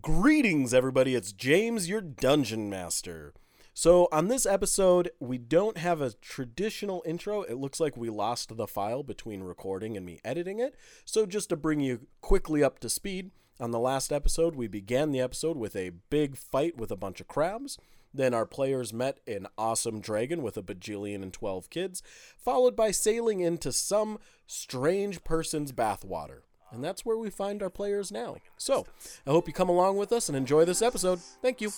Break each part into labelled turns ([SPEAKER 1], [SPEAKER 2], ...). [SPEAKER 1] Greetings, everybody. It's James, your dungeon master. So, on this episode, we don't have a traditional intro. It looks like we lost the file between recording and me editing it. So, just to bring you quickly up to speed, on the last episode, we began the episode with a big fight with a bunch of crabs. Then our players met an awesome dragon with a bajillion and 12 kids, followed by sailing into some strange person's bathwater. And that's where we find our players now. So, I hope you come along with us and enjoy this episode. Thank you.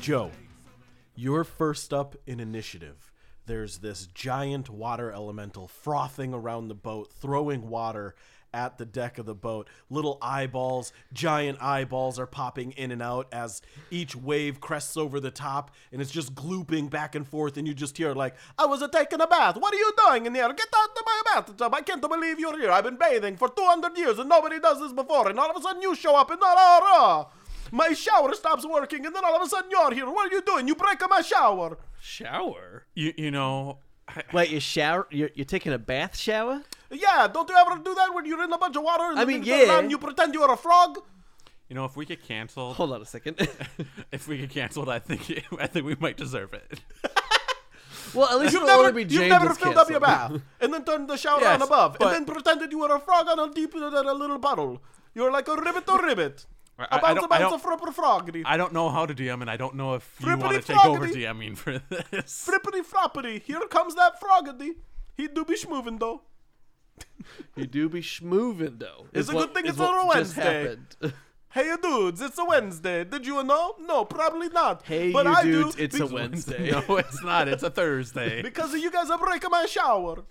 [SPEAKER 1] Joe, you're first up in initiative. There's this giant water elemental frothing around the boat, throwing water at the deck of the boat. Little eyeballs, giant eyeballs are popping in and out as each wave crests over the top and it's just glooping back and forth. And you just hear, like, I was taking a bath. What are you doing in here? Get out of my bathtub. I can't believe you're here. I've been bathing for 200 years and nobody does this before. And all of a sudden you show up and all, all, all. My shower stops working, and then all of a sudden you're here. What are you doing? You break my shower.
[SPEAKER 2] shower. You you know, I,
[SPEAKER 3] Wait, you shower? You're, you're taking a bath shower?
[SPEAKER 1] Yeah, don't you ever do that when you're in a bunch of water? And
[SPEAKER 3] I
[SPEAKER 1] then
[SPEAKER 3] mean,
[SPEAKER 1] you turn
[SPEAKER 3] yeah.
[SPEAKER 1] around, you pretend you're a frog.
[SPEAKER 2] you know, if we get canceled,
[SPEAKER 3] Hold on a second.
[SPEAKER 2] if we get canceled, I think I think we might deserve it.
[SPEAKER 3] well, at least
[SPEAKER 1] You've
[SPEAKER 3] it'll
[SPEAKER 1] never,
[SPEAKER 3] only be
[SPEAKER 1] you've
[SPEAKER 3] James
[SPEAKER 1] never
[SPEAKER 3] that's
[SPEAKER 1] filled up your
[SPEAKER 3] canceled.
[SPEAKER 1] bath, and then turned the shower
[SPEAKER 2] Yes,
[SPEAKER 1] on above,
[SPEAKER 2] but-
[SPEAKER 1] and then pretended you were a frog on a deep in a little bottle. You're like a ribbit to ribbit.
[SPEAKER 2] I-
[SPEAKER 1] A
[SPEAKER 2] I
[SPEAKER 1] bounce,
[SPEAKER 2] don't-
[SPEAKER 1] a
[SPEAKER 2] I
[SPEAKER 1] bounce, a
[SPEAKER 2] don't-
[SPEAKER 1] fripper froggy.
[SPEAKER 2] I don't know how to DM, and I don't know if you
[SPEAKER 1] Frippity
[SPEAKER 2] want to take over
[SPEAKER 1] floppity.
[SPEAKER 2] DMing for this.
[SPEAKER 1] Frippity floppity. Here comes that froggy. He do be schmovin' though.
[SPEAKER 3] You do be schmoovin' though.
[SPEAKER 1] It's
[SPEAKER 3] is
[SPEAKER 1] a good
[SPEAKER 3] what-
[SPEAKER 1] thing
[SPEAKER 3] is
[SPEAKER 1] it's
[SPEAKER 3] what
[SPEAKER 1] on a
[SPEAKER 3] just
[SPEAKER 1] Wednesday.
[SPEAKER 3] happened.
[SPEAKER 1] Hey, you dudes, it's a Wednesday. Did you know? No, probably not.
[SPEAKER 3] hey,
[SPEAKER 1] but
[SPEAKER 3] you
[SPEAKER 1] I
[SPEAKER 3] dudes,
[SPEAKER 1] do
[SPEAKER 3] it's a
[SPEAKER 1] because-
[SPEAKER 3] Wednesday,
[SPEAKER 2] no, it's not. It's a Thursday.
[SPEAKER 1] because you guys are breaking my shower.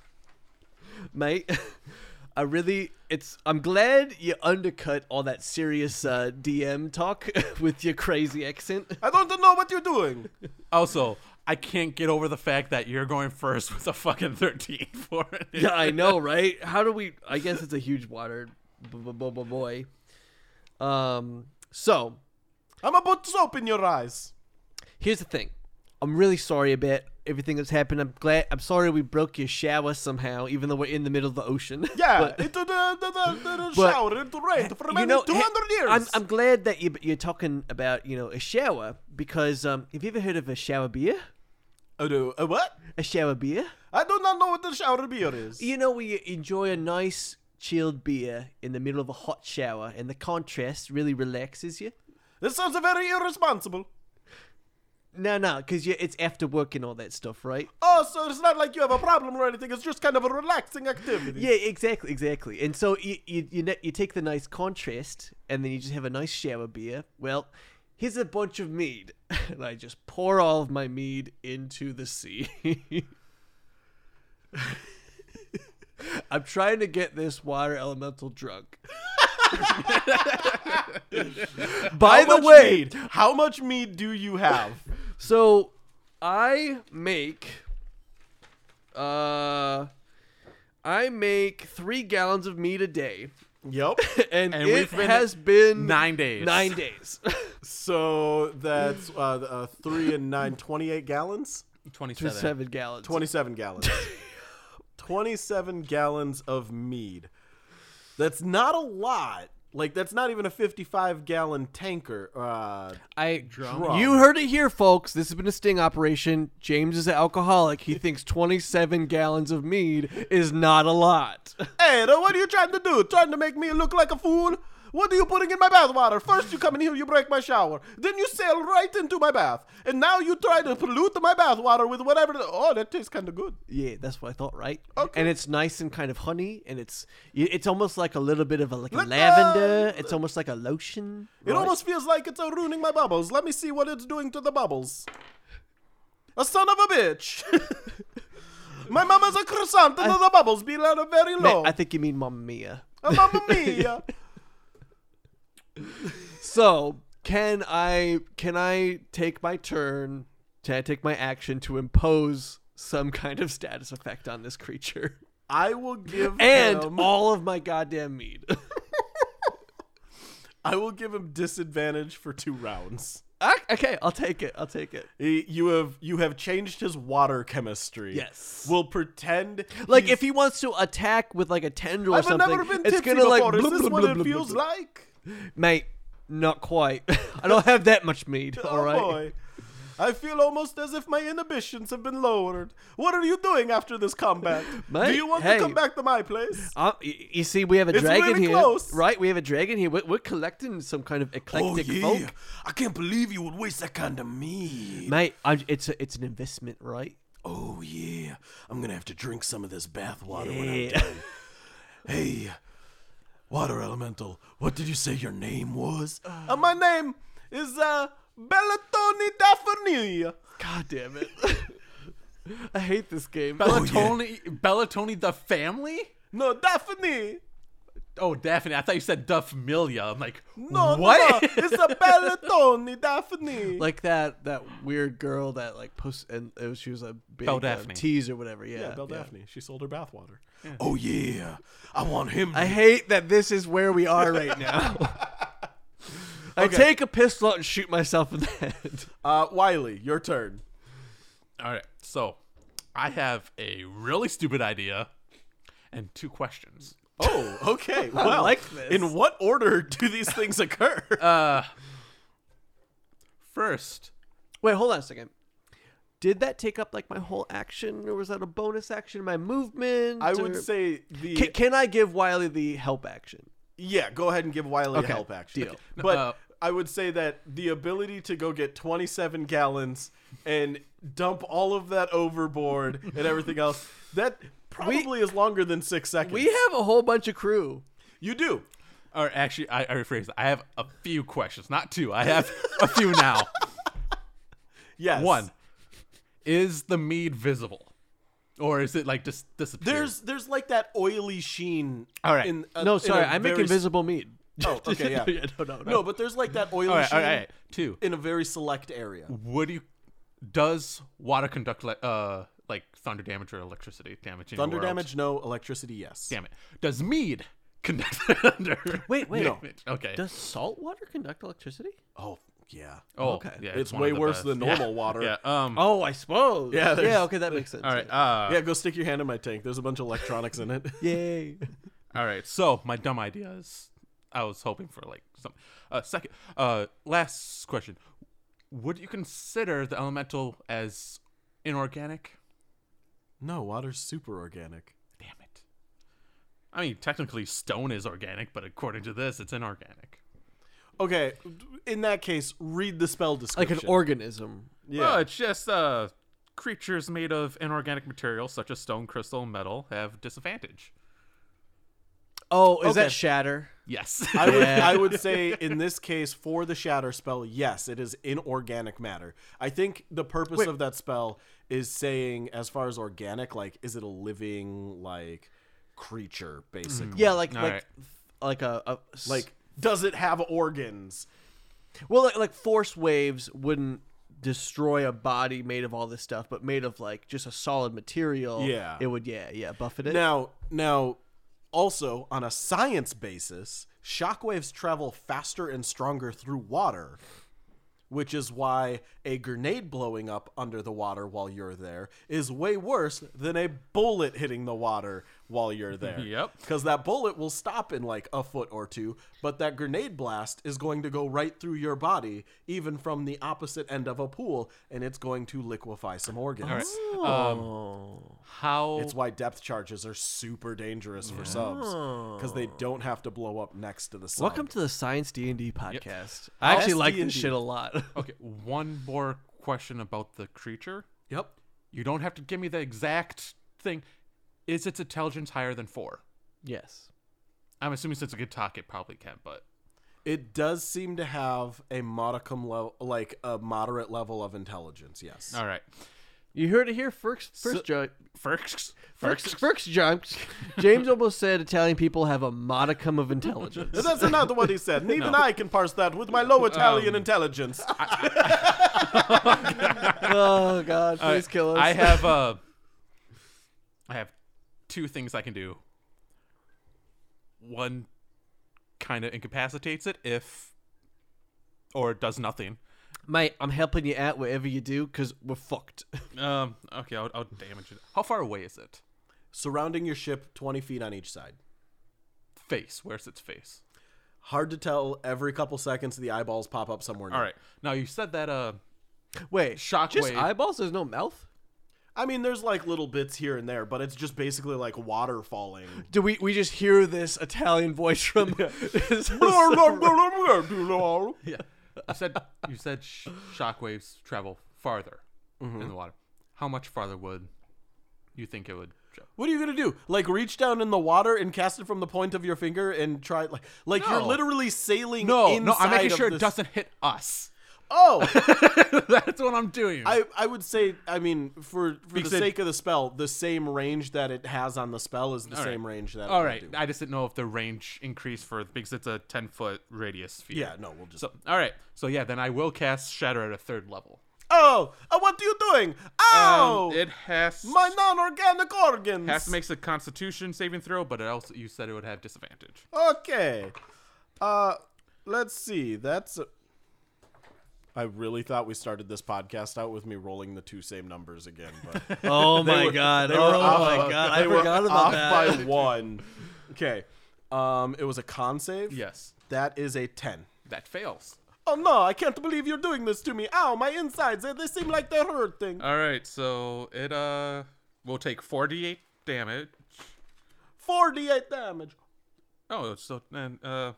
[SPEAKER 3] mate. I really, it's. I'm glad you undercut all that serious uh, DM talk with your crazy accent.
[SPEAKER 1] I don't know what you're doing.
[SPEAKER 2] Also, I can't get over the fact that you're going first with a fucking thirteen for it.
[SPEAKER 3] yeah, I know, right? How do we? I guess it's a huge water b- b- b- b- boy. Um. So
[SPEAKER 1] I'm gonna put soap in your eyes.
[SPEAKER 3] here's the thing. I'm really sorry about everything that's happened. I'm glad. I'm sorry we broke your shower somehow, even though we're in the middle of the ocean.
[SPEAKER 1] Yeah,
[SPEAKER 3] But-
[SPEAKER 1] into the, the, the, the, the
[SPEAKER 3] but-
[SPEAKER 1] shower, into rain for many
[SPEAKER 3] you know,
[SPEAKER 1] 200
[SPEAKER 3] hey,
[SPEAKER 1] years.
[SPEAKER 3] I'm, I'm glad that you, you're talking about you know a shower because um, have you ever heard of a shower beer?
[SPEAKER 1] Oh, no, uh, what?
[SPEAKER 3] A shower beer.
[SPEAKER 1] I do not know what the shower beer is.
[SPEAKER 3] You know, we enjoy a nice chilled beer in the middle of a hot shower, and the contrast really relaxes you.
[SPEAKER 1] This sounds very irresponsible.
[SPEAKER 3] No, no, because it's after work and all that stuff, right?
[SPEAKER 1] Oh, so it's not like you have a problem or anything. It's just kind of a relaxing activity.
[SPEAKER 3] Yeah, exactly, exactly. And so you you you, ne- you take the nice contrast, and then you just have a nice shower beer. Well, here's a bunch of mead, and I just pour all of my mead into the sea. I'm trying to get this water elemental drunk. By
[SPEAKER 1] How
[SPEAKER 3] the
[SPEAKER 1] much
[SPEAKER 3] way,
[SPEAKER 1] mead? how much mead do you have?
[SPEAKER 3] so I make uh I make three gallons of meat a day.
[SPEAKER 1] yep.
[SPEAKER 3] And,
[SPEAKER 2] And
[SPEAKER 3] it
[SPEAKER 2] we've been
[SPEAKER 3] has been
[SPEAKER 2] Nine days.
[SPEAKER 3] Nine days.
[SPEAKER 1] So that's uh, uh, 3 and 9, 28 gallons?
[SPEAKER 2] Twenty-seven.
[SPEAKER 3] Seven gallons.
[SPEAKER 1] 27 gallons. 27 gallons of mead. That's not a lot. Like, that's not even a 55 gallon tanker. Uh,
[SPEAKER 3] I
[SPEAKER 1] Drum.
[SPEAKER 3] You heard it here, folks. This has been a sting operation. James is an alcoholic. He thinks twenty-seven gallons of mead is not a lot.
[SPEAKER 1] hey, now what are you trying to do? Trying to make me look like a fool? What are you putting in my bathwater? First, you come in here, you break my shower. Then you sail right into my bath. And now you try to pollute my bathwater with whatever. The- oh, that tastes kind of good.
[SPEAKER 3] yeah, that's what I thought, right?
[SPEAKER 1] Okay.
[SPEAKER 3] And it's nice and kind of honey, and it's y- it's almost like a little bit of a like a
[SPEAKER 1] Let the-
[SPEAKER 3] lavender. It's almost like a lotion.
[SPEAKER 1] It
[SPEAKER 3] right?
[SPEAKER 1] almost feels like it's uh, ruining my bubbles. Let me see what it's doing to the bubbles. A son of a bitch. my mama's a croissant and the bubbles be at a very
[SPEAKER 3] Ma-
[SPEAKER 1] low.
[SPEAKER 3] I think you mean Mamma Mia.
[SPEAKER 1] a mamma mia.
[SPEAKER 3] So can I can I take my turn Can I take my action to impose some kind of status effect on this creature?
[SPEAKER 1] I will give
[SPEAKER 3] And
[SPEAKER 1] him,
[SPEAKER 3] all of my goddamn mead.
[SPEAKER 1] I will give him disadvantage for two rounds.
[SPEAKER 3] Ah, okay, I'll take it. I'll take it.
[SPEAKER 1] He- You have you have changed his water chemistry.
[SPEAKER 3] Yes.
[SPEAKER 1] We'll pretend
[SPEAKER 3] Like
[SPEAKER 1] he's-
[SPEAKER 3] if he wants to attack with like a tendril or
[SPEAKER 1] I've
[SPEAKER 3] something,
[SPEAKER 1] never been tipsy
[SPEAKER 3] it's gonna like
[SPEAKER 1] before.
[SPEAKER 3] blub,
[SPEAKER 1] Is this
[SPEAKER 3] blub,
[SPEAKER 1] what
[SPEAKER 3] blub,
[SPEAKER 1] it
[SPEAKER 3] blub,
[SPEAKER 1] feels
[SPEAKER 3] blub.
[SPEAKER 1] like?
[SPEAKER 3] mate. Not quite. I don't have that much mead. all right.
[SPEAKER 1] Oh boy. I feel almost as if my inhibitions have been lowered. What are you doing after this combat? Do
[SPEAKER 3] Mate,
[SPEAKER 1] you want
[SPEAKER 3] hey.
[SPEAKER 1] to come back to my place?
[SPEAKER 3] Uh, y- you see, we have a
[SPEAKER 1] It's
[SPEAKER 3] dragon
[SPEAKER 1] really
[SPEAKER 3] here,
[SPEAKER 1] close.
[SPEAKER 3] right? We have a dragon here. We're, we're collecting some kind of eclectic folk,
[SPEAKER 1] Oh, I can't believe you would waste that kind of meat.
[SPEAKER 3] mate. I, it's a, it's an investment, right?
[SPEAKER 1] Oh yeah. I'm gonna have to drink some of this bathwater
[SPEAKER 3] Yeah.
[SPEAKER 1] Hey, Water Elemental, what did you say your name was? Uh, my name is uh, Bellatoni Daphne.
[SPEAKER 3] God damn it! I hate this game.
[SPEAKER 2] Oh, Bellatoni, Bellatoni the family?
[SPEAKER 1] No, Daphne.
[SPEAKER 2] Oh, Daphne. I thought you said Duffmilia. I'm like,
[SPEAKER 1] No,
[SPEAKER 2] what?
[SPEAKER 1] no, it's a Bellatoni Daphne.
[SPEAKER 3] Like that that weird girl that like post and it was, she was a big
[SPEAKER 2] Belle
[SPEAKER 3] uh,
[SPEAKER 2] Daphne.
[SPEAKER 3] tease or whatever. Yeah,
[SPEAKER 1] yeah, Belle
[SPEAKER 3] yeah.
[SPEAKER 1] Daphne. She sold her bathwater. Oh yeah, I want him.
[SPEAKER 3] I hate that this is where we are right now. I take a pistol out and shoot myself in the head.
[SPEAKER 1] Uh, Wiley, your turn.
[SPEAKER 2] All right. So, I have a really stupid idea and two questions.
[SPEAKER 1] Oh, okay. well,
[SPEAKER 3] like this.
[SPEAKER 1] in what order do these things occur?
[SPEAKER 2] First,
[SPEAKER 3] Wait, hold on a second. Did that take up like my whole action, or was that a bonus action? My movement?
[SPEAKER 1] I
[SPEAKER 3] or-
[SPEAKER 1] would say the
[SPEAKER 3] Can, can I give Wiley the help action?
[SPEAKER 1] Yeah, go ahead and give Wiley
[SPEAKER 3] Okay,
[SPEAKER 1] a help action.
[SPEAKER 3] deal.
[SPEAKER 1] But
[SPEAKER 2] Uh,
[SPEAKER 1] I would say that the ability to go get 27 gallons and dump all of that overboard and everything else, that probably is longer than six seconds.
[SPEAKER 3] We have a whole bunch of crew.
[SPEAKER 1] you do.
[SPEAKER 2] or actually, I, I rephrase. that. I have a few questions, not two. I have a few now.
[SPEAKER 1] Yes.
[SPEAKER 2] One, is the mead visible, or is it like just disappeared?
[SPEAKER 1] There's there's like that oily sheen.
[SPEAKER 2] All right.
[SPEAKER 1] In, uh,
[SPEAKER 3] No,
[SPEAKER 1] in
[SPEAKER 3] sorry,
[SPEAKER 1] a
[SPEAKER 3] I make
[SPEAKER 1] very-
[SPEAKER 3] invisible mead.
[SPEAKER 1] Oh, okay, yeah.
[SPEAKER 3] no, no, no.
[SPEAKER 1] No, but there's like that oily
[SPEAKER 2] all right,
[SPEAKER 1] sheen
[SPEAKER 2] all right, all right. Two,
[SPEAKER 1] in a very select area.
[SPEAKER 2] would you? Does water conduct le- uh like thunder damage or electricity damage? in your
[SPEAKER 1] Thunder
[SPEAKER 2] world?
[SPEAKER 1] damage, no. Electricity, yes.
[SPEAKER 2] Damn it. Does mead conduct thunder?
[SPEAKER 3] Wait, wait.
[SPEAKER 1] No.
[SPEAKER 2] damage? Okay.
[SPEAKER 3] Does salt water conduct electricity?
[SPEAKER 1] Oh, yeah.
[SPEAKER 2] oh,
[SPEAKER 3] okay.
[SPEAKER 2] yeah,
[SPEAKER 1] It's
[SPEAKER 2] one
[SPEAKER 1] way
[SPEAKER 2] of the
[SPEAKER 1] worse
[SPEAKER 2] best.
[SPEAKER 1] than
[SPEAKER 2] Yeah,
[SPEAKER 1] normal water.
[SPEAKER 2] Yeah. Um.
[SPEAKER 3] Oh, I suppose.
[SPEAKER 1] Yeah, there's-
[SPEAKER 3] Yeah. Okay, that makes sense.
[SPEAKER 2] all right. Uh,
[SPEAKER 1] Yeah, go stick your hand in my tank. There's a bunch of electronics in it.
[SPEAKER 3] Yay.
[SPEAKER 2] All right. So my dumb idea is, I was hoping for like some. Uh, second. Uh, last question. Would you consider the elemental as inorganic?
[SPEAKER 1] No, water's super organic.
[SPEAKER 2] Damn it. I mean, technically, stone is organic, but according to this, it's inorganic.
[SPEAKER 1] Okay, in that case, read the spell
[SPEAKER 3] Like
[SPEAKER 1] description.
[SPEAKER 3] an organism.
[SPEAKER 1] Yeah.
[SPEAKER 2] Oh, it's just uh, creatures made of inorganic materials such as stone, crystal, and metal have disadvantage.
[SPEAKER 3] Oh, is
[SPEAKER 1] Okay.
[SPEAKER 3] that shatter?
[SPEAKER 2] Yes.
[SPEAKER 1] I would,
[SPEAKER 3] Yeah.
[SPEAKER 1] I would say in this case for the shatter spell, yes, it is inorganic matter. I think the purpose of that spell is saying, as far as organic, like, is it a living like creature, basically?
[SPEAKER 3] Yeah, like
[SPEAKER 2] All
[SPEAKER 3] like
[SPEAKER 2] right.
[SPEAKER 3] like a, a s-
[SPEAKER 1] Like, does it have organs?
[SPEAKER 3] well like like force waves wouldn't destroy a body made of all this stuff, but made of like just a solid material.
[SPEAKER 1] Yeah.
[SPEAKER 3] it would. Yeah, yeah, buffet it.
[SPEAKER 1] Now, now, also on a science basis, shockwaves travel faster and stronger through water, which is why a grenade blowing up under the water while you're there is way worse than a bullet hitting the water while you're there.
[SPEAKER 2] Yep.
[SPEAKER 1] Because that bullet will stop in like a foot or two, but that grenade blast is going to go right through your body, even from the opposite end of a pool, and it's going to liquefy some organs.
[SPEAKER 2] How?
[SPEAKER 1] Oh. It's why depth charges are super dangerous for subs because they don't have to blow up next to the sub.
[SPEAKER 3] Welcome to the Science D and D podcast. I actually
[SPEAKER 1] Yes,
[SPEAKER 3] like
[SPEAKER 1] D&D.
[SPEAKER 3] this shit a lot.
[SPEAKER 2] Okay, one more question about the creature.
[SPEAKER 1] Yep.
[SPEAKER 2] You don't have to give me the exact thing. Is its intelligence higher than four?
[SPEAKER 3] yes.
[SPEAKER 2] I'm assuming since it's a Gittak, it probably can, but
[SPEAKER 1] It does seem to have a modicum level, like a moderate level of intelligence. Yes.
[SPEAKER 2] all right.
[SPEAKER 3] You heard it here first. First,
[SPEAKER 2] So-
[SPEAKER 3] jo-
[SPEAKER 2] Firks.
[SPEAKER 3] first, first, James. James almost said Italian people have a modicum of intelligence.
[SPEAKER 1] That's not what he said. and Even I can parse that with my low Italian intelligence.
[SPEAKER 3] oh God, please kill us.
[SPEAKER 2] I have uh, I have two things I can do. One kind of incapacitates it if, or does nothing.
[SPEAKER 3] Mate, I'm helping you out wherever you do, cause we're fucked.
[SPEAKER 2] Um. Okay. I'll, I'll damage it. How far away is it?
[SPEAKER 1] Surrounding your ship 20 feet on each side.
[SPEAKER 2] Face. Where's its face?
[SPEAKER 1] Hard to tell. Every couple seconds, the eyeballs pop up somewhere. new.
[SPEAKER 2] All right. Now you said that. Uh.
[SPEAKER 3] Wait, Just
[SPEAKER 2] Shockwave.
[SPEAKER 3] eyeballs. There's no mouth.
[SPEAKER 1] I mean, there's like little bits here and there, but it's just basically like water falling.
[SPEAKER 3] Do we we just hear this Italian voice from?
[SPEAKER 2] Yeah. You said you said sh- shockwaves travel farther in the
[SPEAKER 1] Mm-hmm.
[SPEAKER 2] water. How much farther would you think it would? travel?
[SPEAKER 1] What are you gonna do? Like reach down in the water and cast it from the point of your finger and try like like you're
[SPEAKER 2] No.
[SPEAKER 1] literally sailing.
[SPEAKER 2] No,
[SPEAKER 1] inside
[SPEAKER 2] no. I'm making
[SPEAKER 1] of
[SPEAKER 2] sure it
[SPEAKER 1] this-
[SPEAKER 2] doesn't hit us.
[SPEAKER 1] Oh,
[SPEAKER 2] That's what I'm doing.
[SPEAKER 1] I I would say I mean for for
[SPEAKER 2] Because
[SPEAKER 1] the
[SPEAKER 2] it-
[SPEAKER 1] sake of the spell, the same range that it has on the spell is the
[SPEAKER 2] All right.
[SPEAKER 1] same range that.
[SPEAKER 2] All
[SPEAKER 1] it would
[SPEAKER 2] right.
[SPEAKER 1] do.
[SPEAKER 2] I just didn't know if the range increased for because it's a 10 foot radius sphere.
[SPEAKER 1] Yeah. No, we'll just.
[SPEAKER 2] So all right. So yeah, then I will cast Shatter at a third level.
[SPEAKER 1] oh, uh, what are you doing? Oh,
[SPEAKER 2] Um, it has
[SPEAKER 1] my non-organic organs.
[SPEAKER 2] has to make a Constitution saving throw, but it also you said it would have disadvantage.
[SPEAKER 1] Okay. Uh let's see. That's a- I really thought we started this podcast out with me rolling the two same numbers again, but
[SPEAKER 3] oh my
[SPEAKER 1] were-
[SPEAKER 3] god!
[SPEAKER 1] they
[SPEAKER 3] Oh
[SPEAKER 1] were off-
[SPEAKER 3] my god! I
[SPEAKER 1] they were
[SPEAKER 3] forgot
[SPEAKER 1] off
[SPEAKER 3] about that.
[SPEAKER 1] by one. Okay. Um it was a con save.
[SPEAKER 2] Yes,
[SPEAKER 1] That is a 10.
[SPEAKER 2] that fails.
[SPEAKER 1] Oh no, I can't believe you're doing this to me. Ow, my insides, they, they seem like they're hurting.
[SPEAKER 2] All right. So it uh will take 48 damage.
[SPEAKER 1] 48 damage.
[SPEAKER 2] Oh, so then uh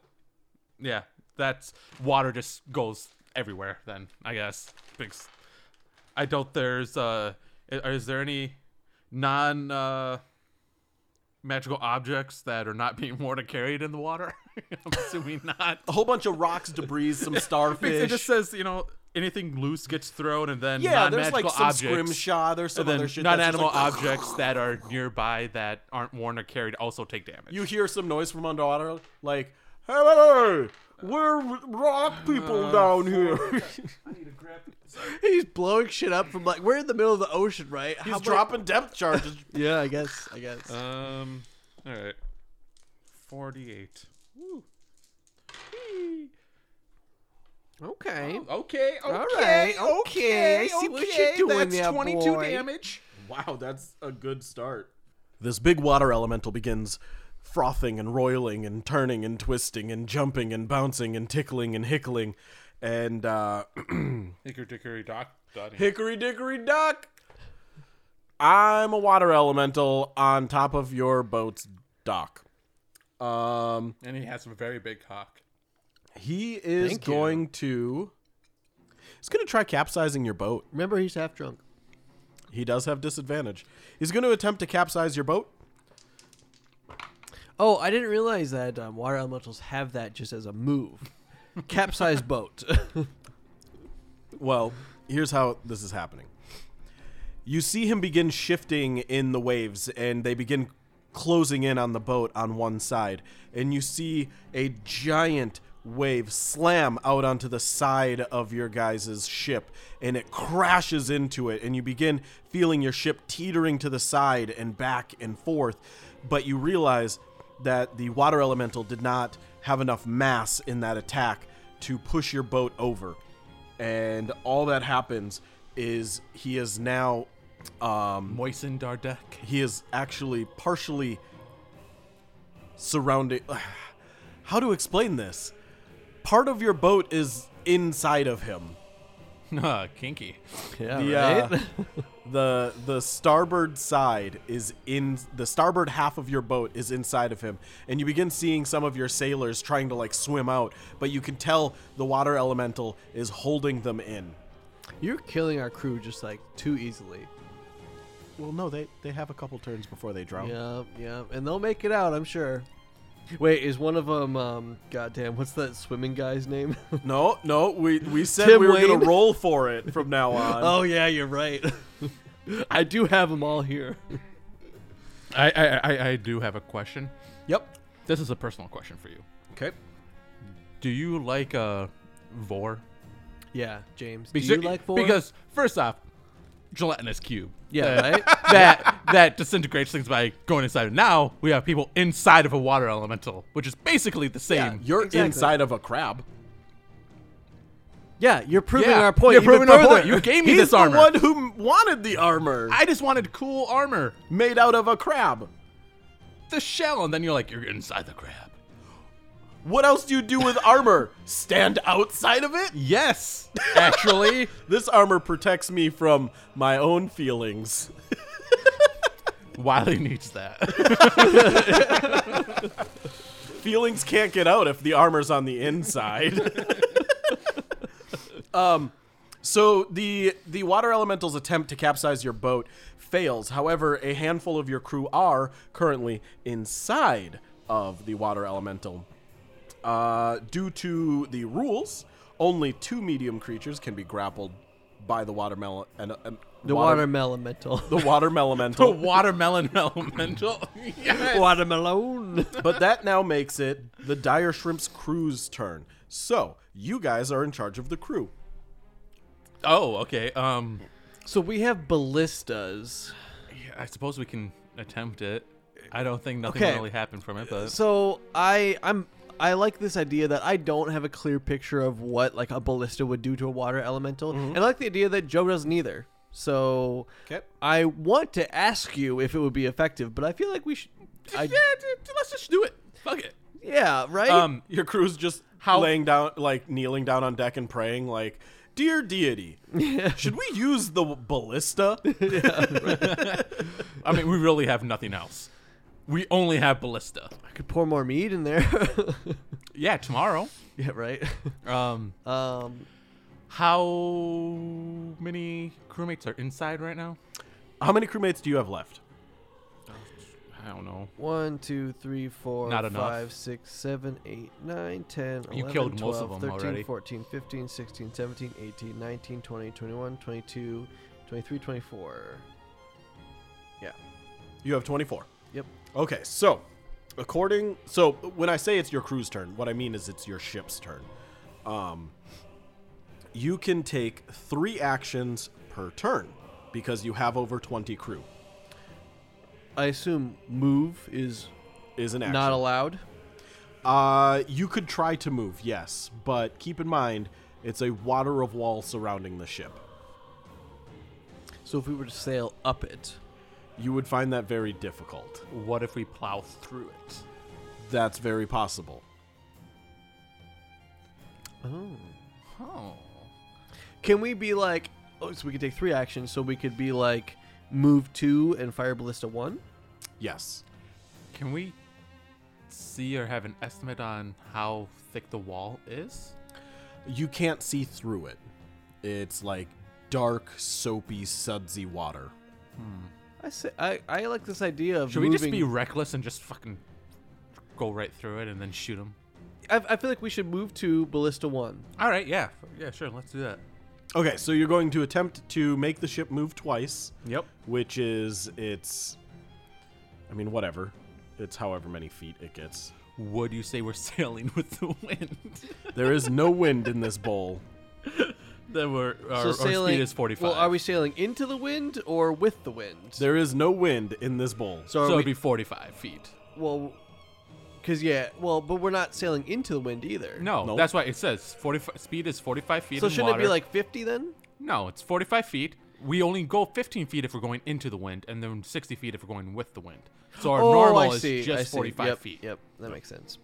[SPEAKER 2] yeah, that's water just goes everywhere then, I guess. Because I don't there's uh i- is there any non uh magical objects that are not being worn or carried in the water? I'm assuming not.
[SPEAKER 1] A whole bunch of rocks, debris, some
[SPEAKER 2] Because
[SPEAKER 1] starfish.
[SPEAKER 2] it just says, you know, anything loose gets thrown and then
[SPEAKER 1] yeah, there's
[SPEAKER 2] non-magical
[SPEAKER 1] like some
[SPEAKER 2] objects
[SPEAKER 1] scrimshaw, there's some
[SPEAKER 2] and then
[SPEAKER 1] other shit. that's just
[SPEAKER 2] non-animal
[SPEAKER 1] like-
[SPEAKER 2] objects that are nearby that aren't worn or carried also take damage.
[SPEAKER 1] you hear some noise from underwater, like, "Hey, we're rock people
[SPEAKER 2] Uh,
[SPEAKER 1] down here."
[SPEAKER 3] He's blowing shit up from like we're in the middle of the ocean, right?
[SPEAKER 1] He's dropping depth charges.
[SPEAKER 3] Yeah, I guess. I guess.
[SPEAKER 2] Um. All right. Forty-eight. Woo. Whee.
[SPEAKER 3] okay.
[SPEAKER 2] Okay. Okay.
[SPEAKER 3] right, okay, I see what you're doing
[SPEAKER 2] That's
[SPEAKER 3] there,
[SPEAKER 2] twenty-two
[SPEAKER 3] boy.
[SPEAKER 2] damage.
[SPEAKER 1] wow, that's a good start. This big water elemental begins frothing and roiling and turning and twisting and jumping and bouncing and tickling and hickling, and uh,
[SPEAKER 2] Hickory dickory dock.
[SPEAKER 1] hickory dickory dock. I'm a water elemental on top of your boat's dock. Um.
[SPEAKER 2] And he has a very big cock.
[SPEAKER 1] He is
[SPEAKER 3] Thank you.
[SPEAKER 1] going to. He's going to try capsizing your boat.
[SPEAKER 3] Remember, he's half drunk.
[SPEAKER 1] He does have disadvantage. He's going to attempt to capsize your boat.
[SPEAKER 3] Oh, I didn't realize that um, water elementals have that just as a move. Capsize boat.
[SPEAKER 1] Well, here's how this is happening. You see him begin shifting in the waves, and they begin closing in on the boat on one side. And you see a giant wave slam out onto the side of your guys' ship, and it crashes into it. And you begin feeling your ship teetering to the side and back and forth. But you realize that the water elemental did not have enough mass in that attack to push your boat over and all that happens is he is now um
[SPEAKER 2] Moistened our deck.
[SPEAKER 1] he is actually partially surrounded how to explain this part of your boat is inside of him
[SPEAKER 2] Uh, kinky.
[SPEAKER 3] yeah.
[SPEAKER 1] the, uh, the the starboard side is in the starboard half of your boat is inside of him, and you begin seeing some of your sailors trying to like swim out, but you can tell the water elemental is holding them in.
[SPEAKER 3] You're killing our crew just like too easily.
[SPEAKER 1] Well, no, they they have a couple turns before they drown.
[SPEAKER 3] Yeah, yeah, and they'll make it out, I'm sure. Wait, is one of them? Um, goddamn, what's that swimming guy's name?
[SPEAKER 1] No, no, we we said
[SPEAKER 3] Tim Oh,
[SPEAKER 1] we were gonna
[SPEAKER 3] Wayne.
[SPEAKER 1] roll for it from now on.
[SPEAKER 3] yeah, you're right. I do have them all here.
[SPEAKER 2] I, I, I, I do have a question.
[SPEAKER 1] Yep.
[SPEAKER 2] This is a personal question for you.
[SPEAKER 1] Okay.
[SPEAKER 2] Do you like uh, Vor?
[SPEAKER 3] Yeah, James.
[SPEAKER 2] Because,
[SPEAKER 3] do you like four?
[SPEAKER 2] Because first off, gelatinous cube.
[SPEAKER 3] yeah,
[SPEAKER 2] Uh,
[SPEAKER 3] right.
[SPEAKER 2] that that disintegrates things by going inside. Now we have people inside of a water elemental, which is basically the same.
[SPEAKER 1] Yeah, you're
[SPEAKER 3] Exactly.
[SPEAKER 1] inside of a crab.
[SPEAKER 3] Yeah, you're proving
[SPEAKER 2] Yeah,
[SPEAKER 3] our point.
[SPEAKER 2] you're
[SPEAKER 3] even
[SPEAKER 2] proving our
[SPEAKER 3] further.
[SPEAKER 2] point. You gave me
[SPEAKER 1] He's
[SPEAKER 2] this armor.
[SPEAKER 1] the one who m- wanted the armor
[SPEAKER 2] I just wanted cool armor,
[SPEAKER 1] made out of a crab.
[SPEAKER 2] the shell, and then you're like, you're inside the crab.
[SPEAKER 1] What else do you do with armor? Stand outside of it?
[SPEAKER 2] Yes, actually,
[SPEAKER 1] This armor protects me from my own feelings.
[SPEAKER 2] Wiley needs that.
[SPEAKER 1] Feelings can't get out if the armor's on the inside. um so the the water elemental's attempt to capsize your boat fails. However, a handful of your crew are currently inside of the water elemental. Uh, due to the rules, only two medium creatures can be grappled by the watermelon and and-
[SPEAKER 3] the watermelon mental.
[SPEAKER 1] the watermelon
[SPEAKER 2] the
[SPEAKER 1] elemental.
[SPEAKER 2] watermelon elemental. yes.
[SPEAKER 3] Watermelon.
[SPEAKER 1] but that now makes it the dire shrimp's crew's turn. So you guys are in charge of the crew.
[SPEAKER 2] Oh, okay. Um,
[SPEAKER 3] So we have ballistas.
[SPEAKER 2] yeah, I suppose we can attempt it. I don't think nothing
[SPEAKER 3] Okay.
[SPEAKER 2] really happened from it, but
[SPEAKER 3] So I I'm I like this idea that I don't have a clear picture of what like a ballista would do to a water elemental, and I like the idea that Joe doesn't either. So
[SPEAKER 1] Okay.
[SPEAKER 3] I want to ask you if it would be effective, but I feel like we should. I,
[SPEAKER 2] yeah, dude, let's just do it. Fuck it.
[SPEAKER 3] yeah, right.
[SPEAKER 2] Um,
[SPEAKER 1] Your crew's just
[SPEAKER 2] How-
[SPEAKER 1] laying down, like kneeling down on deck and praying, like, "Dear deity, should we use the ballista?"
[SPEAKER 2] I mean, we really have nothing else. We only have ballista.
[SPEAKER 3] I could pour more mead in there.
[SPEAKER 2] Yeah, tomorrow.
[SPEAKER 3] yeah, right.
[SPEAKER 2] Um,
[SPEAKER 3] Um,
[SPEAKER 2] how many crewmates are inside right now?
[SPEAKER 1] How many crewmates do you have left?
[SPEAKER 2] I don't know.
[SPEAKER 3] one, two, three, four,
[SPEAKER 2] Not enough.
[SPEAKER 3] five, six, seven, eight, nine, 10,
[SPEAKER 2] You
[SPEAKER 3] 11,
[SPEAKER 2] killed most of
[SPEAKER 3] 12,
[SPEAKER 2] them
[SPEAKER 3] 13,
[SPEAKER 2] already.
[SPEAKER 3] 14, 15, 16, 17, 18, 19, 20, 21, 22, 23, 24. Yeah.
[SPEAKER 1] You have twenty-four.
[SPEAKER 3] Yep.
[SPEAKER 1] Okay, so according so when I say it's your crew's turn, what I mean is it's your ship's turn. Um you can take 3 actions per turn because you have over 20 crew
[SPEAKER 3] I assume move is
[SPEAKER 1] is an action.
[SPEAKER 3] not allowed.
[SPEAKER 1] uh you could try to move, yes, but keep in mind it's a water of wall surrounding the ship.
[SPEAKER 3] So if we were to sail up it,
[SPEAKER 1] You would find that very difficult.
[SPEAKER 2] What if we plow through it?
[SPEAKER 1] That's very possible.
[SPEAKER 2] Oh.
[SPEAKER 3] can we be like? Oh, so we could take three actions. So we could be like move two and fire ballista one.
[SPEAKER 1] Yes.
[SPEAKER 2] Can we see or have an estimate on how thick the wall is?
[SPEAKER 1] You can't see through it. It's like dark, soapy, sudsy water.
[SPEAKER 3] I say I, I like this idea of
[SPEAKER 2] Should we just
[SPEAKER 3] moving-
[SPEAKER 2] be reckless and just fucking go right through it and then shoot them?
[SPEAKER 3] I, I feel like we should move to ballista one.
[SPEAKER 2] All right, yeah, f- yeah, sure, let's do that.
[SPEAKER 1] Okay, so you're going to attempt to make the ship move twice,
[SPEAKER 2] Yep.
[SPEAKER 1] which is it's I mean whatever. It's however many feet it gets.
[SPEAKER 2] Would you say we're sailing with the wind?
[SPEAKER 1] There is no wind in this bowl.
[SPEAKER 2] then we're our,
[SPEAKER 3] so
[SPEAKER 2] our
[SPEAKER 3] sailing
[SPEAKER 2] speed is forty-five.
[SPEAKER 3] Well, are we sailing into the wind or with the wind?
[SPEAKER 1] There is no wind in this bowl.
[SPEAKER 3] so
[SPEAKER 2] So
[SPEAKER 3] are
[SPEAKER 2] it'd
[SPEAKER 3] we
[SPEAKER 2] be forty-five feet.
[SPEAKER 3] well, because yeah, well, but we're not sailing into the wind either.
[SPEAKER 2] No,
[SPEAKER 1] Nope.
[SPEAKER 2] that's why it says forty-five. Speed is forty-five feet.
[SPEAKER 3] So
[SPEAKER 2] in
[SPEAKER 3] shouldn't it be
[SPEAKER 2] water.
[SPEAKER 3] like fifty then?
[SPEAKER 2] No, it's forty-five feet. We only go fifteen feet if we're going into the wind, and then sixty feet if we're going with the wind. So our
[SPEAKER 3] oh,
[SPEAKER 2] normal
[SPEAKER 3] I
[SPEAKER 2] is
[SPEAKER 3] see. I
[SPEAKER 2] just
[SPEAKER 3] see.
[SPEAKER 2] forty-five
[SPEAKER 3] yep,
[SPEAKER 2] feet.
[SPEAKER 3] Yep, that makes sense.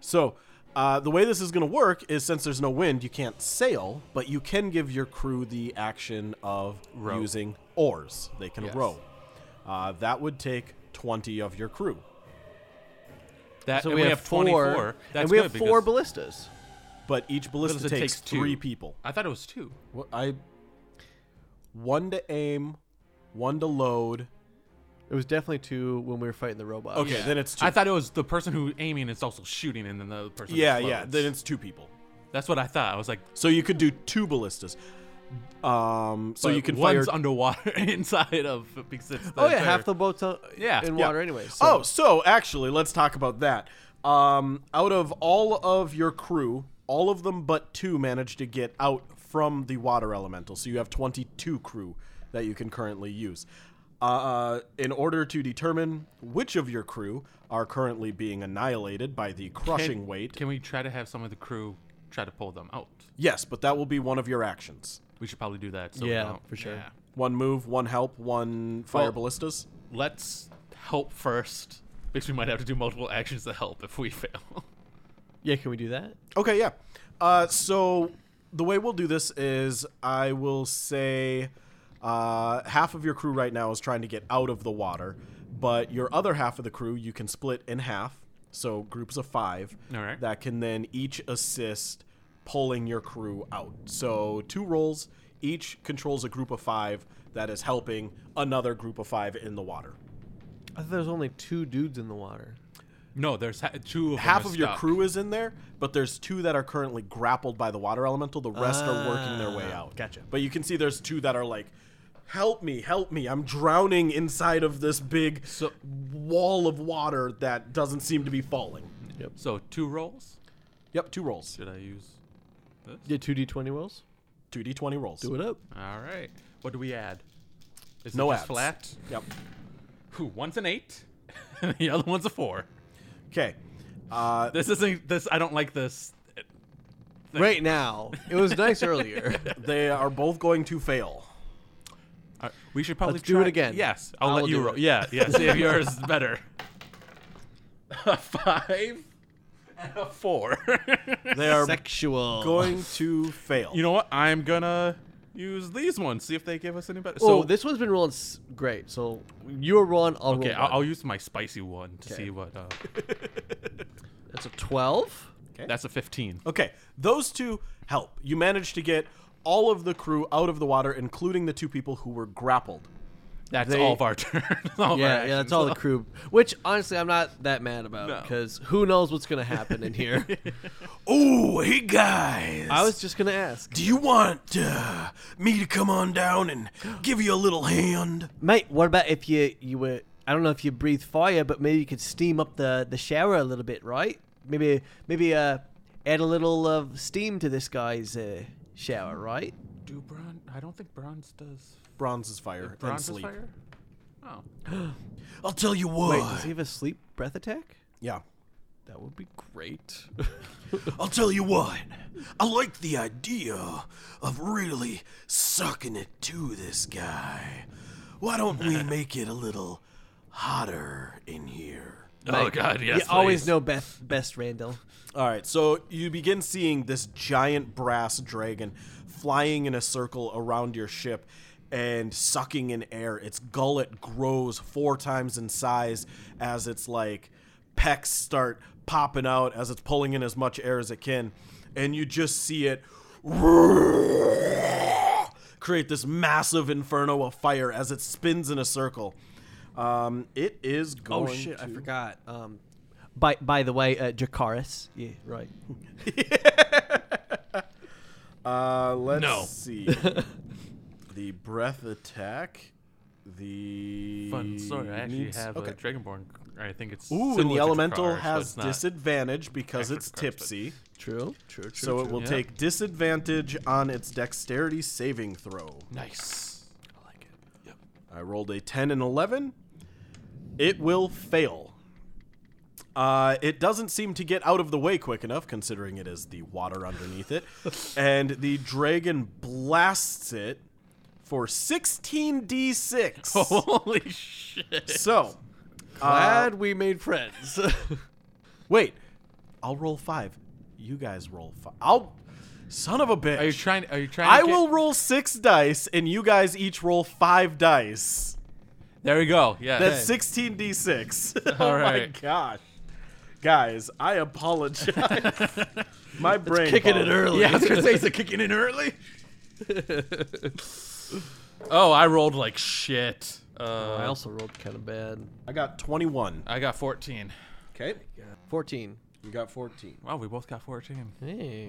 [SPEAKER 1] So, uh, the way this is going to work is since there's no wind, you can't sail, but you can give your crew the action of
[SPEAKER 2] Row.
[SPEAKER 1] using oars. They can
[SPEAKER 2] Yes.
[SPEAKER 1] row. Uh, that would take 20 of your crew.
[SPEAKER 2] That
[SPEAKER 3] So
[SPEAKER 2] and
[SPEAKER 3] we, have, four,
[SPEAKER 2] twenty-four. That's
[SPEAKER 3] and we have
[SPEAKER 2] good
[SPEAKER 3] four
[SPEAKER 2] because-
[SPEAKER 3] ballistas.
[SPEAKER 1] But each ballista
[SPEAKER 2] Ballista
[SPEAKER 1] takes,
[SPEAKER 2] takes two.
[SPEAKER 1] three people.
[SPEAKER 2] I thought it was two.
[SPEAKER 1] Wha- I one to aim, one to load.
[SPEAKER 3] It was definitely two when we were fighting the robot.
[SPEAKER 1] Okay, then it's two.
[SPEAKER 2] I thought it was the person who aiming is also shooting, and then the other person.
[SPEAKER 1] yeah,
[SPEAKER 2] explodes.
[SPEAKER 1] yeah. Then it's two people.
[SPEAKER 2] That's what I thought. I was like,
[SPEAKER 1] So you could do two ballistas. Um, so
[SPEAKER 2] but
[SPEAKER 1] you can fire.
[SPEAKER 2] one's underwater inside of because it's the
[SPEAKER 3] Oh yeah,
[SPEAKER 2] entire-
[SPEAKER 3] half the boats are
[SPEAKER 2] Yeah,
[SPEAKER 3] in
[SPEAKER 1] yeah.
[SPEAKER 3] water anyway. So.
[SPEAKER 1] Oh, so actually, let's talk about that. Um, out of all of your crew, all of them but two managed to get out from the water elemental. So you have 22 crew that you can currently use. Uh, in order to determine which of your crew are currently being annihilated by the crushing
[SPEAKER 2] can,
[SPEAKER 1] weight,
[SPEAKER 2] Can we try to have some of the crew try to pull them out?
[SPEAKER 1] yes, but that will be one of your actions.
[SPEAKER 2] We should probably do that. So
[SPEAKER 3] Yeah,
[SPEAKER 2] we don't,
[SPEAKER 3] for sure.
[SPEAKER 2] yeah.
[SPEAKER 1] One move, one help, one fire
[SPEAKER 2] Well-
[SPEAKER 1] ballistas.
[SPEAKER 2] Let's help first because we might have to do multiple actions to help if we fail.
[SPEAKER 3] yeah, can we do that?
[SPEAKER 1] Okay, yeah. Uh, so the way we'll do this is I will say uh, half of your crew right now is trying to get out of the water, but your other half of the crew you can split in half, so groups of five
[SPEAKER 2] All right.
[SPEAKER 1] that can then each assist pulling your crew out. So two roles, each controls a group of five that is helping another group of five in the water.
[SPEAKER 3] I thought there was only two dudes in the water.
[SPEAKER 2] No, there's ha- two. Of
[SPEAKER 1] half
[SPEAKER 2] them are
[SPEAKER 1] of your
[SPEAKER 2] stuck.
[SPEAKER 1] crew is in there, but there's two that are currently grappled by the water elemental. The rest are working their way
[SPEAKER 3] Ah,
[SPEAKER 1] out.
[SPEAKER 3] gotcha.
[SPEAKER 1] But you can see there's two that are like, "Help me! Help me! I'm drowning inside of this big
[SPEAKER 2] So-
[SPEAKER 1] wall of water that doesn't seem to be falling."
[SPEAKER 2] So two rolls.
[SPEAKER 1] Yep, two rolls,
[SPEAKER 2] Should I use? This?
[SPEAKER 3] Yeah, two d twenty rolls.
[SPEAKER 1] two d20 rolls.
[SPEAKER 3] Do it up.
[SPEAKER 2] All right. What do we add? Is
[SPEAKER 1] No
[SPEAKER 2] it just
[SPEAKER 1] adds.
[SPEAKER 2] flat?
[SPEAKER 1] Yep.
[SPEAKER 2] Whew, one's an eight, and the other one's a four.
[SPEAKER 1] Okay. Uh,
[SPEAKER 2] This isn't this. I don't like this.
[SPEAKER 3] Right now, it was nice earlier.
[SPEAKER 1] they are both going to fail.
[SPEAKER 2] Uh, we should probably
[SPEAKER 3] Let's do it
[SPEAKER 2] try-
[SPEAKER 3] again.
[SPEAKER 2] Yes, I'll,
[SPEAKER 3] I
[SPEAKER 2] let
[SPEAKER 3] will
[SPEAKER 2] you
[SPEAKER 3] do
[SPEAKER 2] roll.
[SPEAKER 3] it.
[SPEAKER 2] Yeah, yeah. See if yours is better. A five and a four.
[SPEAKER 1] They are
[SPEAKER 3] Sexual.
[SPEAKER 1] going to fail.
[SPEAKER 2] you know what? I'm gonna use these ones. See if they give us any better.
[SPEAKER 3] Oh,
[SPEAKER 2] so
[SPEAKER 3] this one's been rolling s- great. So you're rolling. I'll
[SPEAKER 2] okay,
[SPEAKER 3] roll.
[SPEAKER 2] I'll,
[SPEAKER 3] one.
[SPEAKER 2] I'll use my spicy one to
[SPEAKER 3] Okay.
[SPEAKER 2] see what. Uh,
[SPEAKER 3] That's a twelve.
[SPEAKER 2] that's a fifteen.
[SPEAKER 1] Okay, those two help. You managed to get all of the crew out of the water, including the two people who were grappled.
[SPEAKER 2] That's
[SPEAKER 1] They-
[SPEAKER 2] all of our turn. all of our
[SPEAKER 3] Yeah, yeah,
[SPEAKER 2] actions.
[SPEAKER 3] that's all the crew. Which honestly, I'm not that mad
[SPEAKER 2] No.
[SPEAKER 3] about because who knows what's gonna happen in here.
[SPEAKER 1] Oh, hey guys.
[SPEAKER 3] I was just gonna ask,
[SPEAKER 1] Do you want uh, me to come on down and give you a little hand?
[SPEAKER 3] mate. What about if you you were? I don't know if you breathe fire, but maybe you could steam up the the shower a little bit, right? Maybe maybe uh add a little of steam to this guy's uh, shower, right?
[SPEAKER 2] Do bronze? I don't think bronze does.
[SPEAKER 1] Bronze is fire and
[SPEAKER 2] Bronze does
[SPEAKER 1] sleep.
[SPEAKER 2] fire. Oh,
[SPEAKER 1] I'll tell you what.
[SPEAKER 3] Wait, does he have a sleep breath attack?
[SPEAKER 1] yeah.
[SPEAKER 3] That would be great.
[SPEAKER 2] Oh,
[SPEAKER 1] I'll tell you what. I like the idea of really sucking it to this guy. Why don't we make it a little hotter in here?
[SPEAKER 2] oh god, yes.
[SPEAKER 3] you always
[SPEAKER 2] please.
[SPEAKER 3] know best best Randall.
[SPEAKER 1] All right, so you begin seeing this giant brass dragon flying in a circle around your ship and sucking in air. Its gullet grows four times in size as its like pecs start popping out as it's pulling in as much air as it can, and you just see it create this massive inferno of fire as it spins in a circle. Um, it is
[SPEAKER 3] Oh
[SPEAKER 1] going.
[SPEAKER 3] shit, I
[SPEAKER 1] to-
[SPEAKER 3] forgot. Um, by by the way, uh, Jacaris. Yeah, right.
[SPEAKER 1] Uh, let's
[SPEAKER 2] No.
[SPEAKER 1] see. the breath attack. The
[SPEAKER 2] Fun story. I actually
[SPEAKER 1] needs-
[SPEAKER 2] have
[SPEAKER 1] okay.
[SPEAKER 2] a Dragonborn. I think it's.
[SPEAKER 1] Ooh, and
[SPEAKER 2] similar
[SPEAKER 1] the
[SPEAKER 2] to
[SPEAKER 1] elemental
[SPEAKER 2] Dracarys, but
[SPEAKER 1] has
[SPEAKER 2] it's not.
[SPEAKER 1] disadvantage because
[SPEAKER 2] actually
[SPEAKER 1] it's
[SPEAKER 2] Dracarys, but-
[SPEAKER 1] tipsy,
[SPEAKER 3] True. True. True.
[SPEAKER 1] so it will
[SPEAKER 2] Yeah.
[SPEAKER 1] take disadvantage on its dexterity saving throw.
[SPEAKER 2] Nice.
[SPEAKER 3] I like it.
[SPEAKER 1] I rolled a 10 and 11. It will fail. Uh, it doesn't seem to get out of the way quick enough, considering it is the water underneath it. and the dragon blasts it for 16d6.
[SPEAKER 2] Holy Oh, shit.
[SPEAKER 1] So, uh,
[SPEAKER 3] Glad we made friends.
[SPEAKER 1] wait. I'll roll five. You guys roll five. I'll. Son of a bitch.
[SPEAKER 2] Are you trying? Are you trying?
[SPEAKER 1] I
[SPEAKER 2] to get-
[SPEAKER 1] will roll six dice, and you guys each roll five dice.
[SPEAKER 2] There we go. Yeah.
[SPEAKER 1] That's sixteen d six.
[SPEAKER 2] All
[SPEAKER 1] oh my
[SPEAKER 2] right.
[SPEAKER 1] gosh, guys, I apologize. my brain
[SPEAKER 3] Kicking it
[SPEAKER 1] apologized.
[SPEAKER 3] early.
[SPEAKER 2] Yeah, I was gonna say, is it kicking in early? oh, I rolled like shit. Uh,
[SPEAKER 3] I also rolled kind of bad.
[SPEAKER 1] I got twenty one.
[SPEAKER 2] I got 14.
[SPEAKER 1] Okay,
[SPEAKER 3] Fourteen.
[SPEAKER 1] you got fourteen.
[SPEAKER 2] Wow, we both got 14.
[SPEAKER 3] Hey.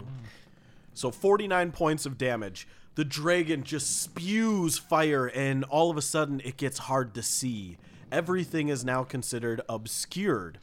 [SPEAKER 1] So forty nine points of damage the dragon just spews fire and all of a sudden it gets hard to see. Everything is now considered obscured.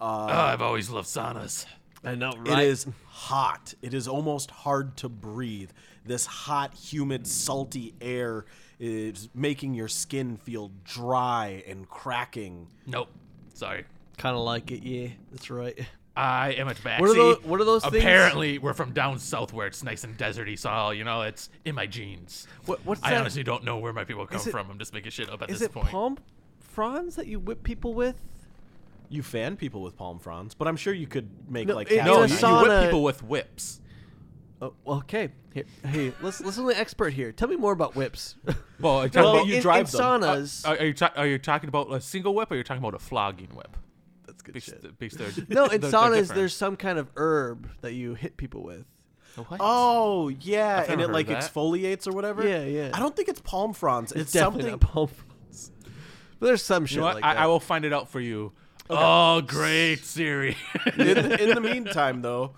[SPEAKER 3] Uh,
[SPEAKER 2] Oh, I've always loved saunas.
[SPEAKER 3] I know,
[SPEAKER 1] It
[SPEAKER 3] right?
[SPEAKER 1] is hot. It is almost hard to breathe. This hot, humid, salty air is making your skin feel dry and cracking.
[SPEAKER 2] Nope. Sorry.
[SPEAKER 3] Kind of like it, yeah. That's right.
[SPEAKER 2] I am a Tabaxi.
[SPEAKER 3] What are those? What are those things?
[SPEAKER 2] Apparently, we're from down south where it's nice and deserty, so I'll- you know it's in my genes.
[SPEAKER 3] What, what's
[SPEAKER 2] I
[SPEAKER 3] that?
[SPEAKER 2] honestly don't know where my people come
[SPEAKER 3] Is it-
[SPEAKER 2] from. I'm just making shit up at
[SPEAKER 3] is
[SPEAKER 2] this
[SPEAKER 3] it
[SPEAKER 2] point.
[SPEAKER 3] palm fronds that you whip people with?
[SPEAKER 1] You fan people with palm fronds, but I'm sure you could make
[SPEAKER 3] No,
[SPEAKER 1] like
[SPEAKER 3] it-
[SPEAKER 1] cat
[SPEAKER 2] no,
[SPEAKER 1] no,
[SPEAKER 3] It's
[SPEAKER 2] you,
[SPEAKER 3] a
[SPEAKER 2] you whip
[SPEAKER 3] sauna.
[SPEAKER 2] people with whips.
[SPEAKER 3] Oh, okay. Here, hey, let's listen to the expert here. Tell me more about whips.
[SPEAKER 2] Well,
[SPEAKER 1] Well,
[SPEAKER 3] in,
[SPEAKER 1] you
[SPEAKER 3] in-
[SPEAKER 1] drive
[SPEAKER 3] in
[SPEAKER 1] them. Uh,
[SPEAKER 3] saunas.
[SPEAKER 2] are, are you ta- are you talking about a single whip or you're talking about a flogging whip?
[SPEAKER 3] that's good
[SPEAKER 2] Because,
[SPEAKER 3] shit.
[SPEAKER 2] because they're,
[SPEAKER 3] No, in
[SPEAKER 2] they're- they're
[SPEAKER 3] saunas,
[SPEAKER 2] different.
[SPEAKER 3] there's some kind of herb that you hit people with.
[SPEAKER 2] What?
[SPEAKER 1] Oh yeah, and
[SPEAKER 2] I've never
[SPEAKER 1] it
[SPEAKER 2] heard
[SPEAKER 1] like
[SPEAKER 2] of that.
[SPEAKER 1] exfoliates or whatever.
[SPEAKER 3] Yeah, yeah.
[SPEAKER 1] I don't think it's palm fronds. It's,
[SPEAKER 3] Definitely
[SPEAKER 1] something.
[SPEAKER 3] not palm fronds. But there's some shit
[SPEAKER 2] You know what?
[SPEAKER 3] like
[SPEAKER 2] I,
[SPEAKER 3] that.
[SPEAKER 2] I will find it out for you. Oh, great Siri.
[SPEAKER 1] in, the, in the meantime, though,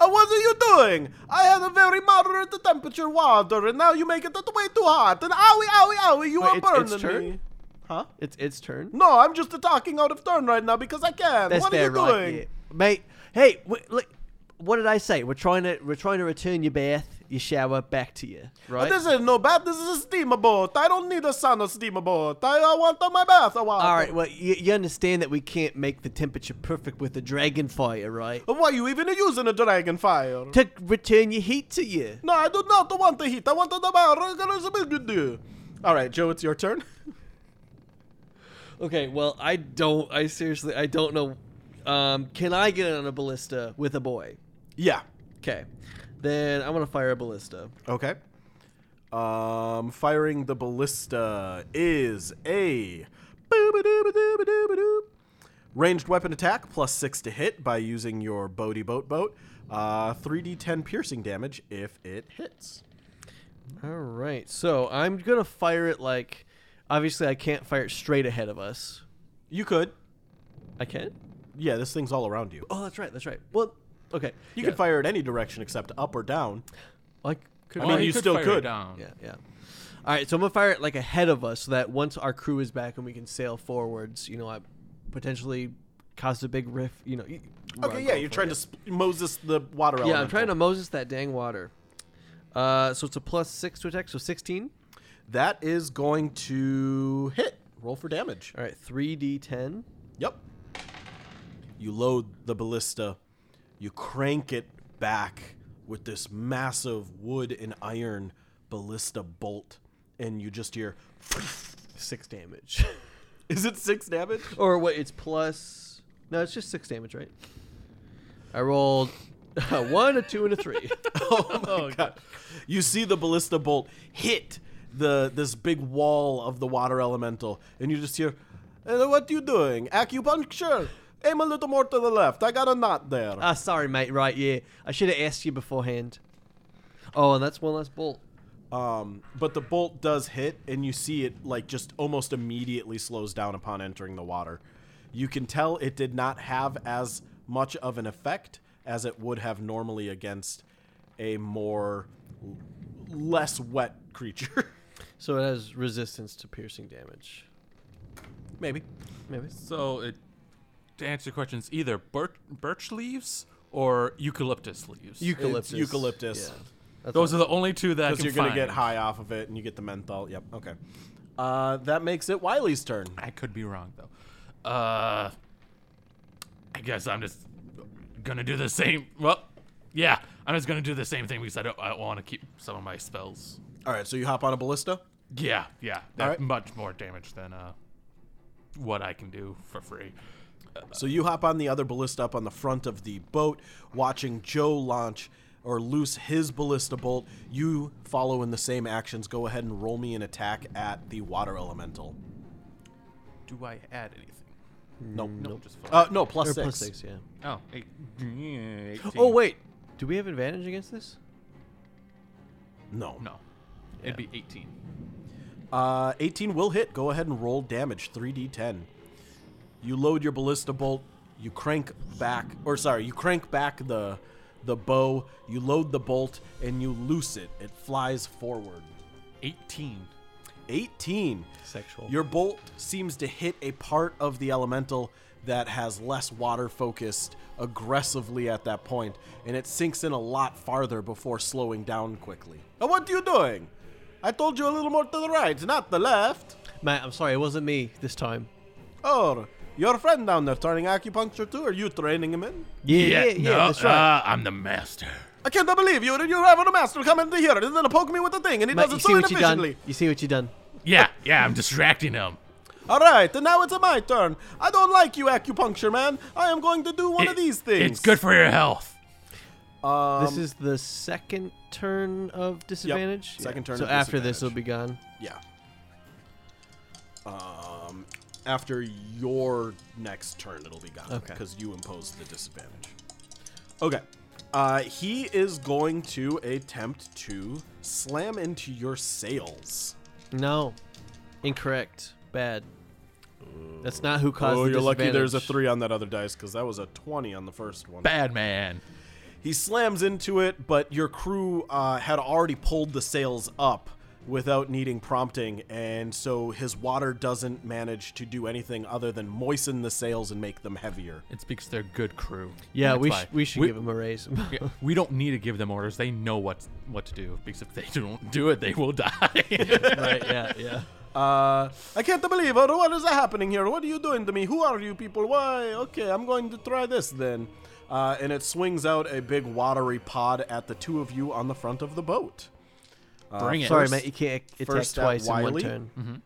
[SPEAKER 1] uh, what are you doing? I had a very moderate temperature water, and now you make it way too hot. And owie, owie, owie, you
[SPEAKER 3] Wait,
[SPEAKER 1] are
[SPEAKER 3] it's-
[SPEAKER 1] burning
[SPEAKER 3] it's
[SPEAKER 1] me.
[SPEAKER 3] turn?
[SPEAKER 1] Huh?
[SPEAKER 3] it's its turn.
[SPEAKER 1] No, I'm just talking out of turn right now because I can.
[SPEAKER 3] That's
[SPEAKER 1] what are
[SPEAKER 3] fair,
[SPEAKER 1] you
[SPEAKER 3] right?
[SPEAKER 1] doing?
[SPEAKER 3] yeah. mate? Hey, wh- look, what did I say? We're trying to we're trying to return your bath, your shower back to you, right?
[SPEAKER 1] This is no bath. This is a steamer boat. I don't need a sauna steamer boat. I, I want uh, my bath. All
[SPEAKER 3] All right. Well, you, you understand that we can't make the temperature perfect with the dragon fire, right?
[SPEAKER 1] Why are you even using a dragon fire?
[SPEAKER 3] To return your heat to you.
[SPEAKER 1] No, I do not want the heat. I want the All right, Joe, it's your turn.
[SPEAKER 3] Okay. Well, I don't. I seriously, I don't know. Um, can I get on a ballista with a boy?
[SPEAKER 1] Yeah.
[SPEAKER 3] Okay. Then I'm gonna fire a ballista.
[SPEAKER 1] Okay. Um, firing the ballista is a booba-dooba-dooba-dooba-doo. ranged weapon attack plus six to hit by using your boaty boat boat. Uh, 3d10 piercing damage if it hits.
[SPEAKER 3] All right. So I'm gonna fire it like. Obviously, I can't fire it straight ahead of us.
[SPEAKER 1] You could.
[SPEAKER 3] I can.
[SPEAKER 1] Yeah, this thing's all around you.
[SPEAKER 3] Oh, that's right. That's right. Well, okay.
[SPEAKER 1] You
[SPEAKER 3] yeah.
[SPEAKER 1] can fire it any direction except up or down.
[SPEAKER 3] I could.
[SPEAKER 1] I mean,
[SPEAKER 3] fire-
[SPEAKER 1] you still
[SPEAKER 2] fire it
[SPEAKER 1] could.
[SPEAKER 2] Down.
[SPEAKER 3] yeah, yeah. All right, so I'm gonna fire it like ahead of us, so that once our crew is back and we can sail forwards, you know, I potentially caused a big riff. You know.
[SPEAKER 1] Okay, yeah, you're trying to sp- Moses the water
[SPEAKER 3] Yeah, I'm trying to Moses that dang water. Uh, so it's a plus six to attack, so 16.
[SPEAKER 1] That is going to hit. Roll for damage.
[SPEAKER 3] All right, 3d10.
[SPEAKER 1] Yep. You load the ballista, you crank it back with this massive wood and iron ballista bolt, and you just hear.
[SPEAKER 3] Six damage.
[SPEAKER 1] Is it six damage?
[SPEAKER 3] or what? It's plus. No, it's just six damage, right? I rolled a one, a two, and a three.
[SPEAKER 1] Oh my god! You see the ballista bolt hit the this big wall of the water elemental, and you just hear, "Uh, "What you doing? Acupuncture? Aim a little more to the left. I got a knot there."
[SPEAKER 3] Ah, sorry, mate. Right, yeah. I should have asked you beforehand. Oh, and that's one less bolt.
[SPEAKER 1] Um, but the bolt does hit, and you see it like just almost immediately slows down upon entering the water. You can tell it did not have as much of an effect as it would have normally against a more l- less wet creature.
[SPEAKER 3] So it has resistance to piercing damage.
[SPEAKER 1] Maybe.
[SPEAKER 3] Maybe.
[SPEAKER 2] So, it, to answer your questions, either birch, birch leaves or eucalyptus leaves.
[SPEAKER 3] Eucalyptus.
[SPEAKER 1] eucalyptus.
[SPEAKER 3] Yeah. That's
[SPEAKER 2] Those
[SPEAKER 3] what-
[SPEAKER 2] are the only two that I
[SPEAKER 1] Because
[SPEAKER 2] can
[SPEAKER 1] you're gonna get
[SPEAKER 2] find.
[SPEAKER 1] high off of it, and you get the menthol. Yep. Okay. Uh, that makes it Wiley's turn.
[SPEAKER 2] I could be wrong though. Uh, I guess I'm just gonna do the same. Well, yeah, I'm just gonna do the same thing because I don't. I want to keep some of my spells.
[SPEAKER 1] All right. So you hop on a ballista.
[SPEAKER 2] Yeah, yeah. That's
[SPEAKER 1] Alright.
[SPEAKER 2] much more damage than uh, what I can do for free.
[SPEAKER 1] So you hop on the other ballista up on the front of the boat, watching Joe launch or loose his ballista bolt. You follow in the same actions. Go ahead and roll me an attack at the water elemental.
[SPEAKER 2] Do I add anything?
[SPEAKER 1] No,
[SPEAKER 2] No,
[SPEAKER 1] no.
[SPEAKER 2] just
[SPEAKER 1] Uh,
[SPEAKER 2] five.
[SPEAKER 1] no, plus
[SPEAKER 3] Or
[SPEAKER 1] six.
[SPEAKER 3] plus six, yeah.
[SPEAKER 2] oh, eight, mm, 18.
[SPEAKER 3] Oh, wait. Do we have advantage against this?
[SPEAKER 1] No.
[SPEAKER 2] no, it'd be eighteen.
[SPEAKER 1] Uh, 18 will hit. Go ahead and roll damage, 3d10. You load your ballista bolt. You crank back, or sorry, you crank back the the bow, you load the bolt, and you loose it. It flies forward.
[SPEAKER 2] 18.
[SPEAKER 1] 18.
[SPEAKER 3] Sexual.
[SPEAKER 1] Your bolt seems to hit a part of the elemental that has less water focused aggressively at that point, and it sinks in a lot farther before slowing down quickly. Now, what are you doing? I told you a little more to the right, not the left.
[SPEAKER 3] Matt, I'm sorry, it wasn't me this time.
[SPEAKER 1] Oh, your friend down there turning acupuncture too? Are you training him in?
[SPEAKER 3] Yeah, yeah, that's right.
[SPEAKER 2] uh, I'm the master.
[SPEAKER 1] I can't believe you. You're having a master come into here and then poke me with a thing, and he
[SPEAKER 3] Matt,
[SPEAKER 1] does
[SPEAKER 3] you
[SPEAKER 1] it
[SPEAKER 3] see
[SPEAKER 1] so
[SPEAKER 3] what you done?
[SPEAKER 1] inefficiently.
[SPEAKER 3] You see what you done?
[SPEAKER 2] Yeah, yeah, I'm distracting him.
[SPEAKER 1] All right, and now it's my turn. I don't like you, acupuncture man. I am going to do one of
[SPEAKER 2] It-
[SPEAKER 1] these things.
[SPEAKER 2] It's good for your health.
[SPEAKER 1] Um,
[SPEAKER 3] this is the second turn of disadvantage.
[SPEAKER 1] second turn
[SPEAKER 3] So
[SPEAKER 1] of
[SPEAKER 3] after this,
[SPEAKER 1] disadvantage.
[SPEAKER 3] it'll be gone.
[SPEAKER 1] Yeah. Um, after your next turn, it'll be gone
[SPEAKER 3] Okay.
[SPEAKER 1] because you imposed the disadvantage. Okay. Uh, he is going to attempt to slam into your sails.
[SPEAKER 3] No, incorrect. Bad. That's not who caused.
[SPEAKER 1] oh,
[SPEAKER 3] the
[SPEAKER 1] you're lucky there's a
[SPEAKER 3] disadvantage.
[SPEAKER 1] three on that other dice because that was a 20 on the first one.
[SPEAKER 2] Bad man.
[SPEAKER 1] He slams into it, but your crew uh, had already pulled the sails up without needing prompting, and so his water doesn't manage to do anything other than moisten the sails and make them heavier.
[SPEAKER 2] It's because they're good crew.
[SPEAKER 3] Yeah,
[SPEAKER 2] That's
[SPEAKER 3] we,
[SPEAKER 2] why.
[SPEAKER 3] sh- we should
[SPEAKER 2] we,
[SPEAKER 3] give him a raise.
[SPEAKER 2] yeah, we don't need to give them orders. They know what what to do. Because if they don't do it, they will die.
[SPEAKER 3] right? Yeah, yeah.
[SPEAKER 1] Uh, I can't believe it. What is happening here? What are you doing to me? Who are you people? Why? Okay, I'm going to try this then. Uh, and it swings out a big watery pod at the two of you on the front of the boat.
[SPEAKER 2] Bring it.
[SPEAKER 3] Uh, Sorry,
[SPEAKER 1] first-
[SPEAKER 3] Matt, you can't attack
[SPEAKER 1] first at
[SPEAKER 3] twice in one
[SPEAKER 1] Wiley.
[SPEAKER 3] turn.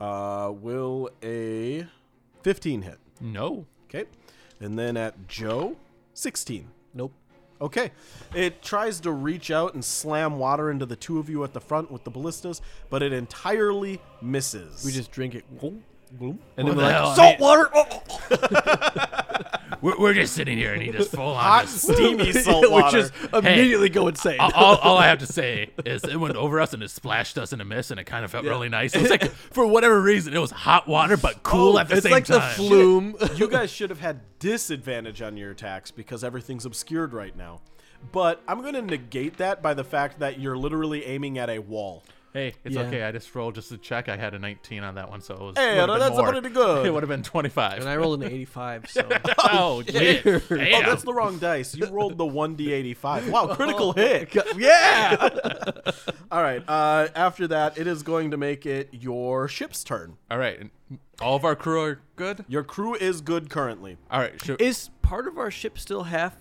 [SPEAKER 1] Uh, will a 15 hit?
[SPEAKER 2] No.
[SPEAKER 1] Okay. And then at Joe, 16.
[SPEAKER 3] Nope.
[SPEAKER 1] Okay. It tries to reach out and slam water into the two of you at the front with the ballistas, but it entirely misses.
[SPEAKER 3] We just drink it. And
[SPEAKER 2] What
[SPEAKER 3] then
[SPEAKER 2] the
[SPEAKER 3] we're
[SPEAKER 2] hell?
[SPEAKER 3] like, salt water!
[SPEAKER 2] We're, we're just sitting here and he just full on.
[SPEAKER 1] hot,
[SPEAKER 2] just-
[SPEAKER 1] steamy salt water. Uh-uh.
[SPEAKER 3] We just immediately go insane.
[SPEAKER 2] all, all, all I have to say is it went over us and it splashed us in a mist and it kind of felt really nice. It was like for whatever reason it was hot water but cool at the
[SPEAKER 3] Oh, it's
[SPEAKER 2] same
[SPEAKER 3] like
[SPEAKER 2] time.
[SPEAKER 3] the flume.
[SPEAKER 1] you guys should have had disadvantage on your attacks because everything's obscured right now. But I'm going to negate that by the fact that you're literally aiming at a wall.
[SPEAKER 2] Hey, it's
[SPEAKER 3] Yeah.
[SPEAKER 2] okay. I just rolled just to check. I had a 19 on that one, so it was.
[SPEAKER 1] Hey,
[SPEAKER 2] would've been
[SPEAKER 1] that's
[SPEAKER 2] more.
[SPEAKER 1] pretty good.
[SPEAKER 2] It would have been 25.
[SPEAKER 3] and I rolled an 85, so.
[SPEAKER 2] oh, shit.
[SPEAKER 1] Oh,
[SPEAKER 2] Damn.
[SPEAKER 1] that's the wrong dice. You rolled the 1d85. Wow,
[SPEAKER 3] Oh,
[SPEAKER 1] critical hit.
[SPEAKER 3] yeah!
[SPEAKER 1] All right. Uh, after that, it is going to make it your ship's turn.
[SPEAKER 2] All right. and All of our crew are good?
[SPEAKER 1] Your crew is good currently.
[SPEAKER 2] All right. Sure.
[SPEAKER 3] Is part of our ship still half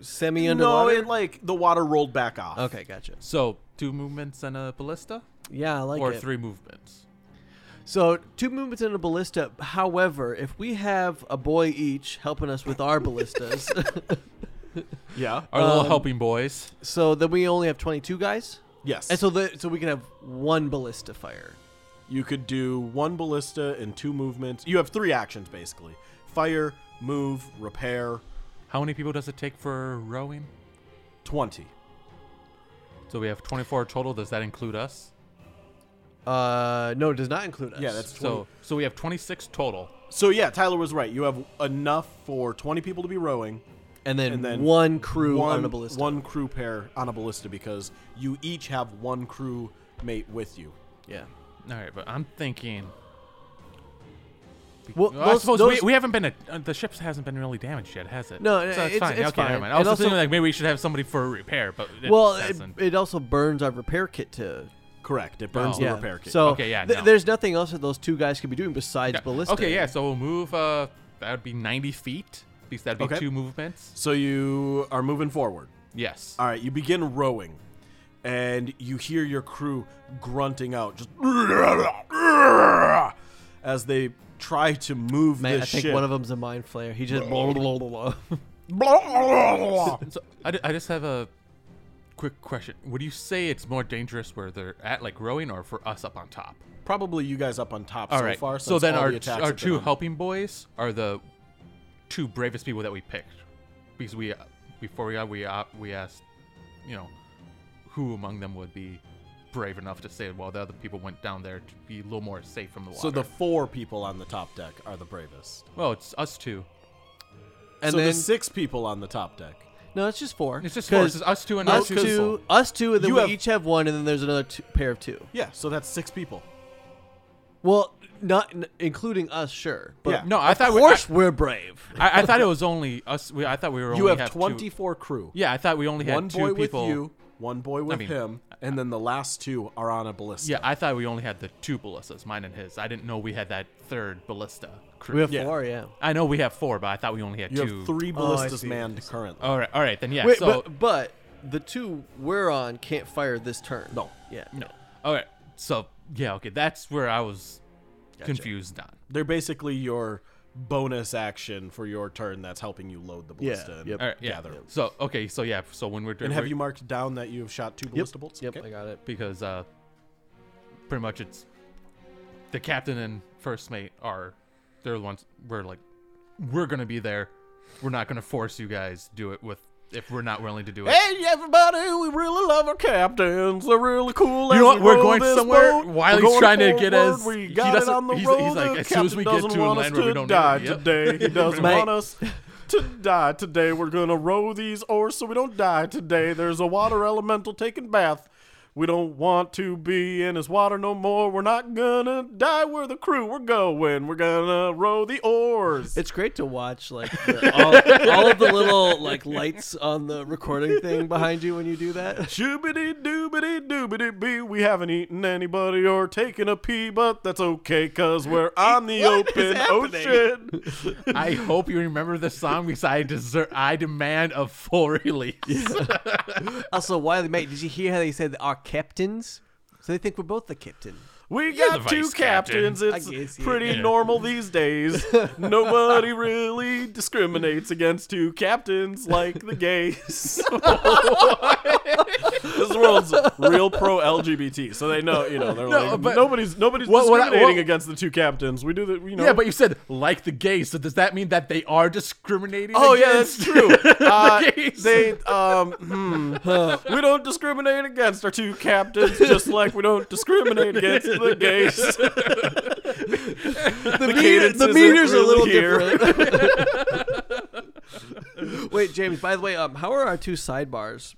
[SPEAKER 3] semi
[SPEAKER 1] No,
[SPEAKER 3] underwater?
[SPEAKER 1] it like the water rolled back off.
[SPEAKER 3] okay, gotcha.
[SPEAKER 2] so, two movements and a ballista?
[SPEAKER 3] Yeah, I like
[SPEAKER 2] or
[SPEAKER 3] it.
[SPEAKER 2] three movements?
[SPEAKER 3] So, two movements and a ballista. However, if we have a boy each helping us with our ballistas,
[SPEAKER 1] Yeah.
[SPEAKER 2] Our
[SPEAKER 3] Um,
[SPEAKER 2] little helping boys.
[SPEAKER 3] so then we only have 22 guys?
[SPEAKER 1] Yes.
[SPEAKER 3] And so, the, so we can have one ballista fire.
[SPEAKER 1] you could do one ballista and two movements. You have three actions basically: fire, move, repair.
[SPEAKER 2] How many people does it take for rowing?
[SPEAKER 1] Twenty.
[SPEAKER 2] So, we have 24 total. Does that include us?
[SPEAKER 3] Uh, no, it does not include us.
[SPEAKER 1] Yeah, that's twenty.
[SPEAKER 2] So, so we have 26 total.
[SPEAKER 1] So yeah, Tyler was right. You have enough for 20 people to be rowing.
[SPEAKER 3] and then,
[SPEAKER 1] and then
[SPEAKER 3] one crew
[SPEAKER 1] one,
[SPEAKER 3] on a ballista.
[SPEAKER 1] one crew pair on a ballista because you each have one crew mate with you.
[SPEAKER 3] yeah.
[SPEAKER 2] All right, but I'm thinking.
[SPEAKER 3] Well,
[SPEAKER 2] Well, I
[SPEAKER 3] those-
[SPEAKER 2] suppose
[SPEAKER 3] those-
[SPEAKER 2] we, we haven't been a, uh, the ship hasn't been really damaged yet, has it?
[SPEAKER 3] No,
[SPEAKER 2] so
[SPEAKER 3] no,
[SPEAKER 2] that's
[SPEAKER 3] it's-
[SPEAKER 2] fine.
[SPEAKER 3] it's
[SPEAKER 2] okay,
[SPEAKER 3] fine.
[SPEAKER 2] never mind. I
[SPEAKER 3] It
[SPEAKER 2] was just
[SPEAKER 3] also-
[SPEAKER 2] thinking like maybe we should have somebody for repair, but it
[SPEAKER 3] well, it,
[SPEAKER 2] hasn't.
[SPEAKER 3] it also burns our repair kit to
[SPEAKER 1] Correct. It burns
[SPEAKER 2] Oh.
[SPEAKER 1] the
[SPEAKER 3] yeah.
[SPEAKER 1] repair kit.
[SPEAKER 3] So
[SPEAKER 2] Okay, yeah,
[SPEAKER 3] th-
[SPEAKER 2] no.
[SPEAKER 3] there's nothing else that those two guys could be doing besides
[SPEAKER 2] Yeah.
[SPEAKER 3] ballista.
[SPEAKER 2] Okay, yeah. So we'll move. Uh, that would be 90 feet. At least that'd be
[SPEAKER 1] Okay.
[SPEAKER 2] two movements.
[SPEAKER 1] so you are moving forward.
[SPEAKER 2] Yes.
[SPEAKER 1] All right, you begin rowing, and you hear your crew grunting out, just as they try to move
[SPEAKER 3] Man, I
[SPEAKER 1] this
[SPEAKER 3] think
[SPEAKER 1] ship.
[SPEAKER 3] one of them's a mind flare. He just blah, blah, blah, blah.
[SPEAKER 2] So I, d- I just have a quick question. Would you say it's more dangerous where they're at, like rowing, or for us up on top?
[SPEAKER 1] Probably you guys up on top
[SPEAKER 2] All
[SPEAKER 1] so
[SPEAKER 2] right.
[SPEAKER 1] far.
[SPEAKER 2] so
[SPEAKER 1] since
[SPEAKER 2] then
[SPEAKER 1] all
[SPEAKER 2] our
[SPEAKER 1] the attacks
[SPEAKER 2] our
[SPEAKER 1] have been
[SPEAKER 2] two
[SPEAKER 1] on-
[SPEAKER 2] helping boys are the two bravest people that we picked because we before we we uh, we asked you know who among them would be brave enough to say well the other people went down there to be a little more safe from the water.
[SPEAKER 1] So the four people on the top deck are the bravest.
[SPEAKER 2] well it's us two.
[SPEAKER 3] And
[SPEAKER 1] so
[SPEAKER 3] then
[SPEAKER 1] the six people on the top deck.
[SPEAKER 3] No, it's just four.
[SPEAKER 2] It's just
[SPEAKER 3] 'Cause
[SPEAKER 2] horses. Us two and
[SPEAKER 3] Us
[SPEAKER 1] No, 'cause-
[SPEAKER 3] two, us two, and then
[SPEAKER 1] You
[SPEAKER 3] we
[SPEAKER 1] have-
[SPEAKER 3] each have one, and then there's another two, pair of two.
[SPEAKER 1] Yeah, so that's six people.
[SPEAKER 3] Well, not n- including us, sure. But
[SPEAKER 1] Yeah.
[SPEAKER 2] No, I thought
[SPEAKER 3] of
[SPEAKER 2] we.
[SPEAKER 3] course we're brave.
[SPEAKER 2] I, I, I thought it was only us. We, I thought we were.
[SPEAKER 1] You
[SPEAKER 2] only
[SPEAKER 1] have,
[SPEAKER 2] two-
[SPEAKER 1] 24 crew.
[SPEAKER 2] Yeah, I thought we only had
[SPEAKER 1] one
[SPEAKER 2] two
[SPEAKER 1] boy with
[SPEAKER 2] people.
[SPEAKER 1] you, one boy with
[SPEAKER 2] mean-
[SPEAKER 1] him, and then the last two are on a ballista.
[SPEAKER 2] Yeah, I thought we only had the two ballistas, mine and his. I didn't know we had that third ballista crew.
[SPEAKER 3] We have
[SPEAKER 1] Yeah.
[SPEAKER 3] four, yeah.
[SPEAKER 2] I know we have four, but I thought we only had
[SPEAKER 1] you
[SPEAKER 2] two.
[SPEAKER 1] have three
[SPEAKER 3] Oh, I
[SPEAKER 1] ballistas
[SPEAKER 3] see.
[SPEAKER 1] manned currently.
[SPEAKER 2] All right, all right, then yeah.
[SPEAKER 3] Wait,
[SPEAKER 2] so
[SPEAKER 3] but, but the two we're on can't fire this turn.
[SPEAKER 1] No.
[SPEAKER 3] Yeah.
[SPEAKER 2] no. All right, so yeah, okay. That's where I was confused on.
[SPEAKER 1] They're basically your bonus action for your turn that's helping you load the ballista and
[SPEAKER 3] yep.
[SPEAKER 2] All right, yeah.
[SPEAKER 1] gather. them.
[SPEAKER 2] So okay, so yeah, so when we're doing
[SPEAKER 1] And have you marked down that you have shot two ballista bolts?
[SPEAKER 3] Yep,
[SPEAKER 1] Okay.
[SPEAKER 3] I got it.
[SPEAKER 2] because uh, pretty much it's the captain and first mate are they're the ones we're like we're gonna be there. We're not gonna force you guys to do it with if we're not willing to do it.
[SPEAKER 1] Hey everybody, we really love our captains. They're really cool.
[SPEAKER 2] You
[SPEAKER 1] as
[SPEAKER 2] know what?
[SPEAKER 1] we
[SPEAKER 2] We're
[SPEAKER 1] roll
[SPEAKER 2] going
[SPEAKER 1] this
[SPEAKER 2] somewhere.
[SPEAKER 1] boat.
[SPEAKER 2] Wiley's
[SPEAKER 1] We're going
[SPEAKER 2] trying to get
[SPEAKER 1] forward.
[SPEAKER 2] us-
[SPEAKER 1] We
[SPEAKER 2] he
[SPEAKER 1] got it
[SPEAKER 2] doesn't-
[SPEAKER 1] on the
[SPEAKER 2] he's-
[SPEAKER 1] road.
[SPEAKER 2] he's like,
[SPEAKER 1] The
[SPEAKER 2] as soon as we
[SPEAKER 1] captain
[SPEAKER 2] get
[SPEAKER 1] doesn't
[SPEAKER 2] to
[SPEAKER 1] want us
[SPEAKER 2] land where we
[SPEAKER 1] to
[SPEAKER 2] don't know-
[SPEAKER 1] die
[SPEAKER 2] Yep.
[SPEAKER 1] today. He doesn't
[SPEAKER 3] Mate.
[SPEAKER 1] want us to die today. We're gonna row these oars so we don't die today. There's a water elemental taking bath. We don't want to be in his water no more. We're not gonna die. We're the crew. We're going. We're gonna row the oars.
[SPEAKER 3] It's great to watch, like the, all, all of the little like lights on the recording thing behind you when you do that.
[SPEAKER 1] Shoobity doobity doobity bee. We haven't eaten anybody or taken a pee, but that's okay because we're on the
[SPEAKER 3] What is
[SPEAKER 1] open
[SPEAKER 3] happening?
[SPEAKER 1] ocean.
[SPEAKER 2] I hope you remember the song because I deserve. I demand a full release.
[SPEAKER 3] Also, Wiley, mate, did you hear how they said our captains? So they think we're both the captain.
[SPEAKER 1] We
[SPEAKER 2] the
[SPEAKER 1] got two
[SPEAKER 2] vice captain.
[SPEAKER 1] captains. It's
[SPEAKER 3] I guess, yeah.
[SPEAKER 1] pretty
[SPEAKER 2] Yeah.
[SPEAKER 1] normal these days. Nobody really discriminates against two captains like the gays. this world's real pro LGBT, so they know, you know, they're
[SPEAKER 2] No,
[SPEAKER 1] like
[SPEAKER 2] but-
[SPEAKER 1] nobody's nobody's
[SPEAKER 2] What- what I-
[SPEAKER 1] discriminating
[SPEAKER 2] what-
[SPEAKER 1] against the two captains. We do the, you know.
[SPEAKER 2] Yeah, but you said like the gays, so does that mean that they are discriminating?
[SPEAKER 1] Oh yeah, that's
[SPEAKER 2] against?
[SPEAKER 1] true. Uh,
[SPEAKER 2] gays.
[SPEAKER 1] they um, hmm. we don't discriminate against our two captains, just like we don't discriminate against the gays. the
[SPEAKER 3] The,
[SPEAKER 1] cadence isn't really here.
[SPEAKER 3] different. Wait, James. By the way, um, how are our two sidebars?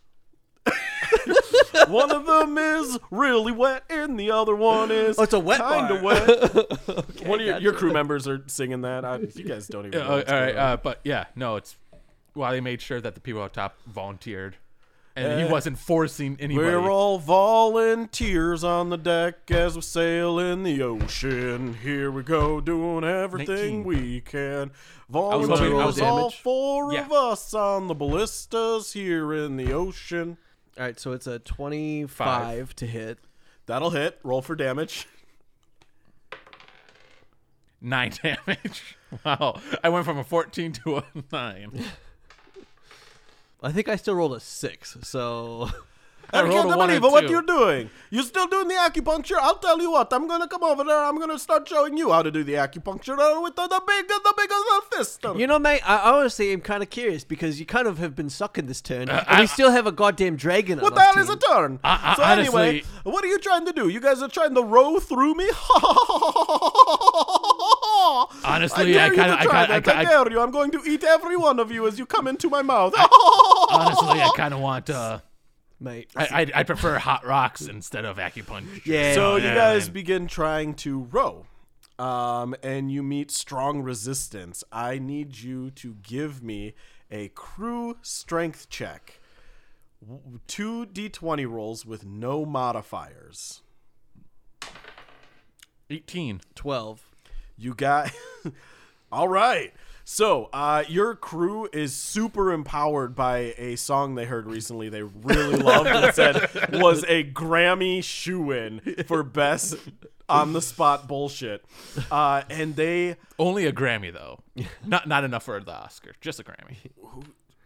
[SPEAKER 1] One of them is really wet, and the other one is
[SPEAKER 3] Oh, it's a wet
[SPEAKER 1] kind
[SPEAKER 3] bar.
[SPEAKER 1] of wet. one of your, your crew members are singing that. I, you guys don't even.
[SPEAKER 2] Uh,
[SPEAKER 1] know what's
[SPEAKER 2] all right,
[SPEAKER 1] going on.
[SPEAKER 2] uh, but yeah, no, it's why they made sure that the people up top volunteered, and he
[SPEAKER 1] Uh,
[SPEAKER 2] wasn't forcing anybody.
[SPEAKER 1] We're all volunteers on the deck as we sail in the ocean. Here we go, doing everything
[SPEAKER 2] 19.
[SPEAKER 1] we can.
[SPEAKER 2] was hoping- I
[SPEAKER 1] Volunteers,
[SPEAKER 2] was-
[SPEAKER 1] all
[SPEAKER 3] damage.
[SPEAKER 1] four
[SPEAKER 2] Yeah.
[SPEAKER 1] of us on the ballistas here in the ocean.
[SPEAKER 3] All right, so it's a twenty-five
[SPEAKER 2] Five.
[SPEAKER 3] to hit.
[SPEAKER 1] That'll hit. Roll for damage.
[SPEAKER 2] nine damage. Wow, I went from a fourteen to a nine.
[SPEAKER 3] I think I still rolled a six. So
[SPEAKER 1] I,
[SPEAKER 2] rolled
[SPEAKER 1] can't
[SPEAKER 2] a one
[SPEAKER 1] believe
[SPEAKER 2] and
[SPEAKER 1] what
[SPEAKER 2] two.
[SPEAKER 1] you're doing. You're still doing the acupuncture. I'll tell you what. I'm gonna come over there. I'm gonna start showing you how to do the acupuncture uh, with the, the big, the big of the fist.
[SPEAKER 3] you know, mate, I honestly am kind of curious because you kind of have been sucking this turn, and
[SPEAKER 2] I-
[SPEAKER 3] we still have a goddamn dragon.
[SPEAKER 1] What
[SPEAKER 3] on
[SPEAKER 1] the
[SPEAKER 3] our
[SPEAKER 1] hell is a
[SPEAKER 3] team.
[SPEAKER 1] turn?
[SPEAKER 2] I- I-
[SPEAKER 1] so anyway,
[SPEAKER 2] honestly-
[SPEAKER 1] what are you trying to do? You guys are trying to row through me.
[SPEAKER 2] Honestly, I
[SPEAKER 1] dare you
[SPEAKER 2] kinda-
[SPEAKER 1] to try
[SPEAKER 2] I kinda- I
[SPEAKER 1] that. I,
[SPEAKER 2] kinda-
[SPEAKER 1] dare you. I'm going to eat every one of you as you come into my mouth.
[SPEAKER 2] Honestly, I kind of want. Uh,
[SPEAKER 3] mate?
[SPEAKER 2] I, I I prefer hot rocks instead of acupuncture.
[SPEAKER 3] yeah.
[SPEAKER 1] so you
[SPEAKER 2] Yeah,
[SPEAKER 1] guys
[SPEAKER 2] man.
[SPEAKER 1] begin trying to row, um, and you meet strong resistance. I need you to give me a crew strength check. W- Two d20 rolls with no modifiers.
[SPEAKER 2] eighteen.
[SPEAKER 3] twelve.
[SPEAKER 1] You got. All right. So, uh, your crew is super empowered by a song they heard recently they really loved and said was a Grammy shoe in for best on the spot bullshit. Uh, and they.
[SPEAKER 2] Only a Grammy though. not not enough for the Oscar. Just a Grammy.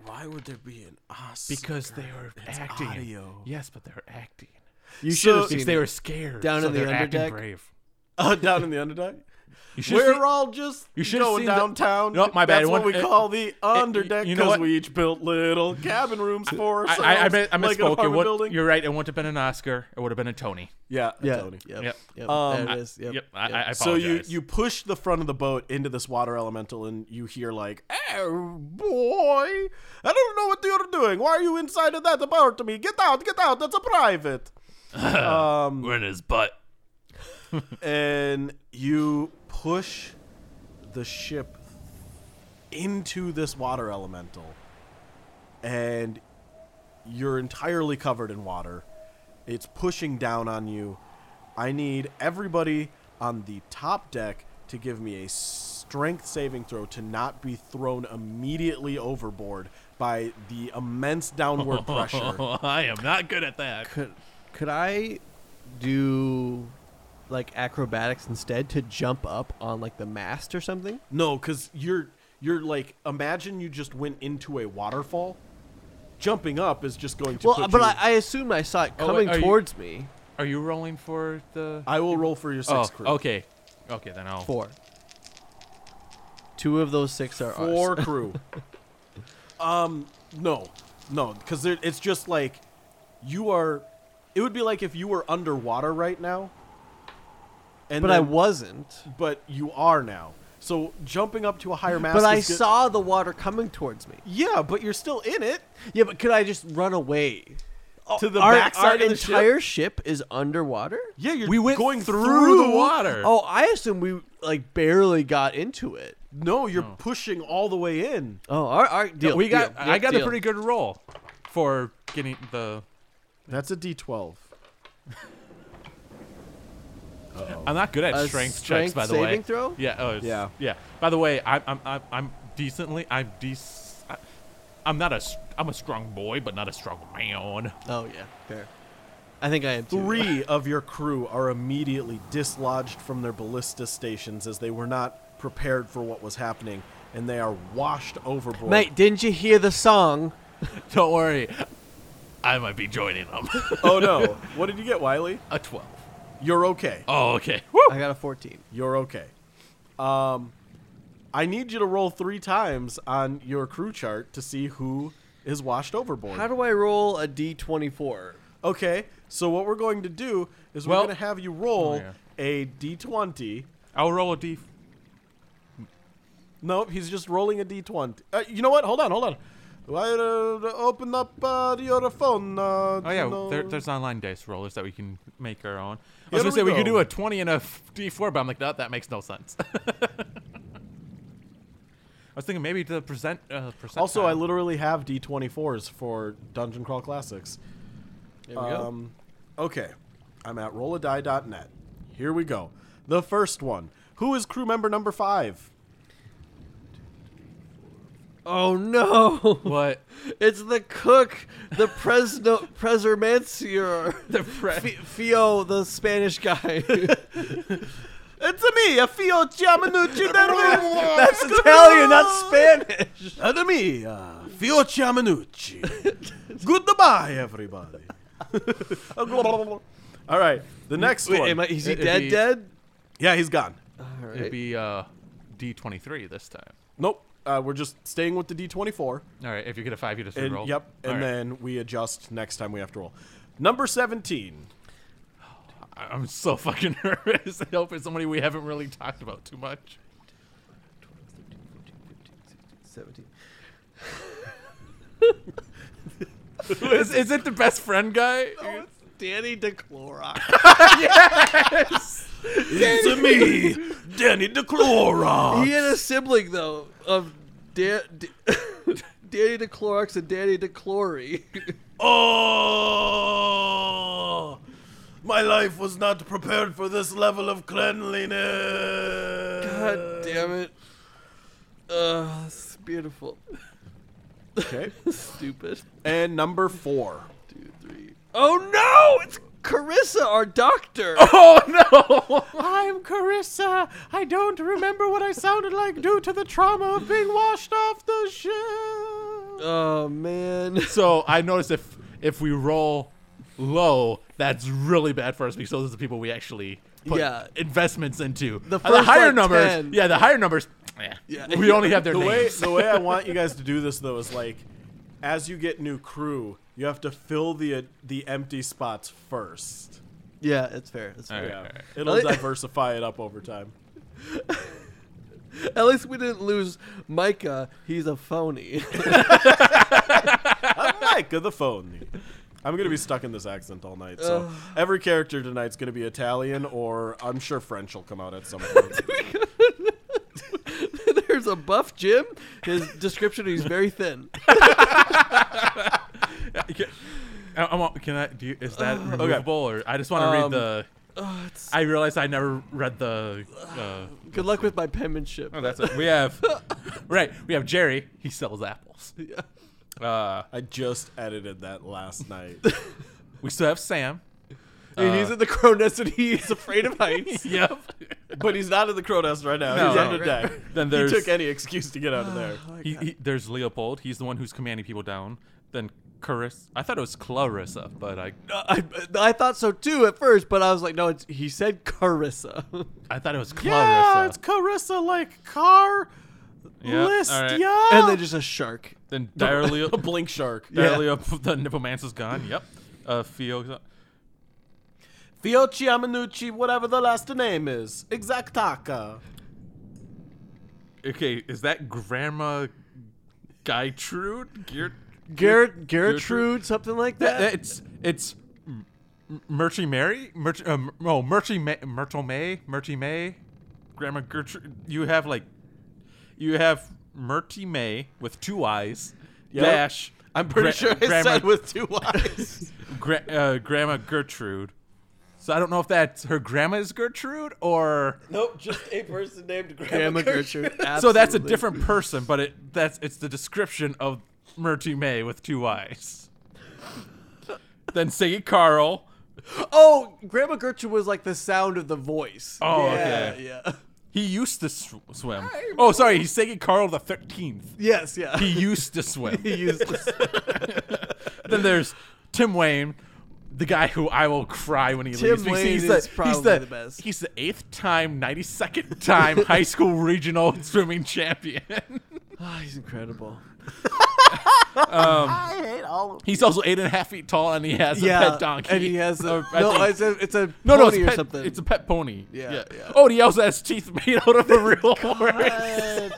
[SPEAKER 1] Why would there be an Oscar?
[SPEAKER 2] Because they were acting.
[SPEAKER 1] audio.
[SPEAKER 2] Yes, but they were acting.
[SPEAKER 3] You
[SPEAKER 1] So-
[SPEAKER 3] should have seen
[SPEAKER 2] Because they
[SPEAKER 3] it.
[SPEAKER 2] were scared.
[SPEAKER 3] Down
[SPEAKER 2] so
[SPEAKER 3] in the
[SPEAKER 2] they're acting
[SPEAKER 3] underdeck?
[SPEAKER 2] brave.
[SPEAKER 1] Uh, down in the underdeck?
[SPEAKER 2] You should
[SPEAKER 1] We're
[SPEAKER 2] see-
[SPEAKER 1] all just
[SPEAKER 2] you should've
[SPEAKER 1] going
[SPEAKER 2] seen the-
[SPEAKER 1] downtown.
[SPEAKER 2] Nope, my bad.
[SPEAKER 1] That's what
[SPEAKER 2] One-
[SPEAKER 1] we
[SPEAKER 2] it-
[SPEAKER 1] call the underdeck
[SPEAKER 2] you know
[SPEAKER 1] because
[SPEAKER 2] what?
[SPEAKER 1] we each built little cabin rooms for
[SPEAKER 2] I,
[SPEAKER 1] ourselves.
[SPEAKER 2] I, I, meant- I
[SPEAKER 1] like an
[SPEAKER 2] misspoke. It
[SPEAKER 1] apartment
[SPEAKER 2] would-
[SPEAKER 1] building.
[SPEAKER 2] you're right. It wouldn't have been an Oscar. It would have been a Tony.
[SPEAKER 1] Yeah,
[SPEAKER 3] Yeah.
[SPEAKER 1] Tony.
[SPEAKER 3] Yep.
[SPEAKER 2] Yep.
[SPEAKER 3] Yep.
[SPEAKER 1] Um,
[SPEAKER 3] there it is. Yep.
[SPEAKER 2] Yep. I, I,
[SPEAKER 3] yep.
[SPEAKER 2] I apologize.
[SPEAKER 1] So you you push the front of the boat into this water elemental, and you hear like, "Oh boy, I don't know what you're doing. Why are you inside of that about me? Get out! Get out! That's a private." um,
[SPEAKER 2] We're in his butt.
[SPEAKER 1] and you push the ship into this water elemental and you're entirely covered in water it's pushing down on you i need everybody on the top deck to give me a strength saving throw to not be thrown immediately overboard by the immense downward pressure
[SPEAKER 2] I am not good at that.
[SPEAKER 3] Could could I do like acrobatics instead to jump up on like the mast or something?
[SPEAKER 1] No, because you're you're like imagine you just went into a waterfall. Jumping up is just going to.
[SPEAKER 3] Well,
[SPEAKER 1] put
[SPEAKER 3] but
[SPEAKER 1] you-
[SPEAKER 3] I, I assume I saw it
[SPEAKER 2] Oh, wait,
[SPEAKER 3] coming
[SPEAKER 2] are you-
[SPEAKER 3] towards me.
[SPEAKER 2] Are you rolling for the?
[SPEAKER 1] I will roll for your six
[SPEAKER 2] oh,
[SPEAKER 1] crew.
[SPEAKER 2] okay. Okay, then I'll.
[SPEAKER 3] Four. Two of those six are
[SPEAKER 1] Four
[SPEAKER 3] ours.
[SPEAKER 1] crew. um, no, no, because it's just like you are. It would be like if you were underwater right now. And
[SPEAKER 3] But I
[SPEAKER 1] then-
[SPEAKER 3] wasn't.
[SPEAKER 1] But you are now. So jumping up to a higher mass.
[SPEAKER 3] But I
[SPEAKER 1] is go-
[SPEAKER 3] saw the water coming towards me.
[SPEAKER 1] Yeah, but you're still in it.
[SPEAKER 3] Yeah, but could I just run away?
[SPEAKER 1] To the
[SPEAKER 3] Oh, our,
[SPEAKER 1] backside
[SPEAKER 3] our
[SPEAKER 1] of the ship?
[SPEAKER 3] entire ship is underwater.
[SPEAKER 1] Yeah, you're
[SPEAKER 2] We went
[SPEAKER 1] going
[SPEAKER 2] through,
[SPEAKER 1] through
[SPEAKER 2] the water.
[SPEAKER 3] Oh, I assume we like barely got into it.
[SPEAKER 1] No, you're pushing all the way in.
[SPEAKER 3] Oh, our, our deal.
[SPEAKER 2] we got.
[SPEAKER 3] deal,
[SPEAKER 2] I
[SPEAKER 3] yep,
[SPEAKER 2] got
[SPEAKER 3] deal.
[SPEAKER 2] a pretty good roll for getting the.
[SPEAKER 1] That's a D12.
[SPEAKER 2] I'm not good at
[SPEAKER 3] A
[SPEAKER 2] strength, checks,
[SPEAKER 3] strength
[SPEAKER 2] by the way.
[SPEAKER 3] saving throw?
[SPEAKER 2] Yeah. Oh, it's-
[SPEAKER 1] Yeah.
[SPEAKER 2] Yeah. By the way, I'm I'm I'm, I'm decently I'm dec. I- I'm not a s- I'm a strong boy, but not a strong man.
[SPEAKER 3] Oh yeah, fair. I think I am too.
[SPEAKER 1] Three of your crew are immediately dislodged from their ballista stations as they were not prepared for what was happening, and they are washed overboard.
[SPEAKER 3] Mate, didn't you hear the song?
[SPEAKER 2] Don't worry, I might be joining them.
[SPEAKER 1] Oh no! what did you get, Wiley?
[SPEAKER 2] a twelve.
[SPEAKER 1] You're okay.
[SPEAKER 2] Oh, okay. Woo!
[SPEAKER 3] I got a fourteen.
[SPEAKER 1] You're okay. Um, I need you to roll three times on your crew chart to see who is washed overboard.
[SPEAKER 3] How do I roll a D twenty four?
[SPEAKER 1] okay, so what we're going to do is we're
[SPEAKER 2] Well-
[SPEAKER 1] going to have you roll
[SPEAKER 2] Oh, yeah.
[SPEAKER 1] a d20.
[SPEAKER 2] I'll roll a D.
[SPEAKER 1] Nope, he's just rolling a d20. Uh, you know what? Hold on, hold on. Why uh, open up uh, your phone? Uh,
[SPEAKER 2] Oh yeah, there, there's online dice rollers that we can make our own. I
[SPEAKER 1] Yeah, there
[SPEAKER 2] was gonna say
[SPEAKER 1] we
[SPEAKER 2] we could
[SPEAKER 1] go.
[SPEAKER 2] do a twenty and a f- D4, but I'm like, no, that makes no sense. I was thinking maybe the present. Uh,
[SPEAKER 1] also, I
[SPEAKER 2] percentile.
[SPEAKER 1] literally have d24s for Dungeon Crawl Classics.
[SPEAKER 3] There we go.
[SPEAKER 1] Um, okay, I'm at rolladie.net. Here we go. The first one. Who is crew member number five?
[SPEAKER 3] Oh no!
[SPEAKER 2] what
[SPEAKER 3] It's the cook, the presno presermancier,
[SPEAKER 2] the pre-
[SPEAKER 3] Fi Fio, the Spanish guy.
[SPEAKER 1] It's a me, a Fio Chiamanucci.
[SPEAKER 3] That's Italian, not Spanish.
[SPEAKER 1] It's me, uh, Fio Chiamanucci. Goodbye, everybody. All right, the next
[SPEAKER 3] Wait,
[SPEAKER 1] one.
[SPEAKER 3] am I, is he
[SPEAKER 2] It'd
[SPEAKER 3] dead?
[SPEAKER 2] be-
[SPEAKER 3] Dead?
[SPEAKER 1] Yeah, he's gone.
[SPEAKER 3] All
[SPEAKER 2] It'd
[SPEAKER 3] right.
[SPEAKER 2] be uh, D23 this time.
[SPEAKER 1] Nope. Uh, we're just staying with the D24.
[SPEAKER 2] All right, if you get a five, you just
[SPEAKER 1] And,
[SPEAKER 2] roll.
[SPEAKER 1] Yep. And then we adjust next time we have to roll. Number 17.
[SPEAKER 2] I'm so fucking nervous. I hope it's somebody we haven't really talked about too much.
[SPEAKER 3] 17.
[SPEAKER 2] is, is it the best friend guy?
[SPEAKER 3] Oh, it's Danny DeClorox.
[SPEAKER 1] It's a me, Danny DeClora.
[SPEAKER 3] he had a sibling though of Dan, D- Danny DeClorox and Danny DeClory.
[SPEAKER 1] Oh, my life was not prepared for this level of cleanliness.
[SPEAKER 3] God damn it! Uh, it's beautiful.
[SPEAKER 1] Okay.
[SPEAKER 3] Stupid.
[SPEAKER 1] And number four.
[SPEAKER 3] Two, three. Oh no! It's Carissa, our doctor.
[SPEAKER 2] Oh no!
[SPEAKER 1] I'm Carissa. I don't remember what I sounded like due to the trauma of being washed off the ship.
[SPEAKER 3] Oh man.
[SPEAKER 2] So I noticed if if we roll low, that's really bad for us because those are the people we actually put
[SPEAKER 3] Yeah.
[SPEAKER 2] investments into.
[SPEAKER 3] The
[SPEAKER 2] Uh,
[SPEAKER 3] first,
[SPEAKER 2] higher
[SPEAKER 3] like,
[SPEAKER 2] numbers,
[SPEAKER 3] 10.
[SPEAKER 2] yeah, the higher numbers. eh,
[SPEAKER 3] Yeah.
[SPEAKER 2] we only have their
[SPEAKER 1] the way
[SPEAKER 2] names.
[SPEAKER 1] the way I want you guys to do this though is like, as you get new crew, you have to fill the the empty spots first.
[SPEAKER 3] Yeah, that's fair. That's fair.
[SPEAKER 2] All right.
[SPEAKER 1] Yeah, it'll
[SPEAKER 3] Like-
[SPEAKER 1] diversify it up over time.
[SPEAKER 3] At least we didn't lose Micah. He's a phony.
[SPEAKER 1] I'm Mike of the phone. I'm gonna be stuck in this accent all night. So every character tonight's gonna be Italian, or I'm sure French will come out at some point.
[SPEAKER 3] There's a buff Jim. His description he's very thin.
[SPEAKER 2] Can, I, I'm all- can I? Do you, is that removable or I just want to
[SPEAKER 3] Um,
[SPEAKER 2] read the?
[SPEAKER 3] Oh, it's,
[SPEAKER 2] I realized I never read the. Uh,
[SPEAKER 3] good luck with my penmanship.
[SPEAKER 2] oh, that's it. We have right. We have Jerry. He sells apples.
[SPEAKER 3] Yeah.
[SPEAKER 2] Uh,
[SPEAKER 1] I just edited that last night.
[SPEAKER 2] we still have Sam.
[SPEAKER 3] he's in the crow nest and he's afraid of heights.
[SPEAKER 2] Yep.
[SPEAKER 1] But he's not in the crow nest right now.
[SPEAKER 2] No.
[SPEAKER 1] he's
[SPEAKER 2] No.
[SPEAKER 1] under deck.
[SPEAKER 2] Then
[SPEAKER 1] He
[SPEAKER 2] there's
[SPEAKER 1] took any excuse to get out of there.
[SPEAKER 3] Oh,
[SPEAKER 2] he, he, there's Leopold. He's the one who's commanding people down. Then Clarissa. I thought it was Clarissa, but I
[SPEAKER 3] I, I thought so too at first, but I was like, no, it's, he said Carissa.
[SPEAKER 2] I thought it was Clarissa.
[SPEAKER 1] Yeah, it's Carissa like car.
[SPEAKER 2] Yeah,
[SPEAKER 1] List,
[SPEAKER 2] all right.
[SPEAKER 1] yeah.
[SPEAKER 3] and then just a shark.
[SPEAKER 2] Then Dire Leo,
[SPEAKER 1] a blink shark.
[SPEAKER 2] Dire
[SPEAKER 3] Yeah.
[SPEAKER 2] Leo, the Nippomancer's gone. Yep. Uh, Fio.
[SPEAKER 1] Fiocchi Aminucci, whatever the last name is. Exactaka.
[SPEAKER 2] Okay, is that Grandma Gertrude? Geert?
[SPEAKER 3] Garrett, Gertrude, something like
[SPEAKER 2] That,
[SPEAKER 3] that.
[SPEAKER 2] it's it's M- M- Murchie Mary. Murch. Uh, M- oh, Murchie May. Myrtle May. Murchie May. Grandma Gertrude. You have like, you have Murchie May with two eyes.
[SPEAKER 1] Yep.
[SPEAKER 2] Dash.
[SPEAKER 1] I'm pretty
[SPEAKER 2] Gra-
[SPEAKER 1] sure I
[SPEAKER 2] Grandma-
[SPEAKER 1] said with two eyes.
[SPEAKER 2] Gra- uh, Grandma Gertrude. So I don't know if that's her grandma is Gertrude or
[SPEAKER 1] nope, just a person named
[SPEAKER 3] Grandma Gertrude.
[SPEAKER 2] so that's a
[SPEAKER 3] absolutely.
[SPEAKER 2] different person, but it that's it's the description of Murty May with two eyes. then Siggy Carl.
[SPEAKER 3] Oh, Grandma Gertrude was like the sound of the voice.
[SPEAKER 2] Oh,
[SPEAKER 3] yeah,
[SPEAKER 2] okay.
[SPEAKER 3] Yeah.
[SPEAKER 2] He used to sw- swim. Oh, sorry, he's Siggy Carl the Thirteenth.
[SPEAKER 3] Yes, yeah.
[SPEAKER 2] He used to swim.
[SPEAKER 3] He used this.
[SPEAKER 2] then there's Tim Wayne, the guy who I will cry when he
[SPEAKER 3] Tim
[SPEAKER 2] leaves. because
[SPEAKER 3] Wayne
[SPEAKER 2] he's
[SPEAKER 3] is probably the best.
[SPEAKER 2] He's the eighth time, ninety-second time high school regional swimming champion.
[SPEAKER 3] Ah, he's incredible.
[SPEAKER 1] I hate all of
[SPEAKER 2] He's also eight and a half feet tall, and he has
[SPEAKER 3] yeah,
[SPEAKER 2] a pet donkey.
[SPEAKER 3] and he has a
[SPEAKER 2] Or I
[SPEAKER 3] no.
[SPEAKER 2] think-
[SPEAKER 3] It's a it's a
[SPEAKER 2] No, no, it's,
[SPEAKER 3] pony or
[SPEAKER 2] pet,
[SPEAKER 3] something.
[SPEAKER 2] it's a pet pony.
[SPEAKER 3] Yeah, yeah.
[SPEAKER 2] Oh, and he also has teeth made out of a real horse.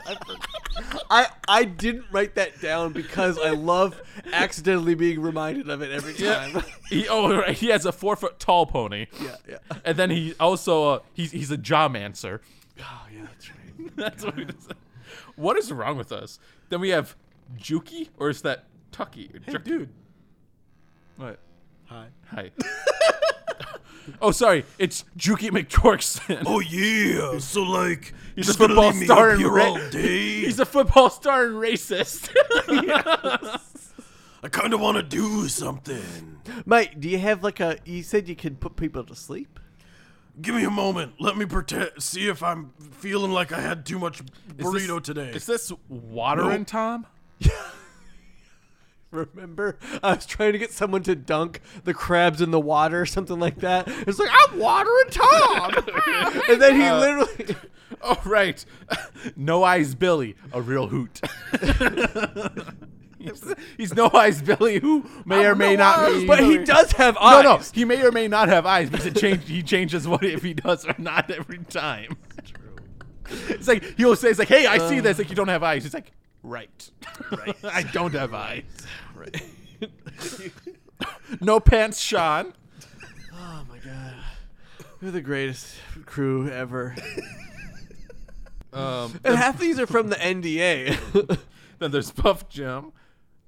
[SPEAKER 3] I I didn't write that down because I love accidentally being reminded of it every time.
[SPEAKER 2] He, oh, right, he has a four foot tall pony.
[SPEAKER 3] yeah, yeah.
[SPEAKER 2] And then he also uh, he's he's a jawmancer.
[SPEAKER 3] Oh yeah, that's right.
[SPEAKER 2] That's what he does. What is wrong with us? Then we have Juki, or is that Tucky? Hey,
[SPEAKER 1] dude.
[SPEAKER 2] What?
[SPEAKER 1] Hi.
[SPEAKER 2] Hi. oh, sorry. It's Juki McTorkson.
[SPEAKER 1] Oh yeah. So like,
[SPEAKER 2] He's a football star and ra- He's a football star and racist.
[SPEAKER 1] I kind of want to do something.
[SPEAKER 3] Mate, do you have like a? You said you could put people to sleep.
[SPEAKER 1] Give me a moment. Let me pretend. See if I'm feeling like I had too much
[SPEAKER 2] Is this-
[SPEAKER 1] burrito today.
[SPEAKER 2] Is this water
[SPEAKER 1] Nope.
[SPEAKER 2] and Tom?
[SPEAKER 3] Remember, I was trying to get someone to dunk the crabs in the water or something like that. It's like I'm watering Tom, and then
[SPEAKER 2] Uh,
[SPEAKER 3] he literally.
[SPEAKER 2] Oh right, no eyes Billy, a real hoot. he's, he's no eyes Billy, who may or may not be.
[SPEAKER 3] But he does have
[SPEAKER 2] no,
[SPEAKER 3] eyes.
[SPEAKER 2] no, he may or may not have eyes because it change, he changes what if he does or not every time. It's like he'll say, "It's like, hey, I see
[SPEAKER 3] Uh,
[SPEAKER 2] this. Like you don't have eyes." He's like, "Right, right. I don't have eyes.
[SPEAKER 3] Right.
[SPEAKER 2] No pants, Sean."
[SPEAKER 3] Oh my god. We're the greatest crew ever.
[SPEAKER 2] Um,
[SPEAKER 3] And half these are from the NDA.
[SPEAKER 2] Then there's Buff Jim.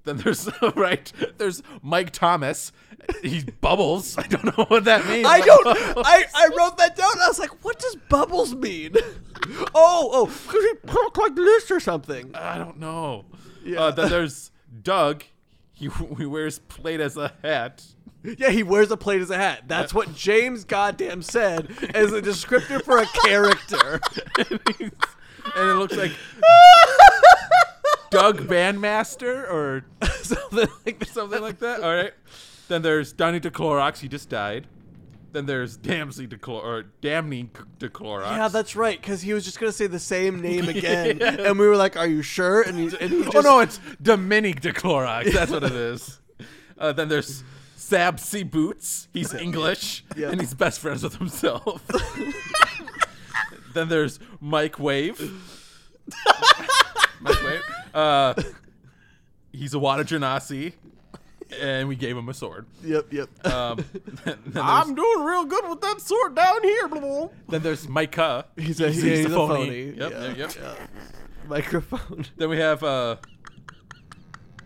[SPEAKER 2] Then there's right. There's Mike Thomas. He bubbles. I don't know what that means.
[SPEAKER 3] I don't. I, I wrote that down. I was like, what does bubbles mean? Oh, oh, because he talk like this or something.
[SPEAKER 2] I don't know.
[SPEAKER 3] Yeah.
[SPEAKER 2] Uh, then there's Doug. He, he wears plate as a hat.
[SPEAKER 3] Yeah, he wears a plate as a hat. That's what James goddamn said as a descriptor for a character.
[SPEAKER 2] and, he's- and it looks like Doug Bandmaster or
[SPEAKER 3] something like this.
[SPEAKER 2] something like that. All right. Then there's Donnie DeClorox. He just died. Then there's Damsey DeClor or Damney DeClorox.
[SPEAKER 3] Yeah, that's right, because he was just gonna say the same name again, and we were like, "Are you sure?" And he, and he just,
[SPEAKER 2] oh no, it's Dominique DeClorox. That's what it is. Uh, then there's Sab C Boots. He's English
[SPEAKER 3] Yeah.
[SPEAKER 2] and he's best friends with himself. then there's Mike Wave. Mike Wave. Uh, he's a Wada Janasi, and we gave him a sword.
[SPEAKER 3] Yep, yep.
[SPEAKER 2] Um, then, there's,
[SPEAKER 1] I'm doing real good with that sword down here. blah, blah, blah.
[SPEAKER 2] then there's Micah.
[SPEAKER 3] he's a, he's, a phony.
[SPEAKER 2] Yep,
[SPEAKER 3] yeah.
[SPEAKER 2] yep, yep.
[SPEAKER 3] Microphone.
[SPEAKER 2] Then we have. Uh,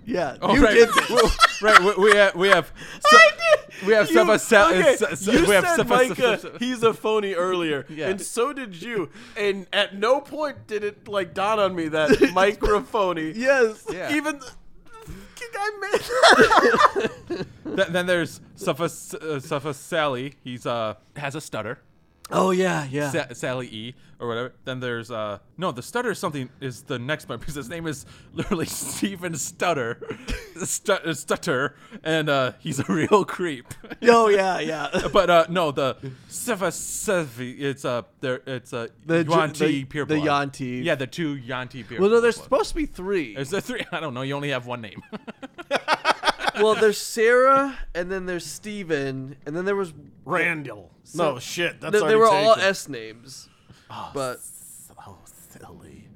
[SPEAKER 3] Yeah,
[SPEAKER 2] Oh,
[SPEAKER 3] you
[SPEAKER 2] right.
[SPEAKER 3] did this.
[SPEAKER 2] right, we, we have we have Se- we have
[SPEAKER 1] You-
[SPEAKER 2] Sefa Sal-
[SPEAKER 1] okay,
[SPEAKER 2] Se- Se-
[SPEAKER 1] you
[SPEAKER 2] we have
[SPEAKER 1] said
[SPEAKER 2] Sefa-
[SPEAKER 1] Micah,
[SPEAKER 2] Sefa-
[SPEAKER 1] he's a phony earlier,
[SPEAKER 2] Yeah.
[SPEAKER 1] and so did you. And at no point did it like dawn on me that microphony.
[SPEAKER 3] yes.
[SPEAKER 2] Yeah.
[SPEAKER 1] Even I
[SPEAKER 2] Th- then there's Sefa S- uh, Sefa Sally. He's uh has a stutter.
[SPEAKER 3] Oh yeah, yeah.
[SPEAKER 2] Sa- Sally E or whatever. Then there's uh no the stutter is something is the next one because his name is literally Stephen Stutter, Stu- uh, Stutter, and uh he's a real creep.
[SPEAKER 3] oh yeah, yeah.
[SPEAKER 2] But uh no the Sefa Sefi it's uh there it's uh
[SPEAKER 3] The Ju-
[SPEAKER 2] Yanti
[SPEAKER 3] the-
[SPEAKER 2] pure
[SPEAKER 3] the
[SPEAKER 2] blood.
[SPEAKER 3] Yanti.
[SPEAKER 2] yeah the two Yanti pure
[SPEAKER 3] Well, no,
[SPEAKER 2] blood
[SPEAKER 3] there's
[SPEAKER 2] ones.
[SPEAKER 3] supposed to be three.
[SPEAKER 2] Is there three? I don't know. You only have one name.
[SPEAKER 3] well, there's Sarah, and then there's Steven, and then there was
[SPEAKER 1] Randall.
[SPEAKER 3] So-
[SPEAKER 1] no shit. That's
[SPEAKER 3] They, they
[SPEAKER 1] already
[SPEAKER 3] were all
[SPEAKER 1] taken.
[SPEAKER 3] S names, but
[SPEAKER 1] Oh, so silly.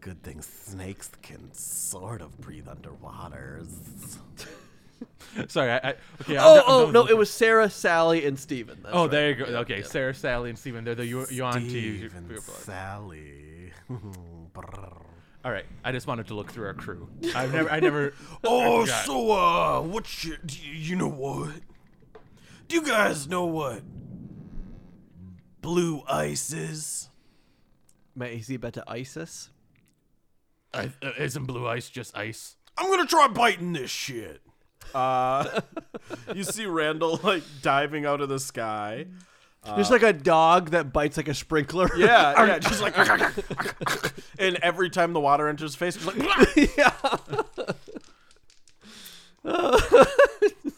[SPEAKER 1] Good thing snakes can sort of breathe underwater.
[SPEAKER 2] Sorry. I, I, okay, I'm
[SPEAKER 3] oh,
[SPEAKER 2] done- I'm
[SPEAKER 3] oh
[SPEAKER 2] done
[SPEAKER 3] no,
[SPEAKER 2] with
[SPEAKER 3] it
[SPEAKER 2] this.
[SPEAKER 3] was Sarah, Sally, and Steven. That's
[SPEAKER 2] Oh,
[SPEAKER 3] right.
[SPEAKER 2] there you go. Okay, Sarah, Sally, and Steven. They're the Yu- Yuan-Ti.
[SPEAKER 1] Steve and Sally. Brrr.
[SPEAKER 2] All right. I just wanted to look through our crew. I've never. I never.
[SPEAKER 1] Oh,
[SPEAKER 2] forgot.
[SPEAKER 1] so uh, what you, do you, you know what? Do you guys know what blue ice is?
[SPEAKER 3] Matt, is he about to ISIS?
[SPEAKER 2] I, uh, isn't blue ice just ice?
[SPEAKER 1] I'm gonna try biting this shit. Uh, you see Randall like diving out of the sky.
[SPEAKER 3] Just like a dog that bites like a sprinkler.
[SPEAKER 1] Yeah, yeah, just like, and every time the water enters his face, just like.
[SPEAKER 3] yeah.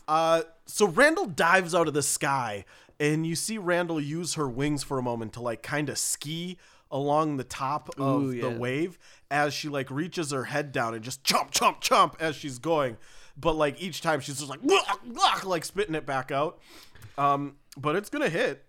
[SPEAKER 1] Uh, so Randall dives out of the sky, and you see Randall use her wings for a moment to like kind of ski along the top of
[SPEAKER 3] Ooh,
[SPEAKER 1] the
[SPEAKER 3] yeah.
[SPEAKER 1] wave as she like reaches her head down and just chomp, chomp, chomp as she's going. But like each time she's just like like spitting it back out. Um, but it's gonna hit.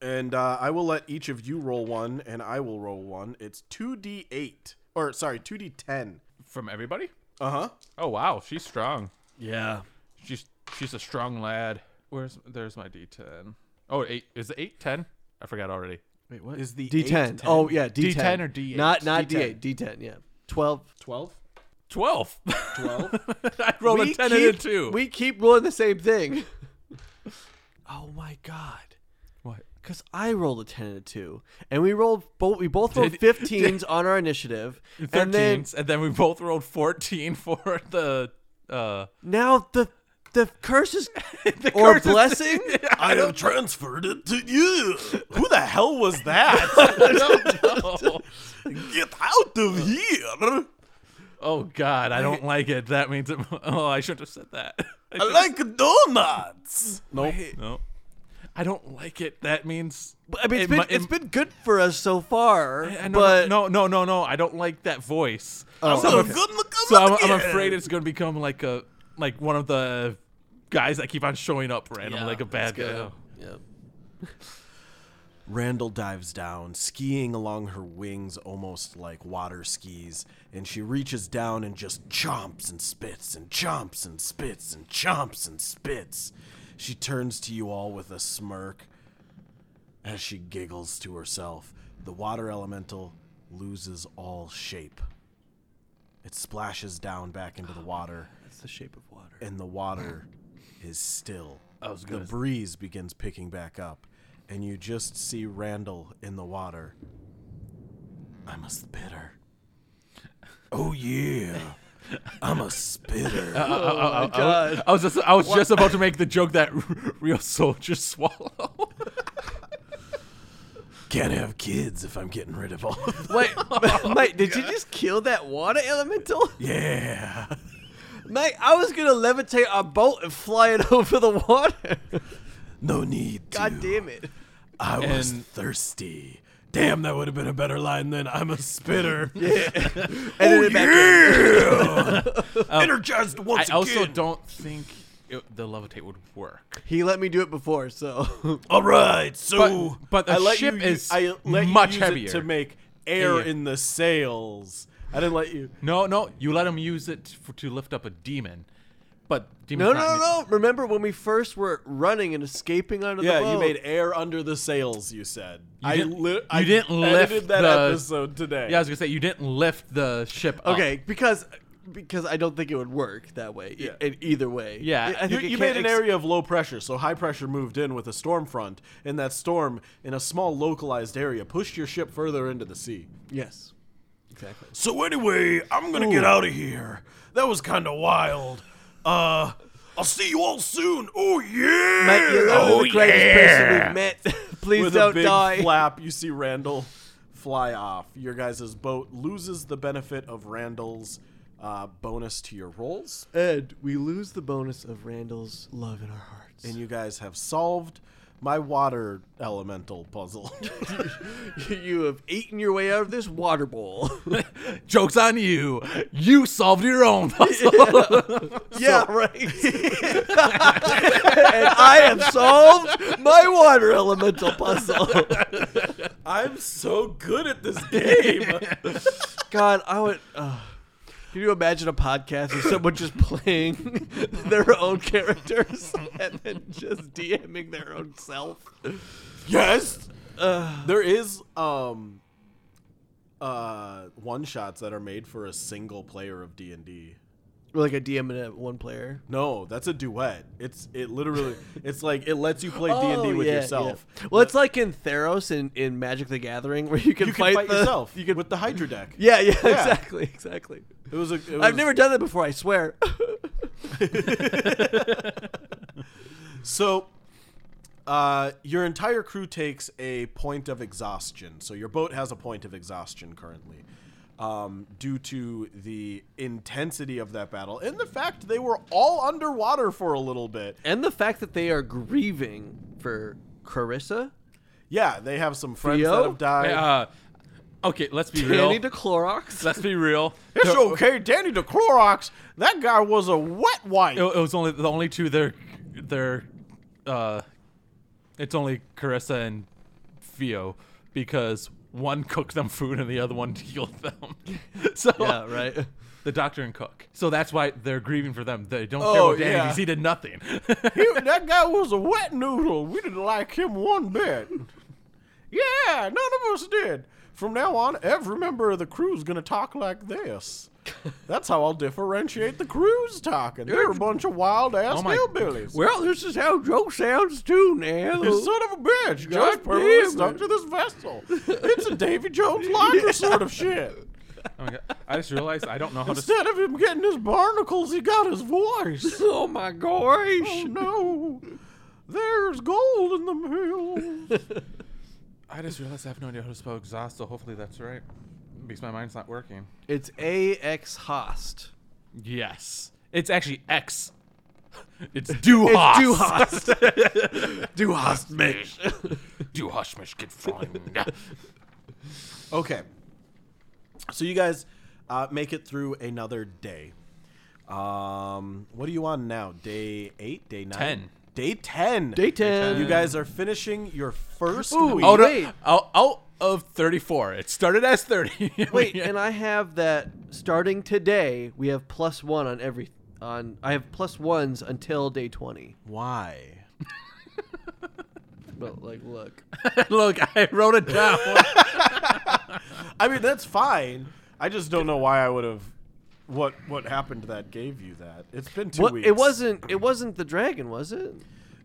[SPEAKER 1] And uh, I will let each of you roll one, and I will roll one. It's two d eight, or sorry, two d ten.
[SPEAKER 2] From everybody?
[SPEAKER 1] Uh
[SPEAKER 3] Uh-huh.
[SPEAKER 1] huh.
[SPEAKER 2] Oh wow, she's strong.
[SPEAKER 3] Yeah.
[SPEAKER 2] She's she's a strong lad. Where's there's my D10? Oh eight is it eight ten? I forgot already.
[SPEAKER 3] Wait, what?
[SPEAKER 1] Is the
[SPEAKER 3] D10.
[SPEAKER 1] eight
[SPEAKER 3] Oh yeah, D10.
[SPEAKER 2] D10 or D8?
[SPEAKER 3] Not not
[SPEAKER 1] D10.
[SPEAKER 3] D8. D10. Yeah. Twelve.
[SPEAKER 1] twelve?
[SPEAKER 2] Twelve.
[SPEAKER 1] Twelve.
[SPEAKER 2] I
[SPEAKER 3] Oh,
[SPEAKER 2] rolled a ten and
[SPEAKER 3] keep,
[SPEAKER 2] a two.
[SPEAKER 3] We keep rolling the same thing. oh my god.
[SPEAKER 2] what?
[SPEAKER 3] Cause I rolled a ten and a two, and we rolled both. We both rolled
[SPEAKER 2] Did-
[SPEAKER 3] fifteens on our initiative, and then
[SPEAKER 2] 13s, and then we both rolled 14 for the uh
[SPEAKER 3] now the the curse is or
[SPEAKER 2] curse is-
[SPEAKER 3] blessing.
[SPEAKER 1] I have transferred it to you. Who the hell was that? Get out of here.
[SPEAKER 2] oh god i don't like it that means it oh i shouldn't have said that
[SPEAKER 1] I like donuts.
[SPEAKER 3] Nope.
[SPEAKER 2] no i don't like it that means
[SPEAKER 3] I mean,
[SPEAKER 2] it
[SPEAKER 3] it's been,
[SPEAKER 2] mi- it-
[SPEAKER 3] it's been good for us so far,
[SPEAKER 2] I- I know-
[SPEAKER 3] but
[SPEAKER 2] no no no no i don't like that voice
[SPEAKER 3] Oh,
[SPEAKER 2] so,
[SPEAKER 3] okay.
[SPEAKER 2] I'm,
[SPEAKER 1] Good look
[SPEAKER 2] so I'm, I'm afraid it's gonna become like a like one of the guys that keep on showing up randomly
[SPEAKER 3] Yeah,
[SPEAKER 2] like a bad
[SPEAKER 3] let's
[SPEAKER 2] guy
[SPEAKER 3] go. Yeah.
[SPEAKER 1] Randall dives down, skiing along her wings almost like water skis, and she reaches down and just chomps and spits and chomps and spits and chomps and spits. She turns to you all with a smirk as she giggles to herself. The water elemental loses all shape. It splashes down back into the water,
[SPEAKER 3] That's the shape of water.
[SPEAKER 1] and the water is still
[SPEAKER 2] i was
[SPEAKER 1] the
[SPEAKER 2] gonna
[SPEAKER 1] breeze begins picking back up, and you just see Randall in the water. I'm a spitter. Oh yeah, I'm a spitter.
[SPEAKER 2] I- I-
[SPEAKER 3] my
[SPEAKER 2] I was-
[SPEAKER 3] Oh, God.
[SPEAKER 2] I was just I was just about to make the joke that real soldiers swallow.
[SPEAKER 1] Can't have kids if I'm getting rid of all. Of them.
[SPEAKER 3] Wait, mate, did you just kill that water elemental?
[SPEAKER 1] Yeah.
[SPEAKER 3] Mate, I was gonna levitate our boat and fly it over the water.
[SPEAKER 1] No need.
[SPEAKER 3] God
[SPEAKER 1] to.
[SPEAKER 3] damn it.
[SPEAKER 1] I was
[SPEAKER 2] And-
[SPEAKER 1] thirsty. Damn, that would have been a better line than I'm a spitter.
[SPEAKER 3] And
[SPEAKER 1] Oh,
[SPEAKER 3] then it back in.
[SPEAKER 1] yeah! Energized
[SPEAKER 2] Oh. I
[SPEAKER 1] once
[SPEAKER 2] also
[SPEAKER 1] again.
[SPEAKER 2] don't think it, the levitate would work.
[SPEAKER 3] He let me do it before, so
[SPEAKER 1] All right,
[SPEAKER 2] But,
[SPEAKER 1] so
[SPEAKER 2] but the
[SPEAKER 1] I let
[SPEAKER 2] ship
[SPEAKER 1] you,
[SPEAKER 2] is
[SPEAKER 1] I let you
[SPEAKER 2] much
[SPEAKER 1] use it
[SPEAKER 2] heavier.
[SPEAKER 1] to make air
[SPEAKER 2] Yeah.
[SPEAKER 1] in the sails. I didn't let you.
[SPEAKER 2] no, no, you let him use it for, to lift up a demon, but
[SPEAKER 3] No
[SPEAKER 2] demon's
[SPEAKER 3] no
[SPEAKER 2] not
[SPEAKER 3] no
[SPEAKER 2] ne-
[SPEAKER 3] no. Remember when we first were running and escaping under
[SPEAKER 1] Yeah,
[SPEAKER 3] the boat?
[SPEAKER 1] you made air under the sails. You said I
[SPEAKER 2] didn't-
[SPEAKER 1] li-
[SPEAKER 2] you
[SPEAKER 1] I
[SPEAKER 2] didn't
[SPEAKER 1] edited
[SPEAKER 2] lift
[SPEAKER 1] that
[SPEAKER 2] the-
[SPEAKER 1] episode today.
[SPEAKER 2] Yeah, I was gonna say you didn't lift the ship. up.
[SPEAKER 3] Okay, because because I don't think it would work that way. e,
[SPEAKER 1] Yeah.
[SPEAKER 3] In either way.
[SPEAKER 2] Yeah.
[SPEAKER 3] I- I
[SPEAKER 1] you,
[SPEAKER 3] think it
[SPEAKER 1] you
[SPEAKER 3] can't
[SPEAKER 1] made an
[SPEAKER 3] ex-
[SPEAKER 1] area of low pressure, so high pressure moved in with a storm front, and that storm, in a small localized area, pushed your ship further into the sea.
[SPEAKER 3] Yes. Exactly.
[SPEAKER 1] So anyway, I'm gonna get out of here. That was kind of wild. Uh, I'll see you all soon. Oh yeah! Oh,
[SPEAKER 3] Mate, you're literally the greatest person we've met. Please
[SPEAKER 1] With
[SPEAKER 3] don't
[SPEAKER 1] a big
[SPEAKER 3] die.
[SPEAKER 1] flap, you see Randall fly off. Your guys' boat loses the benefit of Randall's uh, bonus to your rolls,
[SPEAKER 3] Ed, we lose the bonus of Randall's love in our hearts.
[SPEAKER 1] and you guys have solved my water elemental puzzle.
[SPEAKER 3] you have eaten your way out of this water bowl.
[SPEAKER 2] Joke's on you. You solved your own. puzzle.
[SPEAKER 3] yeah, right. and I have solved my water elemental puzzle.
[SPEAKER 1] I'm so good at this game.
[SPEAKER 3] God, I would. Uh, can you imagine a podcast with someone just playing their own characters and then just DMing their own self?
[SPEAKER 1] yes. there is um uh one shots that are made for a single player of D&D.
[SPEAKER 3] Like a DM and a one player.
[SPEAKER 1] No, that's a duet. It's it literally it's like it lets you play
[SPEAKER 3] Oh,
[SPEAKER 1] D&D with
[SPEAKER 3] yeah,
[SPEAKER 1] yourself.
[SPEAKER 3] yeah. Well, it's like in Theros in, in Magic the Gathering where you can,
[SPEAKER 1] You can fight,
[SPEAKER 3] the-
[SPEAKER 1] yourself you can, with the Hydra deck.
[SPEAKER 3] Yeah, yeah,
[SPEAKER 1] Yeah.
[SPEAKER 3] exactly, exactly.
[SPEAKER 1] It was a it was,
[SPEAKER 3] I've never done that before, I swear.
[SPEAKER 1] So, uh, your entire crew takes a point of exhaustion. So your boat has a point of exhaustion currently, um, due to the intensity of that battle and the fact they were all underwater for a little bit.
[SPEAKER 3] and the fact that they are grieving for Carissa,
[SPEAKER 1] Yeah, they have some friends
[SPEAKER 3] Theo?
[SPEAKER 1] that have died.
[SPEAKER 2] Uh, okay, let's be real.
[SPEAKER 3] Danny to Clorox.
[SPEAKER 2] let's be real.
[SPEAKER 1] it's
[SPEAKER 2] There-
[SPEAKER 1] okay, Danny the Clorox. That guy was a wet wipe.
[SPEAKER 2] It, it was only the only two there. There, uh, it's only Carissa and Theo because one cooked them food and the other one healed them. so
[SPEAKER 3] yeah, right.
[SPEAKER 2] the doctor and cook. So that's why they're grieving for them. They don't care
[SPEAKER 1] Oh,
[SPEAKER 2] about Danny
[SPEAKER 1] yeah.
[SPEAKER 2] because he did nothing. Oh
[SPEAKER 1] He- that guy was a wet noodle. We didn't like him one bit. Yeah, none of us did. From now on, every member of the crew's gonna talk like this. That's how I'll differentiate the crew's talking. They're a bunch of wild ass
[SPEAKER 2] Oh my-
[SPEAKER 1] hillbillies.
[SPEAKER 3] Well, this is how Joe sounds too now.
[SPEAKER 1] You son of a bitch,
[SPEAKER 3] God
[SPEAKER 1] just perfectly
[SPEAKER 3] damn
[SPEAKER 1] stuck
[SPEAKER 3] it.
[SPEAKER 1] to this vessel. It's a Davy Jones Locker sort of shit.
[SPEAKER 2] Oh my God. I just realized I don't know how to.
[SPEAKER 1] Instead of him getting his barnacles, he got his voice. Oh,
[SPEAKER 3] oh my gosh.
[SPEAKER 1] no, there's gold in the hills.
[SPEAKER 2] I just realized I have no idea how to spell exhaust. So hopefully that's right because my mind's not working.
[SPEAKER 3] It's AX Host.
[SPEAKER 2] Yes, it's actually X. It's do
[SPEAKER 3] It's
[SPEAKER 2] host.
[SPEAKER 3] Du Host. Du Host, mate.
[SPEAKER 2] Do hush, Michigan friend.
[SPEAKER 1] Okay. So you guys uh, make it through another day. Um, what are you on now? Day eight? Day nine?
[SPEAKER 2] Ten.
[SPEAKER 1] Day ten.
[SPEAKER 3] Day 10.
[SPEAKER 1] You guys are finishing your first
[SPEAKER 3] Ooh,
[SPEAKER 1] week.
[SPEAKER 2] out,
[SPEAKER 3] Wait.
[SPEAKER 2] Of, out, out of 34. It started as 30.
[SPEAKER 3] Wait, and I have that starting today, we have plus one on every. on. I have plus ones until day 20.
[SPEAKER 1] Why?
[SPEAKER 3] But, like, look.
[SPEAKER 2] look, I wrote it down.
[SPEAKER 1] I mean, that's fine. I just don't know why I would have. What what happened that gave you that? It's been two
[SPEAKER 3] What,
[SPEAKER 1] weeks.
[SPEAKER 3] it wasn't. It wasn't the dragon, was it?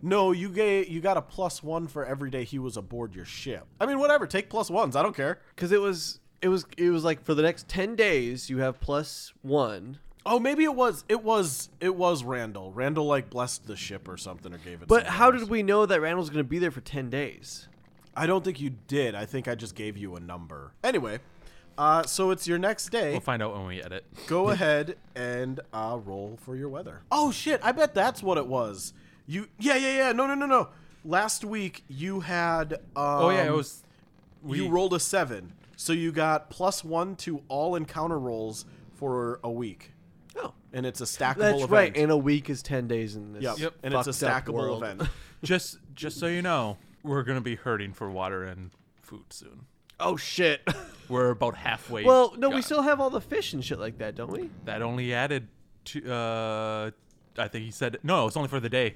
[SPEAKER 1] No, you gave you got a plus one for every day he was aboard your ship. I mean, whatever. Take plus ones. I don't care.
[SPEAKER 3] Because it was. It was. It was like for the next ten days, you have plus one.
[SPEAKER 1] Oh, maybe it was it was it was Randall. Randall like blessed the ship or something or gave it.
[SPEAKER 3] But
[SPEAKER 1] something
[SPEAKER 3] how
[SPEAKER 1] else.
[SPEAKER 3] did we know that Randall's going to be there for ten days?
[SPEAKER 1] I don't think you did. I think I just gave you a number. Anyway, Uh, so it's your next day.
[SPEAKER 2] We'll find out when we edit.
[SPEAKER 1] Go ahead and uh, roll for your weather. Oh shit! I bet that's what it was. You yeah yeah yeah no no no no. Last week you had um,
[SPEAKER 2] Oh yeah, it was.
[SPEAKER 1] you rolled a seven, so you got plus one to all encounter rolls for a week,
[SPEAKER 3] Oh,
[SPEAKER 1] and it's a stackable
[SPEAKER 3] that's
[SPEAKER 1] event.
[SPEAKER 3] right. And a week is ten days in this.
[SPEAKER 1] Yep.
[SPEAKER 2] Yep.
[SPEAKER 1] and it's a
[SPEAKER 3] fucked
[SPEAKER 1] stackable
[SPEAKER 3] up world.
[SPEAKER 1] event.
[SPEAKER 2] just just so you know, we're gonna be hurting for water and food soon.
[SPEAKER 3] Oh shit.
[SPEAKER 2] We're about halfway.
[SPEAKER 3] well, no, we
[SPEAKER 2] gone.
[SPEAKER 3] still have all the fish and shit like that, don't we?
[SPEAKER 2] that only added to. Uh, I think he said no. It's only for the day,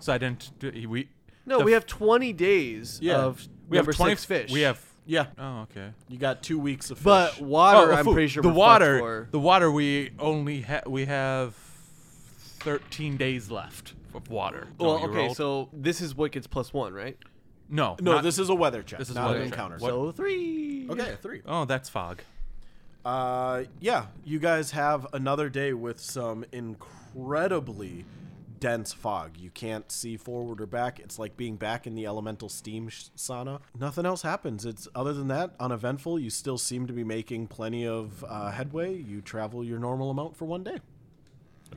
[SPEAKER 2] so I didn't. do- he- We
[SPEAKER 3] No,
[SPEAKER 2] the
[SPEAKER 3] we
[SPEAKER 2] f-
[SPEAKER 3] have twenty days
[SPEAKER 1] Yeah.
[SPEAKER 3] of
[SPEAKER 2] we have
[SPEAKER 3] number
[SPEAKER 2] twenty
[SPEAKER 3] six fish.
[SPEAKER 2] We have.
[SPEAKER 1] Yeah,
[SPEAKER 2] Oh okay.
[SPEAKER 1] you got two weeks of fish.
[SPEAKER 3] but water.
[SPEAKER 2] Oh,
[SPEAKER 3] I'm
[SPEAKER 2] food.
[SPEAKER 3] pretty sure
[SPEAKER 2] the
[SPEAKER 3] we're fucked
[SPEAKER 2] water.
[SPEAKER 3] for.
[SPEAKER 2] The water. We only ha- we have thirteen days left of water. No,
[SPEAKER 3] Well,
[SPEAKER 2] you
[SPEAKER 3] okay,
[SPEAKER 2] rolled-
[SPEAKER 3] so this is what gets plus one, right?
[SPEAKER 2] no,
[SPEAKER 1] no,
[SPEAKER 2] not-
[SPEAKER 1] this is a weather check.
[SPEAKER 2] This is
[SPEAKER 1] not
[SPEAKER 2] weather
[SPEAKER 1] an
[SPEAKER 2] check.
[SPEAKER 1] encounter.
[SPEAKER 2] What-
[SPEAKER 3] So three.
[SPEAKER 1] Okay, a three.
[SPEAKER 2] Oh, that's fog.
[SPEAKER 1] Uh, yeah, you guys have another day with some incredibly dense fog. You can't see forward or back. It's like being back in the elemental steam sh- sauna. Nothing else happens. It's other than that uneventful. You still seem to be making plenty of uh, headway. You travel your normal amount for one day.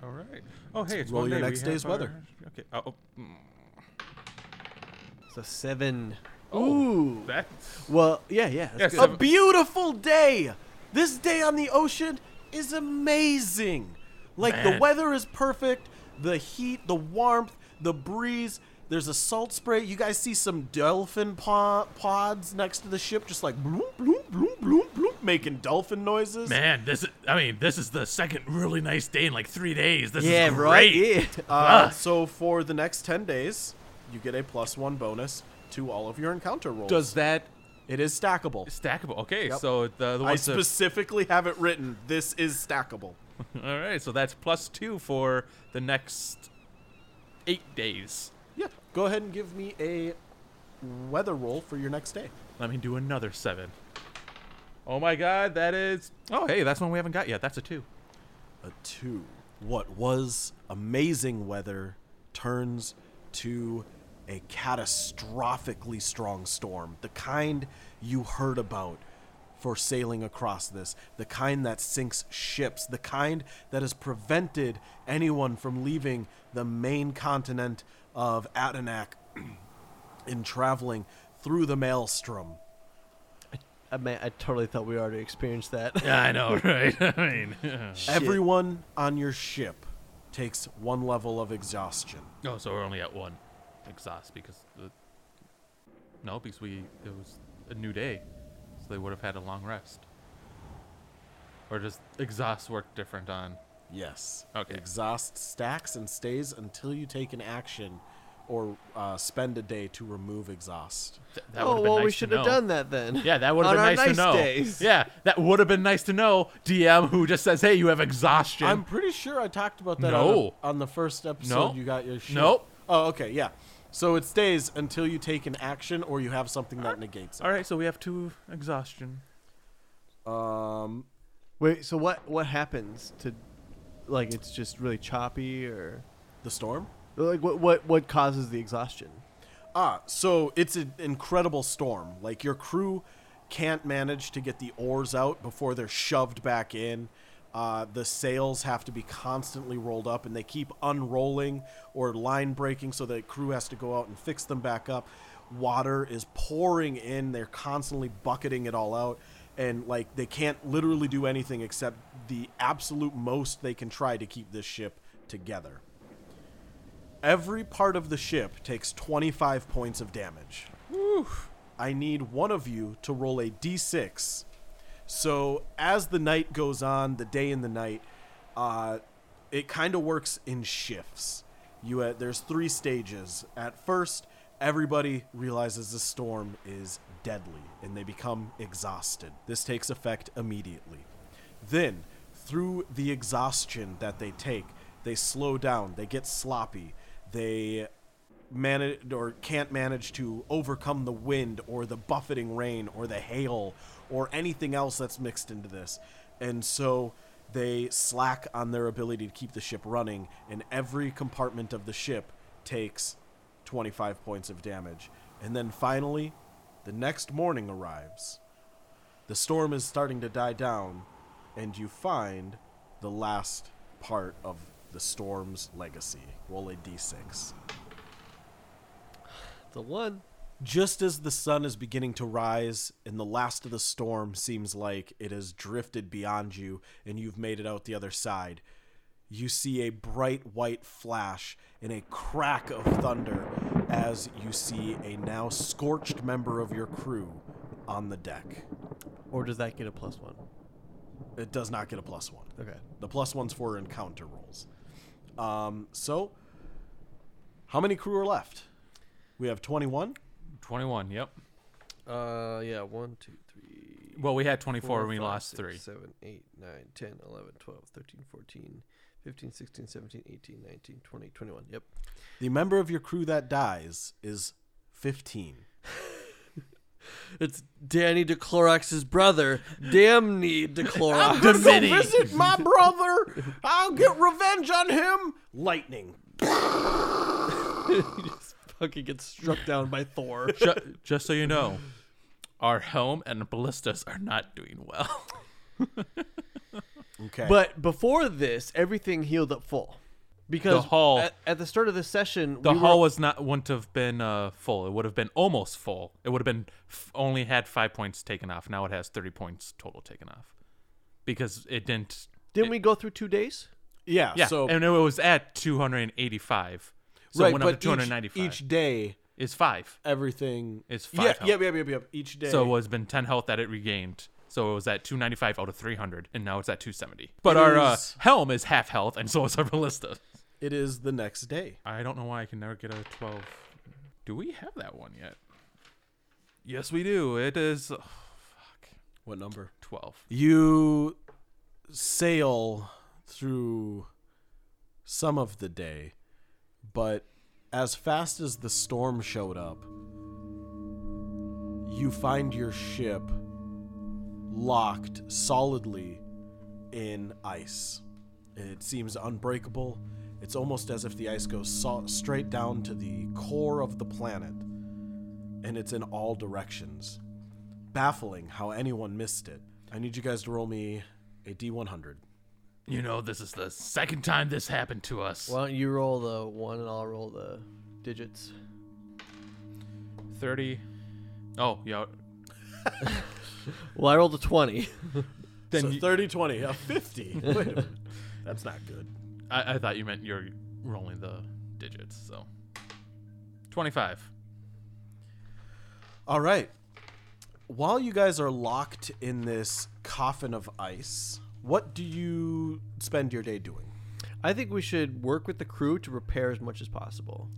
[SPEAKER 2] All right. Oh, hey, it's
[SPEAKER 1] roll
[SPEAKER 2] one
[SPEAKER 1] your
[SPEAKER 2] day. We
[SPEAKER 1] next day's
[SPEAKER 2] have
[SPEAKER 1] weather.
[SPEAKER 2] our- Okay. Oh, oh, mm,
[SPEAKER 3] So seven. Ooh.
[SPEAKER 2] that.
[SPEAKER 3] Well, yeah, yeah. that's
[SPEAKER 2] Yeah,
[SPEAKER 3] good.
[SPEAKER 2] seven-
[SPEAKER 1] A beautiful day. This day on the ocean is amazing. Like the
[SPEAKER 2] Man.
[SPEAKER 1] weather is perfect, the heat, the warmth, the breeze. There's a salt spray. You guys see some dolphin po- pods next to the ship, just like bloom, bloom, bloom, bloom, bloom, making dolphin noises.
[SPEAKER 2] Man, this is, I mean, this is the second really nice day in like three days. This
[SPEAKER 3] yeah,
[SPEAKER 2] is great.
[SPEAKER 3] right. Yeah.
[SPEAKER 2] Ah.
[SPEAKER 1] Uh, so for the next ten days, you get a plus one bonus to all of your encounter rolls.
[SPEAKER 2] Does that
[SPEAKER 1] it is stackable?
[SPEAKER 2] stackable? Okay,
[SPEAKER 1] Yep.
[SPEAKER 2] so the, the
[SPEAKER 1] I
[SPEAKER 2] ones that-
[SPEAKER 1] specifically have it written. This is stackable.
[SPEAKER 2] all right, so that's plus two for the next eight days.
[SPEAKER 1] Yeah. Go ahead and give me a weather roll for your next day.
[SPEAKER 2] Let me do another seven. Oh my God, that is. Oh hey, that's one we haven't got yet. That's a two.
[SPEAKER 1] A two. What was amazing weather turns to a catastrophically strong storm. The kind you heard about for sailing across this. The kind that sinks ships. The kind that has prevented anyone from leaving the main continent of Atanak in traveling through the maelstrom.
[SPEAKER 3] I, mean, I totally thought we already experienced that.
[SPEAKER 2] Yeah, I know, right? I mean,
[SPEAKER 3] Shit.
[SPEAKER 1] Everyone on your ship takes one level of exhaustion.
[SPEAKER 2] oh, so we're only at one exhaust because the no, because we it was a new day, so they would have had a long rest. Or does exhaust work different on?
[SPEAKER 1] Yes.
[SPEAKER 2] Okay.
[SPEAKER 1] Exhaust stacks and stays until you take an action or uh, spend a day to remove exhaust.
[SPEAKER 2] Th- that
[SPEAKER 3] Oh
[SPEAKER 2] would've been
[SPEAKER 3] well,
[SPEAKER 2] nice
[SPEAKER 3] we
[SPEAKER 2] to
[SPEAKER 3] should have
[SPEAKER 2] know.
[SPEAKER 3] done that then.
[SPEAKER 2] Yeah, that would have
[SPEAKER 3] On
[SPEAKER 2] been
[SPEAKER 3] our
[SPEAKER 2] nice, to know.
[SPEAKER 3] days.
[SPEAKER 2] Yeah, that would have been nice to know. DM who just says, "Hey, you have exhaustion."
[SPEAKER 1] I'm pretty sure I talked about that on,
[SPEAKER 2] No.
[SPEAKER 1] the- on the first episode
[SPEAKER 2] No.
[SPEAKER 1] you got your ship.
[SPEAKER 2] Nope.
[SPEAKER 1] Oh, okay, yeah. So it stays until you take an action or you have something that negates it.
[SPEAKER 2] All right, so we have two exhaustion.
[SPEAKER 1] Um,
[SPEAKER 3] Wait. So what? What happens to? Like it's just really choppy, or
[SPEAKER 1] the storm?
[SPEAKER 3] like what? What? What causes the exhaustion?
[SPEAKER 1] Ah, so it's an incredible storm. Like your crew can't manage to get the oars out before they're shoved back in. Uh, the sails have to be constantly rolled up, and they keep unrolling or line breaking, so the crew has to go out and fix them back up. Water is pouring in; they're constantly bucketing it all out, and like they can't literally do anything except the absolute most they can try to keep this ship together. Every part of the ship takes 25 points of damage. I need one of you to roll a d6. So, as the night goes on, the day and the night, uh, it kind of works in shifts. You uh, There's three stages. At first, everybody realizes the storm is deadly and they become exhausted. This takes effect immediately. Then, through the exhaustion that they take, they slow down, they get sloppy, they manage or can't manage to overcome the wind or the buffeting rain or the hail or anything else that's mixed into this. And so they slack on their ability to keep the ship running, and every compartment of the ship takes 25 points of damage. And then finally, the next morning arrives. The storm is starting to die down, and you find the last part of the storm's legacy. Roll a d6.
[SPEAKER 3] The one.
[SPEAKER 1] Just as the sun is beginning to rise and the last of the storm seems like it has drifted beyond you and you've made it out the other side, you see a bright white flash and a crack of thunder as you see a now scorched member of your crew on the deck.
[SPEAKER 3] Or does that get a plus one?
[SPEAKER 1] It does not get a plus one.
[SPEAKER 3] Okay.
[SPEAKER 1] The plus one's for encounter rolls. Um, so, how many crew are left? We have 21.
[SPEAKER 2] 21, yep.
[SPEAKER 3] Uh, yeah. One, two, three.
[SPEAKER 2] Well, we had 24
[SPEAKER 3] four,
[SPEAKER 2] and we
[SPEAKER 3] five,
[SPEAKER 2] lost
[SPEAKER 3] six,
[SPEAKER 2] 3.
[SPEAKER 3] seven, eight, nine, 10, 11, 12, 13, 14, 15, 16, 17, 18, 19, 20, 21. Yep.
[SPEAKER 1] The member of your crew that dies is 15.
[SPEAKER 3] It's Danny DeClorox's brother, Damny DeClorox.
[SPEAKER 1] visit my brother. I'll get revenge on him. Lightning.
[SPEAKER 3] He just fucking gets struck down by Thor.
[SPEAKER 2] Ju- just so you know, our helm and ballistas are not doing well.
[SPEAKER 1] Okay.
[SPEAKER 3] But before this, everything healed up full. Because
[SPEAKER 2] The hull-
[SPEAKER 3] At, at the start of the session,
[SPEAKER 2] The
[SPEAKER 3] we
[SPEAKER 2] hull
[SPEAKER 3] were,
[SPEAKER 2] was not wouldn't have been uh, full. It would have been almost full. It would have been f- only had five points taken off. Now it has thirty points total taken off because it didn't.
[SPEAKER 3] didn't we go through two days?
[SPEAKER 1] yeah,
[SPEAKER 2] Yeah,
[SPEAKER 1] so
[SPEAKER 2] and it was at two hundred and eighty-five. So
[SPEAKER 1] right,
[SPEAKER 2] it went
[SPEAKER 1] but
[SPEAKER 2] up to two hundred
[SPEAKER 1] each,
[SPEAKER 2] ninety-five.
[SPEAKER 1] each day
[SPEAKER 2] is five.
[SPEAKER 1] everything
[SPEAKER 2] It's
[SPEAKER 1] Yeah,
[SPEAKER 2] five
[SPEAKER 1] yep, yep, yep, yep. Each day.
[SPEAKER 2] So it was been ten health that it regained. So it was at two ninety-five out of three hundred, and now it's at two seventy. But
[SPEAKER 1] It
[SPEAKER 2] our uh,
[SPEAKER 1] is-
[SPEAKER 2] helm is half health, and so is our ballista.
[SPEAKER 1] it is the next day.
[SPEAKER 2] I don't know why I can never get a 12. Do we have that one yet? Yes, we do. It is oh, fuck,
[SPEAKER 1] What number?
[SPEAKER 2] 12.
[SPEAKER 1] You sail through some of the day, but as fast as the storm showed up, you find your ship locked solidly in ice. It seems unbreakable. It's almost as if the ice goes so- straight down to the core of the planet, and it's in all directions baffling how anyone missed it. I need you guys to roll me a D100.
[SPEAKER 2] You know, this is the second time this happened to us.
[SPEAKER 3] Why don't you roll the one and I'll roll the digits?
[SPEAKER 2] 30. Oh, yeah.
[SPEAKER 3] Well, I rolled a 20.
[SPEAKER 2] Then
[SPEAKER 1] so
[SPEAKER 2] you-
[SPEAKER 1] 30, 20, a 50. Wait a minute. That's not good.
[SPEAKER 2] I, I thought you meant you're rolling the digits, so. 25.
[SPEAKER 1] All right. While you guys are locked in this coffin of ice, what do you spend your day doing?
[SPEAKER 3] I think we should work with the crew to repair as much as possible.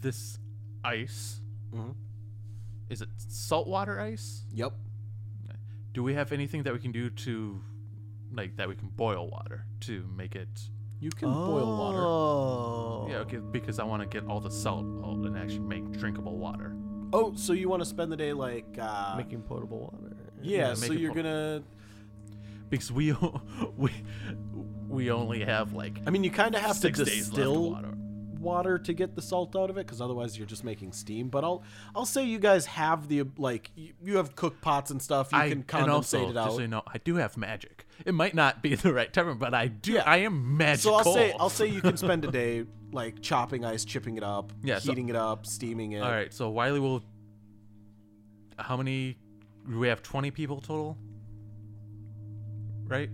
[SPEAKER 2] This ice.
[SPEAKER 1] Mhm.
[SPEAKER 2] Is it saltwater ice?
[SPEAKER 1] Yep.
[SPEAKER 2] Do we have anything that we can do to, like, that we can boil water to make it
[SPEAKER 1] You can boil water.
[SPEAKER 3] Oh.
[SPEAKER 2] Yeah, okay, because I want to get all the salt out and actually make drinkable water.
[SPEAKER 1] Oh, so you want to spend the day like. Uh,
[SPEAKER 3] Making potable water.
[SPEAKER 1] yeah,
[SPEAKER 2] yeah,
[SPEAKER 1] so
[SPEAKER 2] make it
[SPEAKER 1] you're
[SPEAKER 2] pop-
[SPEAKER 1] going to.
[SPEAKER 2] Because we o- we we only have like
[SPEAKER 1] I mean, you kind of have
[SPEAKER 2] six
[SPEAKER 1] to
[SPEAKER 2] days left of
[SPEAKER 1] distill
[SPEAKER 2] water.
[SPEAKER 1] water to get the salt out of it because otherwise you're just making steam but i'll i'll say you guys have the like you, you have cook pots and stuff you
[SPEAKER 2] I
[SPEAKER 1] can condensate
[SPEAKER 2] and also,
[SPEAKER 1] it
[SPEAKER 2] just
[SPEAKER 1] out
[SPEAKER 2] so you know, I do have magic. It might not be the right term, but I do.
[SPEAKER 1] Yeah.
[SPEAKER 2] I am
[SPEAKER 1] so
[SPEAKER 2] magical.
[SPEAKER 1] i'll say i'll say you can spend a day like chopping ice chipping it up
[SPEAKER 2] Yeah, so-
[SPEAKER 1] heating it up steaming it
[SPEAKER 2] all right, so Wiley will. How many? Do we have twenty people total? Right.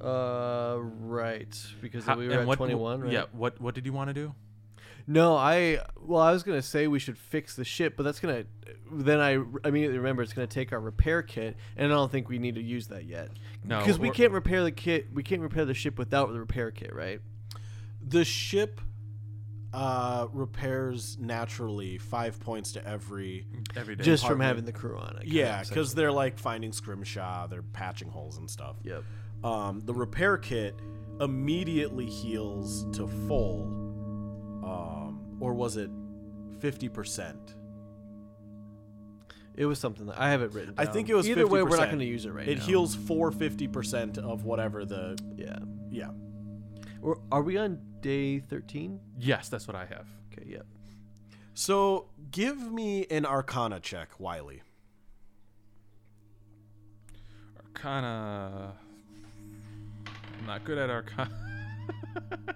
[SPEAKER 3] Uh, right. Because
[SPEAKER 2] How-
[SPEAKER 3] we were
[SPEAKER 2] and
[SPEAKER 3] at
[SPEAKER 2] what-
[SPEAKER 3] 21, right?
[SPEAKER 2] Yeah. What What did you want to do?
[SPEAKER 3] No, I. Well, I was gonna say we should fix the ship, but that's gonna. Then I r- immediately remember it's gonna take our repair kit, and I don't think we need to use that yet.
[SPEAKER 2] No,
[SPEAKER 3] because we
[SPEAKER 2] Oh, we're-
[SPEAKER 3] can't repair the kit. We can't repair the ship without the repair kit, right?
[SPEAKER 1] the ship uh repairs naturally five points to every
[SPEAKER 2] Every day.
[SPEAKER 3] Just from
[SPEAKER 1] Department.
[SPEAKER 3] having the crew on it.
[SPEAKER 1] yeah because they're like finding scrimshaw they're patching holes and stuff
[SPEAKER 3] Yep.
[SPEAKER 1] um, the repair kit immediately heals to full um, or was it 50%
[SPEAKER 3] It was something that I have it written.
[SPEAKER 1] I
[SPEAKER 3] down.
[SPEAKER 1] think it was
[SPEAKER 3] Either way, we're not
[SPEAKER 1] 50%.
[SPEAKER 3] gonna use it right
[SPEAKER 1] it
[SPEAKER 3] now.
[SPEAKER 1] heals for 50% of whatever the
[SPEAKER 3] Yeah.
[SPEAKER 1] yeah
[SPEAKER 3] We're, are we on day thirteen?
[SPEAKER 2] yes, that's what I have.
[SPEAKER 3] Okay. Yep.
[SPEAKER 1] so give me an arcana check wiley
[SPEAKER 2] Arcana. I'm not good at Arcana.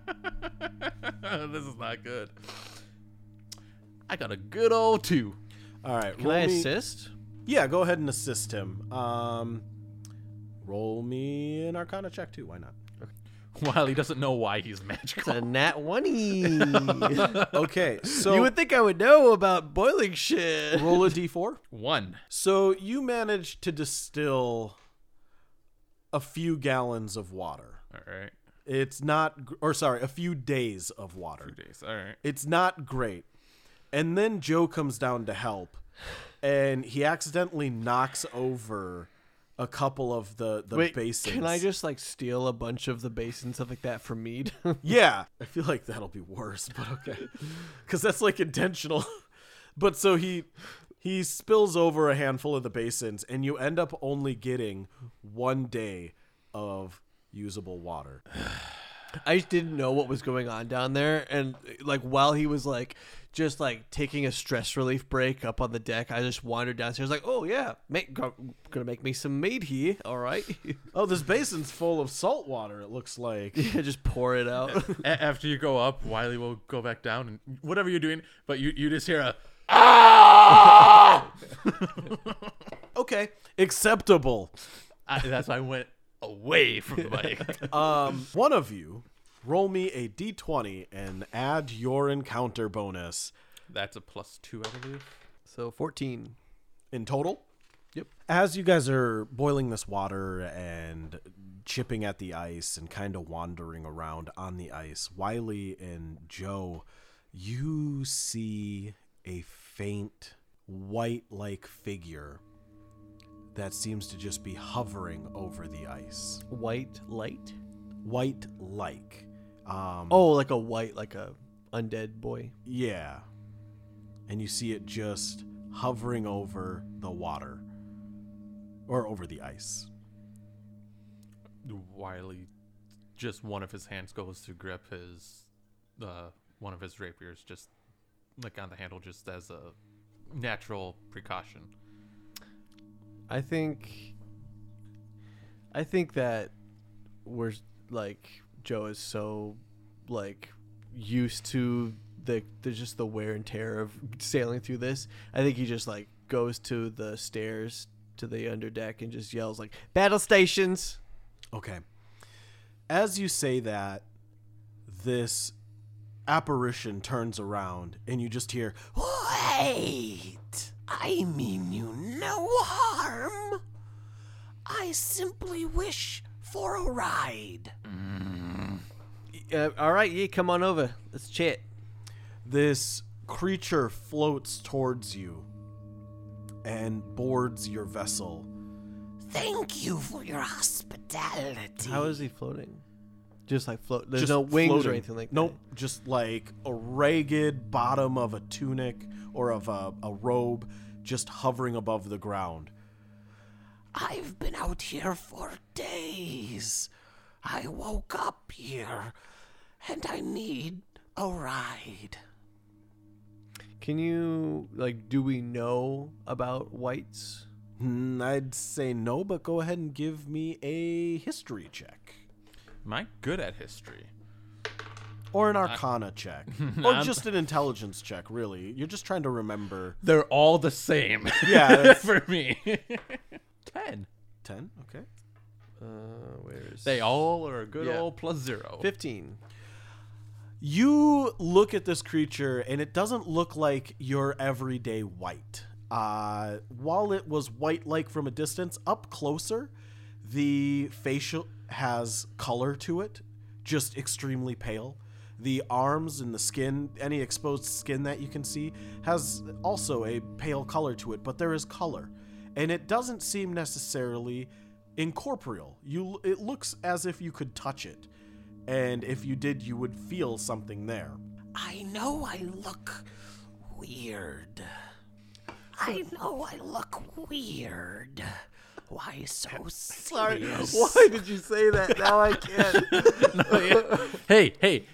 [SPEAKER 2] this is not good. I got a good old two.
[SPEAKER 1] All right.
[SPEAKER 3] Can
[SPEAKER 1] roll
[SPEAKER 3] I
[SPEAKER 1] me-
[SPEAKER 3] assist?
[SPEAKER 1] Yeah, go ahead and assist him. Um, roll me an Arcana check too. Why not?
[SPEAKER 2] While he doesn't know why he's
[SPEAKER 3] It's
[SPEAKER 2] magical.
[SPEAKER 3] a nat one You
[SPEAKER 1] Okay, so
[SPEAKER 3] would think I would know about boiling shit.
[SPEAKER 1] roll a d4.
[SPEAKER 2] One.
[SPEAKER 1] So you managed to distill a few gallons of water.
[SPEAKER 2] All right.
[SPEAKER 1] It's not, gr- or sorry, a few days of
[SPEAKER 2] Two
[SPEAKER 1] water.
[SPEAKER 2] days. All right.
[SPEAKER 1] It's not great. And then Joe comes down to help, and he accidentally knocks over a couple of the the
[SPEAKER 3] Wait,
[SPEAKER 1] basins.
[SPEAKER 3] can I just like steal a bunch of the basin stuff like that from Mead?
[SPEAKER 1] Yeah, I feel like that'll be worse, but okay, because that's like intentional. but so he he spills over a handful of the basins, and you end up only getting one day of usable water.
[SPEAKER 3] I just didn't know what was going on down there, and like while he was like just like taking a stress relief break up on the deck, I just wandered downstairs like, oh yeah, make, go, gonna make me some mead here, all right?
[SPEAKER 1] Oh, this basin's full of salt water. It looks like.
[SPEAKER 3] Yeah, just pour it out.
[SPEAKER 2] A- after you go up, Wiley will go back down and whatever you're doing, but you, you just hear a ah!
[SPEAKER 1] Okay, acceptable.
[SPEAKER 2] I, that's why I went away from the mic.
[SPEAKER 1] Um, one of you, roll me a d20 and add your encounter bonus
[SPEAKER 2] That's a plus two, I believe.
[SPEAKER 3] so fourteen.
[SPEAKER 1] in total.
[SPEAKER 3] Yep.
[SPEAKER 1] As you guys are boiling this water and chipping at the ice and kind of wandering around on the ice, Wiley and Joe, you see a faint white like figure that seems to just be hovering over the ice.
[SPEAKER 3] White light.
[SPEAKER 1] White like. Um,
[SPEAKER 3] Oh, like a white, like a undead boy.
[SPEAKER 1] Yeah. And you see it just hovering over the water or over the ice.
[SPEAKER 2] Wiley, just one of his hands goes to grip his, uh, one of his rapiers, just like on the handle, just as a natural precaution.
[SPEAKER 3] I think. I think that we're like Joe is so like used to the there's just the wear and tear of sailing through this. I think he just like goes to the stairs to the underdeck and just yells like battle stations.
[SPEAKER 1] Okay. As you say that, this apparition turns around and you just hear, Wait! I mean you no harm! I simply wish for a ride.
[SPEAKER 3] Uh, all right, yeah, come on over. Let's chat.
[SPEAKER 1] this creature floats towards you and boards your vessel. Thank you for your hospitality.
[SPEAKER 3] How is he floating? Just like float. There's no wings or anything like
[SPEAKER 1] Nope, just like a ragged bottom of a tunic or of a, a robe just hovering above the ground. I've been out here for days. I woke up here and I need a ride.
[SPEAKER 3] that. Can you like? Do we know about whites?
[SPEAKER 1] Hmm, I'd say no, but go ahead and give me a history check
[SPEAKER 2] Am I good at history?
[SPEAKER 1] or an arcana check or just an intelligence check, really. You're just trying to remember.
[SPEAKER 2] They're all the same.
[SPEAKER 1] Yeah, that's-
[SPEAKER 2] for me. Ten.
[SPEAKER 1] 10? Okay.
[SPEAKER 3] Uh, where is
[SPEAKER 2] They all are a good
[SPEAKER 3] Yeah.
[SPEAKER 2] old plus zero.
[SPEAKER 3] fifteen?
[SPEAKER 1] You look at this creature and it doesn't look like your everyday white. Uh, while it was white like from a distance, up closer, the facial has color to it, just extremely pale. The arms and the skin, any exposed skin that you can see, has also a pale color to it, but there is color. And it doesn't seem necessarily incorporeal. You it looks as if you could touch it and if you did, you would feel something there. I know I look weird. I know I look weird. Why so
[SPEAKER 3] Sorry,
[SPEAKER 1] serious?
[SPEAKER 3] why did you say that? Now I can't.
[SPEAKER 2] hey, hey,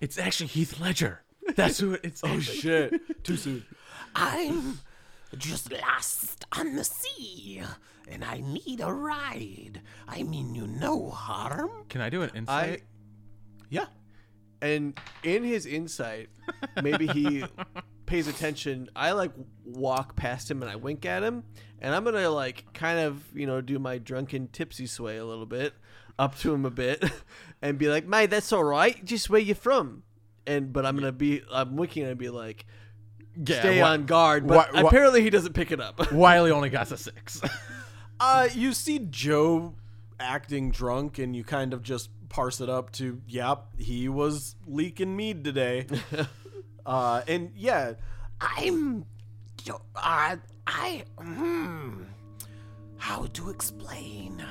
[SPEAKER 2] it's actually Heath Ledger. That's who it-
[SPEAKER 3] Oh,
[SPEAKER 2] it's.
[SPEAKER 1] Shit, too soon.
[SPEAKER 4] I'm just lost on the sea. here, and I need a ride. I mean you no harm.
[SPEAKER 2] Can I do an
[SPEAKER 3] I
[SPEAKER 2] insight?
[SPEAKER 1] Yeah.
[SPEAKER 3] and in his insight, maybe he pays attention. I like walk past him and I wink at him, and I'm gonna like kind of you know do my drunken tipsy sway a little bit up to him a bit, and be like, "Mate, that's all right. Just where you from?" And but I'm gonna be I'm winking and be like,
[SPEAKER 2] yeah,
[SPEAKER 3] "Stay
[SPEAKER 2] Wi-
[SPEAKER 3] on guard." But
[SPEAKER 2] wha- wha-
[SPEAKER 3] apparently he doesn't pick it up.
[SPEAKER 2] Wiley only got a six.
[SPEAKER 1] Uh, you see Joe acting drunk, and you kind of just parse it up to, yep, he was leaking mead today. uh, and yeah,
[SPEAKER 4] I'm. jo- Uh, I. Hmm. How to explain?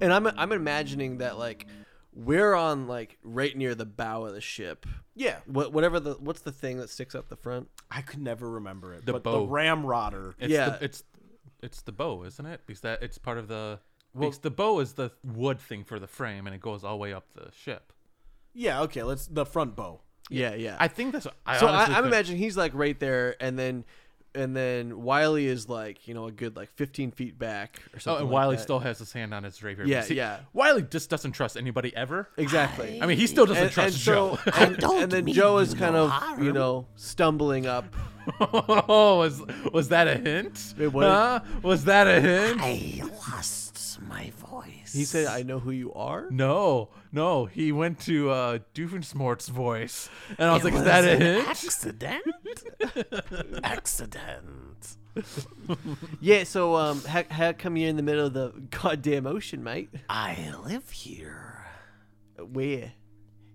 [SPEAKER 3] and I'm I'm imagining that like we're on like right near the bow of the ship.
[SPEAKER 1] yeah,
[SPEAKER 3] What whatever the what's the thing that sticks up the front?
[SPEAKER 1] I could never remember it.
[SPEAKER 2] The
[SPEAKER 1] but
[SPEAKER 2] bow.
[SPEAKER 1] the ramrodder.
[SPEAKER 2] It's
[SPEAKER 3] Yeah.
[SPEAKER 2] the, it's it's the bow, isn't it? Because that it's part of the. because the bow is the wood thing for the frame, and it goes all the way up the ship.
[SPEAKER 1] Yeah, okay, let's the front bow.
[SPEAKER 3] Yeah, yeah.
[SPEAKER 2] I think that's. What, I
[SPEAKER 3] so I,
[SPEAKER 2] honestly
[SPEAKER 3] I'm
[SPEAKER 2] think-
[SPEAKER 3] imagining he's like right there, and then and then Wiley is like you know a good like 15 feet back or
[SPEAKER 2] Oh,
[SPEAKER 3] something.
[SPEAKER 2] and
[SPEAKER 3] like
[SPEAKER 2] Wiley
[SPEAKER 3] that.
[SPEAKER 2] still has his hand on his rapier.
[SPEAKER 3] Yeah,
[SPEAKER 2] See,
[SPEAKER 3] yeah.
[SPEAKER 2] Wiley just doesn't trust anybody ever.
[SPEAKER 3] exactly.
[SPEAKER 2] I mean, he still doesn't
[SPEAKER 3] and,
[SPEAKER 2] trust
[SPEAKER 3] and
[SPEAKER 2] Joe.
[SPEAKER 3] so and,
[SPEAKER 4] don't
[SPEAKER 3] and then
[SPEAKER 4] mean
[SPEAKER 3] Joe is
[SPEAKER 4] you
[SPEAKER 3] kind
[SPEAKER 4] no
[SPEAKER 3] of you
[SPEAKER 4] harm.
[SPEAKER 3] know stumbling up.
[SPEAKER 2] oh, was was that a hint?
[SPEAKER 3] Wait, what?
[SPEAKER 2] Huh? Was that a hint?
[SPEAKER 4] I lost my voice.
[SPEAKER 3] He said, "I know who you are."
[SPEAKER 2] No, no. He went to uh, Doofensmort's voice, and I was
[SPEAKER 4] It
[SPEAKER 2] like, "Is that a
[SPEAKER 4] an
[SPEAKER 2] hint?"
[SPEAKER 4] accident? accident.
[SPEAKER 3] Yeah. So um, how, how come you're in the middle of the goddamn ocean, mate?
[SPEAKER 4] I live here.
[SPEAKER 3] Where?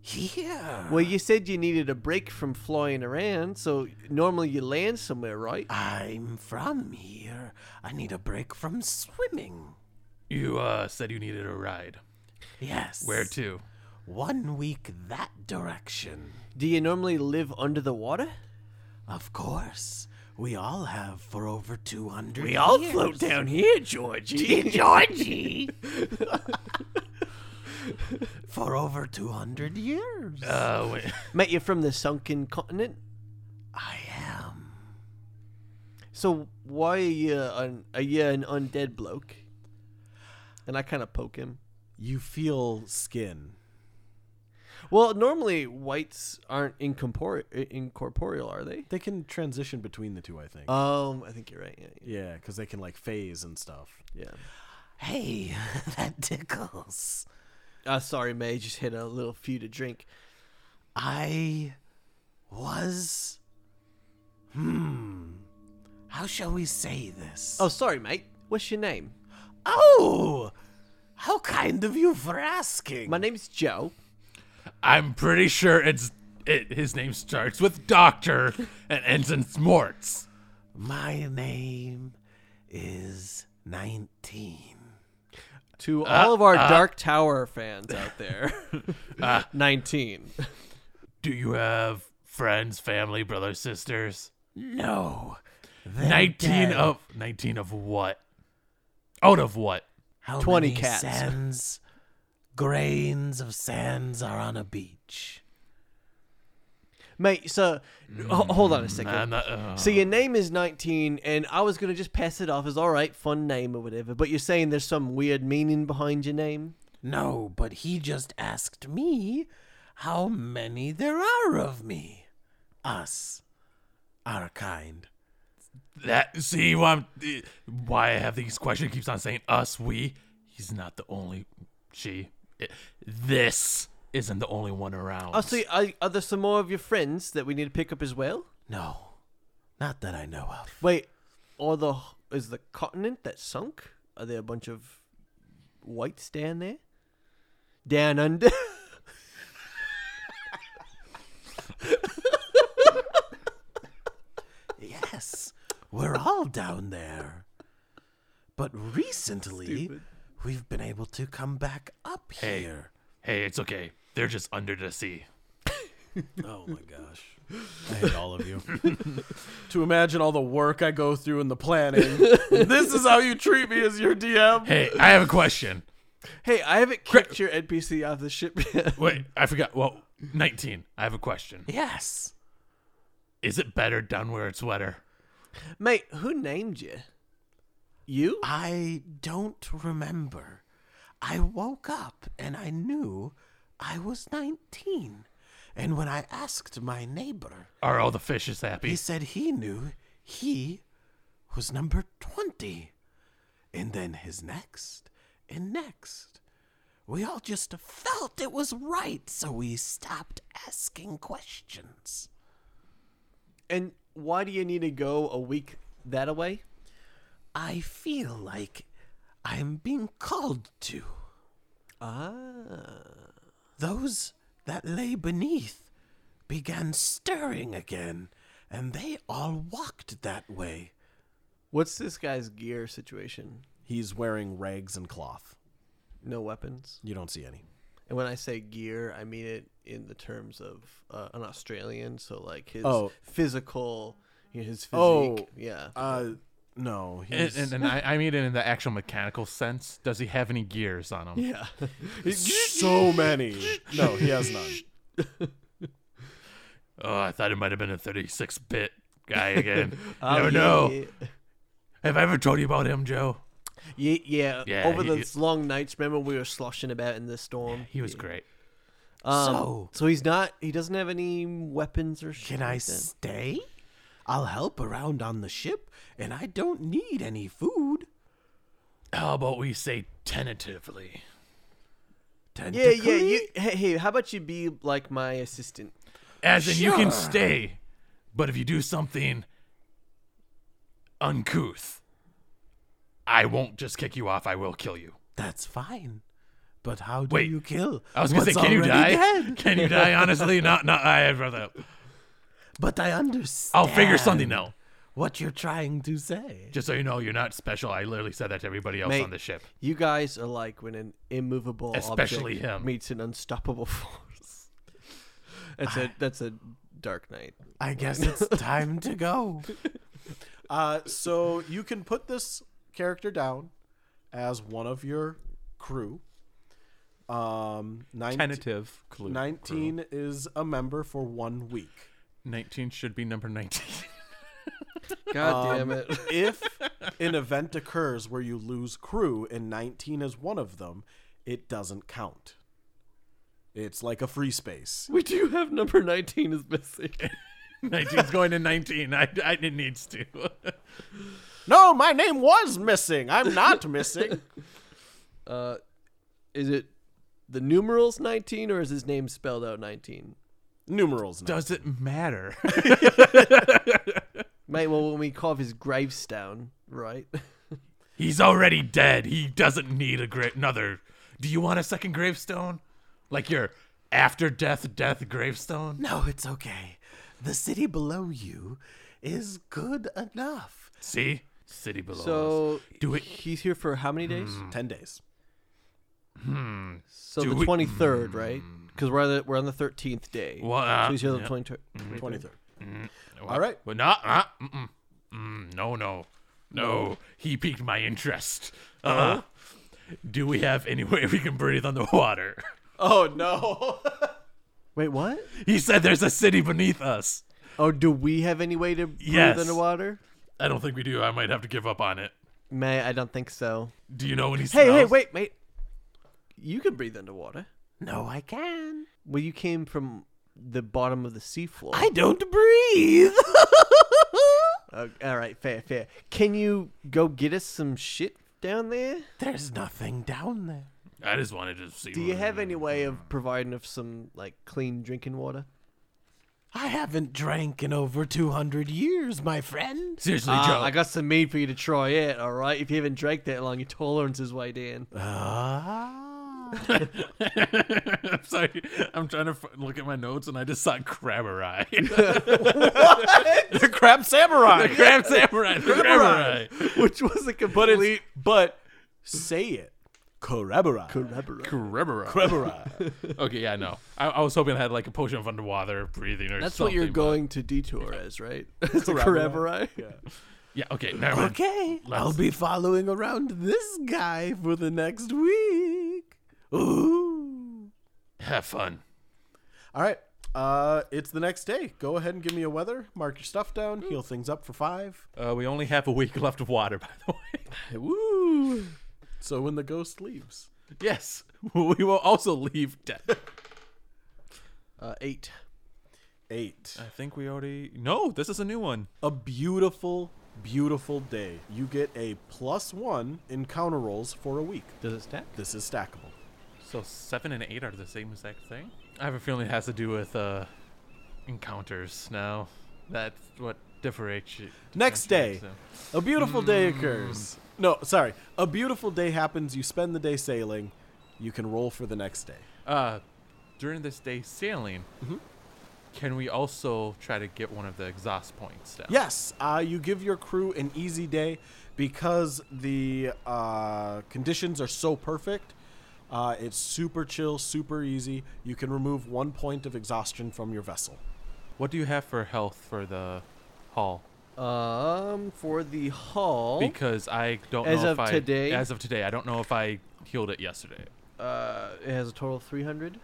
[SPEAKER 4] Here.
[SPEAKER 3] Well, you said you needed a break from flying around, so normally you land somewhere, right?
[SPEAKER 4] I'm from here. I need a break from swimming.
[SPEAKER 2] You uh, said you needed a ride.
[SPEAKER 4] Yes.
[SPEAKER 2] Where to?
[SPEAKER 4] One week that direction.
[SPEAKER 3] Do you normally live under the water?
[SPEAKER 4] Of course. We all have for over 200
[SPEAKER 3] We all
[SPEAKER 4] years.
[SPEAKER 3] float down here, Georgie.
[SPEAKER 4] Georgie! for over 200 years.
[SPEAKER 2] Uh, wait.
[SPEAKER 3] Mate, you're from the sunken continent.
[SPEAKER 4] I am.
[SPEAKER 3] So why are you an are you an undead bloke? And I kind of poke him.
[SPEAKER 1] You feel skin.
[SPEAKER 3] Well, normally whites aren't incorpore- incorporeal, are they?
[SPEAKER 1] They can transition between the two, I
[SPEAKER 4] Uh,
[SPEAKER 1] think.
[SPEAKER 3] Um, I think you're right. Yeah, yeah.
[SPEAKER 1] yeah, because they can like phase and stuff.
[SPEAKER 3] yeah.
[SPEAKER 4] Hey, that tickles.
[SPEAKER 3] Uh, sorry, May, just had a little few to drink.
[SPEAKER 4] I was. Hmm. How shall we say this?
[SPEAKER 3] Oh, sorry, mate. What's your name?
[SPEAKER 4] Oh! How kind of you for asking.
[SPEAKER 3] My name's Joe.
[SPEAKER 2] I'm pretty sure it's it. His name starts with Doctor and ends in Smorts.
[SPEAKER 4] My name is 19.
[SPEAKER 3] To all of our Dark Tower fans out there, nineteen.
[SPEAKER 2] Do you have friends, family, brothers, sisters?
[SPEAKER 4] No. they're
[SPEAKER 2] Nineteen
[SPEAKER 4] dead.
[SPEAKER 2] of nineteen of what? Out of what?
[SPEAKER 4] How
[SPEAKER 3] 20
[SPEAKER 4] many
[SPEAKER 3] cats.
[SPEAKER 4] sands, grains of sands are on a beach.
[SPEAKER 3] Mate, so ho- hold on a second.
[SPEAKER 2] I'm not- uh,
[SPEAKER 3] So your name is 19, and I was gonna just pass it off as all right, fun name or whatever. But you're saying there's some weird meaning behind your name.
[SPEAKER 4] No, but he just asked me how many there are of me. Us. Our kind.
[SPEAKER 2] that see why I'm, eh, why I have these questions keeps on saying us we. He's not the only she. It- this isn't the only one around.
[SPEAKER 3] Oh, so are, are there some more of your friends that we need to pick up as well?
[SPEAKER 4] No. Not that I know of.
[SPEAKER 3] Wait, or the is the continent that sunk? Are there a bunch of whites down there? Down under.
[SPEAKER 4] Yes. We're all down there. But recently, we've been able to come back up
[SPEAKER 2] Hey.
[SPEAKER 4] here.
[SPEAKER 2] hey, it's okay. They're just under the sea.
[SPEAKER 1] Oh my gosh. I hate all of you. to imagine all the work I go through in the planning. this is how you treat me as your DM.
[SPEAKER 2] Hey, I have a question.
[SPEAKER 3] hey, I haven't kicked your NPC off the ship yet.
[SPEAKER 2] Wait, I forgot. Well, nineteen. I have a question.
[SPEAKER 4] Yes.
[SPEAKER 2] Is it better down where it's wetter?
[SPEAKER 3] Mate, who named you? You?
[SPEAKER 4] I don't remember. I woke up and I knew I was 19. And when I asked my neighbor,
[SPEAKER 2] Are all the fishes happy?
[SPEAKER 4] he said he knew he was number 20. And then his next and next. We all just felt it was right, so we stopped asking questions.
[SPEAKER 3] And why do you need to go a week that away?
[SPEAKER 4] I feel like I'm being called to.
[SPEAKER 3] Ah.
[SPEAKER 4] Those that lay beneath began stirring again, and they all walked that way.
[SPEAKER 3] What's this guy's gear situation?
[SPEAKER 1] He's wearing rags and cloth.
[SPEAKER 3] No weapons.
[SPEAKER 1] You don't see any.
[SPEAKER 3] And when I say gear, I mean it in the terms of uh, an Australian. So like his
[SPEAKER 1] Oh.
[SPEAKER 3] physical, you know, his physique.
[SPEAKER 1] Oh.
[SPEAKER 3] Yeah.
[SPEAKER 1] Uh, no.
[SPEAKER 2] and,
[SPEAKER 1] He's,
[SPEAKER 2] and, and I, I mean it in the actual mechanical sense. Does he have any gears on him?
[SPEAKER 3] yeah.
[SPEAKER 1] so many. No, he has none.
[SPEAKER 2] Oh, I thought it might have been a 36 bit guy again. Never
[SPEAKER 3] Oh, yeah,
[SPEAKER 2] know.
[SPEAKER 3] Yeah.
[SPEAKER 2] Have I ever told you about him, Joe?
[SPEAKER 3] Ye- yeah.
[SPEAKER 2] Yeah,
[SPEAKER 3] Over
[SPEAKER 2] he-
[SPEAKER 3] those long nights, remember we were sloshing about in the storm.
[SPEAKER 2] He was great.
[SPEAKER 3] Um,
[SPEAKER 4] So-
[SPEAKER 3] so, he's not. He doesn't have any weapons or shit.
[SPEAKER 4] Can I
[SPEAKER 3] like that?
[SPEAKER 4] stay? I'll help around on the ship, and I don't need any food.
[SPEAKER 2] How about we say tentatively?
[SPEAKER 3] Yeah, yeah. You, hey, hey, how about you be like my assistant?
[SPEAKER 2] As in, you can
[SPEAKER 4] Sure.
[SPEAKER 2] stay, but if you do something uncouth, I won't just kick you off. I will kill you.
[SPEAKER 4] That's fine. But how do
[SPEAKER 2] Wait,
[SPEAKER 4] you kill?
[SPEAKER 2] I was gonna
[SPEAKER 4] what's
[SPEAKER 2] say, can you die?
[SPEAKER 4] already dead?
[SPEAKER 2] Can you die? Honestly, not. Not. I, I'd rather.
[SPEAKER 4] But I understand.
[SPEAKER 2] I'll figure something out.
[SPEAKER 4] What you're trying to say?
[SPEAKER 2] Just so you know, you're not special. I literally said that to everybody else
[SPEAKER 3] Mate,
[SPEAKER 2] on the ship.
[SPEAKER 3] You guys are like when an immovable
[SPEAKER 2] Especially
[SPEAKER 3] object
[SPEAKER 2] him.
[SPEAKER 3] meets an unstoppable force. That's
[SPEAKER 2] Ah.
[SPEAKER 3] a that's a dark night.
[SPEAKER 4] I guess it's time to go.
[SPEAKER 1] Uh, so you can put this character down as one of your crew. Um, 19,
[SPEAKER 2] Tentative clue.
[SPEAKER 1] 19 is a member for one week.
[SPEAKER 2] 19 should be number 19.
[SPEAKER 3] God damn it!
[SPEAKER 1] If an event occurs where you lose crew and 19 is one of them, it doesn't count. It's like a free space.
[SPEAKER 3] We do have number nineteen is missing.
[SPEAKER 2] 19's going to 19. I, I it needs to.
[SPEAKER 1] No, my name was missing. I'm not missing.
[SPEAKER 3] Uh, is it the numerals nineteen or is his name spelled out nineteen?
[SPEAKER 1] Numerals. now.
[SPEAKER 2] Does it matter?
[SPEAKER 3] Mate, well when we carve his gravestone, right?
[SPEAKER 2] He's already dead. He doesn't need a gra- another. Do you want a second gravestone? Like your after death death gravestone?
[SPEAKER 4] No, it's okay. The city below you is good enough.
[SPEAKER 2] See? City below. us.
[SPEAKER 3] so
[SPEAKER 2] Do it- Hmm.
[SPEAKER 3] He's here for how many days?
[SPEAKER 1] 10 Mm. days.
[SPEAKER 3] So
[SPEAKER 2] Do Hmm.
[SPEAKER 3] the
[SPEAKER 2] we-
[SPEAKER 3] twenty third, right? Because we're on the, we're on the thirteenth day.
[SPEAKER 2] Well, uh,
[SPEAKER 3] so he's here on
[SPEAKER 2] yeah. Hmm.
[SPEAKER 3] the twenty third.
[SPEAKER 1] 23rd.
[SPEAKER 2] Well,
[SPEAKER 1] all right.
[SPEAKER 2] Well, no, uh, mm-mm. Mm, no, no, no. He piqued my interest. Uh, do we have any way we can breathe underwater?
[SPEAKER 1] Oh, no.
[SPEAKER 3] Wait, what?
[SPEAKER 2] He said there's a city beneath us.
[SPEAKER 3] Oh, do we have any way to breathe
[SPEAKER 2] Yes.
[SPEAKER 3] underwater?
[SPEAKER 2] I don't think we do. I might have to give up on it.
[SPEAKER 3] May I don't think so.
[SPEAKER 2] Do you know what he
[SPEAKER 3] Hey,
[SPEAKER 2] smells?
[SPEAKER 3] hey, wait, mate. You can breathe underwater.
[SPEAKER 4] No, I can.
[SPEAKER 3] Well, you came from the bottom of the seafloor.
[SPEAKER 4] I don't breathe.
[SPEAKER 3] Uh, all right, fair, fair. Can you go get us some shit down there?
[SPEAKER 4] There's nothing down there.
[SPEAKER 2] I just wanted to see.
[SPEAKER 3] Do you have any way of providing us some like clean drinking water?
[SPEAKER 4] I haven't drank in over 200 years, my friend.
[SPEAKER 2] Seriously,
[SPEAKER 3] Ah,
[SPEAKER 2] Joe.
[SPEAKER 3] I got some mead for you to try it. All right, if you haven't drank that long, your tolerance is way down.
[SPEAKER 4] Ah.
[SPEAKER 2] I'm sorry. I'm trying to f- look at my notes and I just saw crabber eye.
[SPEAKER 1] the crab samurai.
[SPEAKER 2] crab samurai. the crabber eye.
[SPEAKER 3] Which was a
[SPEAKER 1] But
[SPEAKER 3] complete.
[SPEAKER 1] it's but say it. Corabora.
[SPEAKER 2] Crabber eye.
[SPEAKER 1] Corabora.
[SPEAKER 2] Okay, yeah, no. I, I was hoping I had like a potion of underwater breathing or
[SPEAKER 3] That's what
[SPEAKER 2] something.
[SPEAKER 3] you're
[SPEAKER 2] but-
[SPEAKER 3] going to detour as, right? It's a
[SPEAKER 1] Corroboree.
[SPEAKER 3] corroboree.
[SPEAKER 2] Yeah, okay, never mind.
[SPEAKER 4] Okay, I'll
[SPEAKER 2] Let's-
[SPEAKER 4] be following around this guy for the next week. Ooh.
[SPEAKER 2] Have fun.
[SPEAKER 1] All right. Uh, it's the next day. Go ahead and give me a weather. Mark your stuff down. Heal things up for five.
[SPEAKER 2] Uh, we only have a week left of water, by the way.
[SPEAKER 3] Woo!
[SPEAKER 1] So when the ghost leaves,
[SPEAKER 2] yes, we will also leave dead.
[SPEAKER 3] Uh, eight.
[SPEAKER 1] eight.
[SPEAKER 2] I think we already. No, this is a new one.
[SPEAKER 4] Uh.
[SPEAKER 1] a beautiful, beautiful day. You get a plus one encounter rolls for a week.
[SPEAKER 3] Does it stack?
[SPEAKER 1] This is stackable.
[SPEAKER 2] So seven and eight are the same exact thing. I have a feeling it has to do with uh, encounters. Now, that's what differentiates.
[SPEAKER 1] Next day,
[SPEAKER 2] them.
[SPEAKER 1] a beautiful day
[SPEAKER 4] Hmm.
[SPEAKER 1] occurs. No, sorry. A beautiful day happens. You spend the day sailing. You can roll for the next day.
[SPEAKER 2] Uh, during this day sailing,
[SPEAKER 3] Mm-hmm.
[SPEAKER 2] can we also try to get one of the exhaust points down?
[SPEAKER 1] Yes, uh, you give your crew an easy day because the uh, conditions are so perfect. Uh, it's super chill, super easy. You can remove one point of exhaustion from your vessel.
[SPEAKER 2] What do you have for health for the hall?
[SPEAKER 3] Um, for the hall,
[SPEAKER 2] Because I don't
[SPEAKER 3] As
[SPEAKER 2] know
[SPEAKER 3] of
[SPEAKER 2] if I
[SPEAKER 3] today?
[SPEAKER 2] as of today, I don't know if I healed it yesterday.
[SPEAKER 3] uh, it has a total of 300,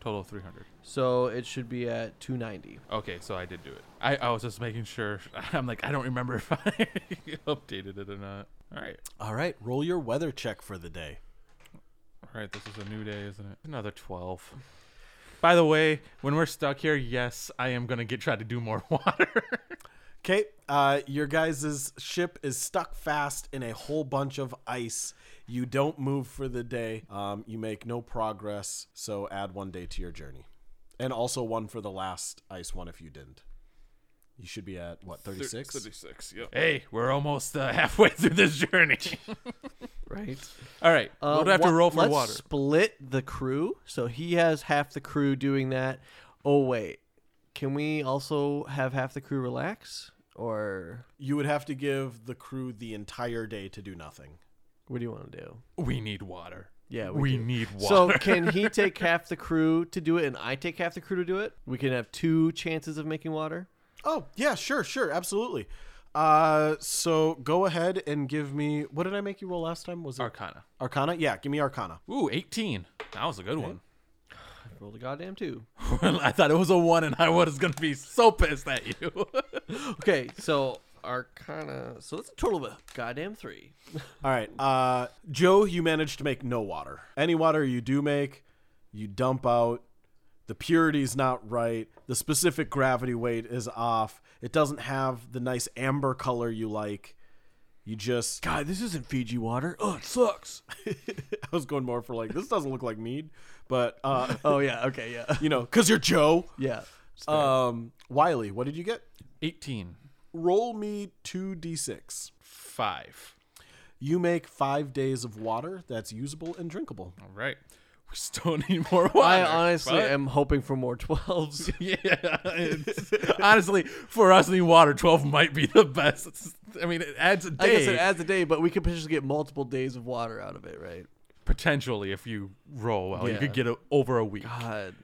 [SPEAKER 2] Total of 300.
[SPEAKER 3] so it should be at 290.
[SPEAKER 2] Okay, so I did do it. I, I was just making sure. I'm like, I don't remember if I updated it or not. All right.
[SPEAKER 1] All right, roll your weather check for the day.
[SPEAKER 2] All right, this is a new day, isn't it? Another 12. By the way, when we're stuck here, yes, I am going to get try to do more water.
[SPEAKER 1] Okay, uh, your guys' ship is stuck fast in a whole bunch of ice. You don't move for the day. Um, you make no progress, so add one day to your journey. And also one for the last ice one if you didn't. You should be at, what, 36?
[SPEAKER 2] hey, we're almost uh, halfway through this journey.
[SPEAKER 3] Right.
[SPEAKER 2] All right.
[SPEAKER 3] Uh,
[SPEAKER 2] we'll have
[SPEAKER 3] wha-
[SPEAKER 2] to roll for
[SPEAKER 3] let's
[SPEAKER 2] water.
[SPEAKER 3] Split the crew, so he has half the crew doing that. Oh wait, can we also have half the crew relax, or
[SPEAKER 1] You would have to give the crew the entire day to do nothing.
[SPEAKER 3] what do you want to do?
[SPEAKER 2] we need water.
[SPEAKER 3] Yeah,
[SPEAKER 2] We,
[SPEAKER 3] we do.
[SPEAKER 2] need water.
[SPEAKER 3] So can he take half the crew to do it, and I take half the crew to do it? We can have two chances of making water.
[SPEAKER 1] Oh, yeah, sure, sure, absolutely. Uh, so go ahead and give me. What did I make you roll last time? Was it
[SPEAKER 2] Arcana.
[SPEAKER 1] Arcana? Yeah, give me Arcana.
[SPEAKER 2] Ooh, 18. That was a good one.
[SPEAKER 3] Roll the goddamn two.
[SPEAKER 2] I thought it was a one, and I was going to be so pissed at you.
[SPEAKER 3] Okay, so Arcana. So that's a total of a goddamn three.
[SPEAKER 1] All right. Uh, Joe, you managed to make no water. Any water you do make, you dump out. The purity's not right. The specific gravity weight is off. It doesn't have the nice amber color you like. You just. God,
[SPEAKER 3] this isn't Fiji water. Oh,
[SPEAKER 2] Sucks.
[SPEAKER 1] I was going more for like, this doesn't look like mead, but, uh,
[SPEAKER 3] oh yeah. Okay, yeah,
[SPEAKER 1] you know, because you're Joe.
[SPEAKER 3] yeah.
[SPEAKER 1] Um, Wiley, what did you get?
[SPEAKER 2] 18.
[SPEAKER 1] Roll me 2d6.
[SPEAKER 2] Five.
[SPEAKER 1] You make five days of water that's usable and drinkable.
[SPEAKER 2] All right. We still need more water.
[SPEAKER 3] I honestly
[SPEAKER 2] but-
[SPEAKER 3] am hoping for more twelves.
[SPEAKER 2] Yeah. it's- honestly, for us, the water 12 might be the best. It's- I mean, it adds a
[SPEAKER 3] I guess it
[SPEAKER 2] day.
[SPEAKER 3] adds a day, but we could potentially get multiple days of water out of it, right?
[SPEAKER 2] potentially, if you roll well, you
[SPEAKER 3] Yeah.
[SPEAKER 2] could get a, over a week.
[SPEAKER 3] God.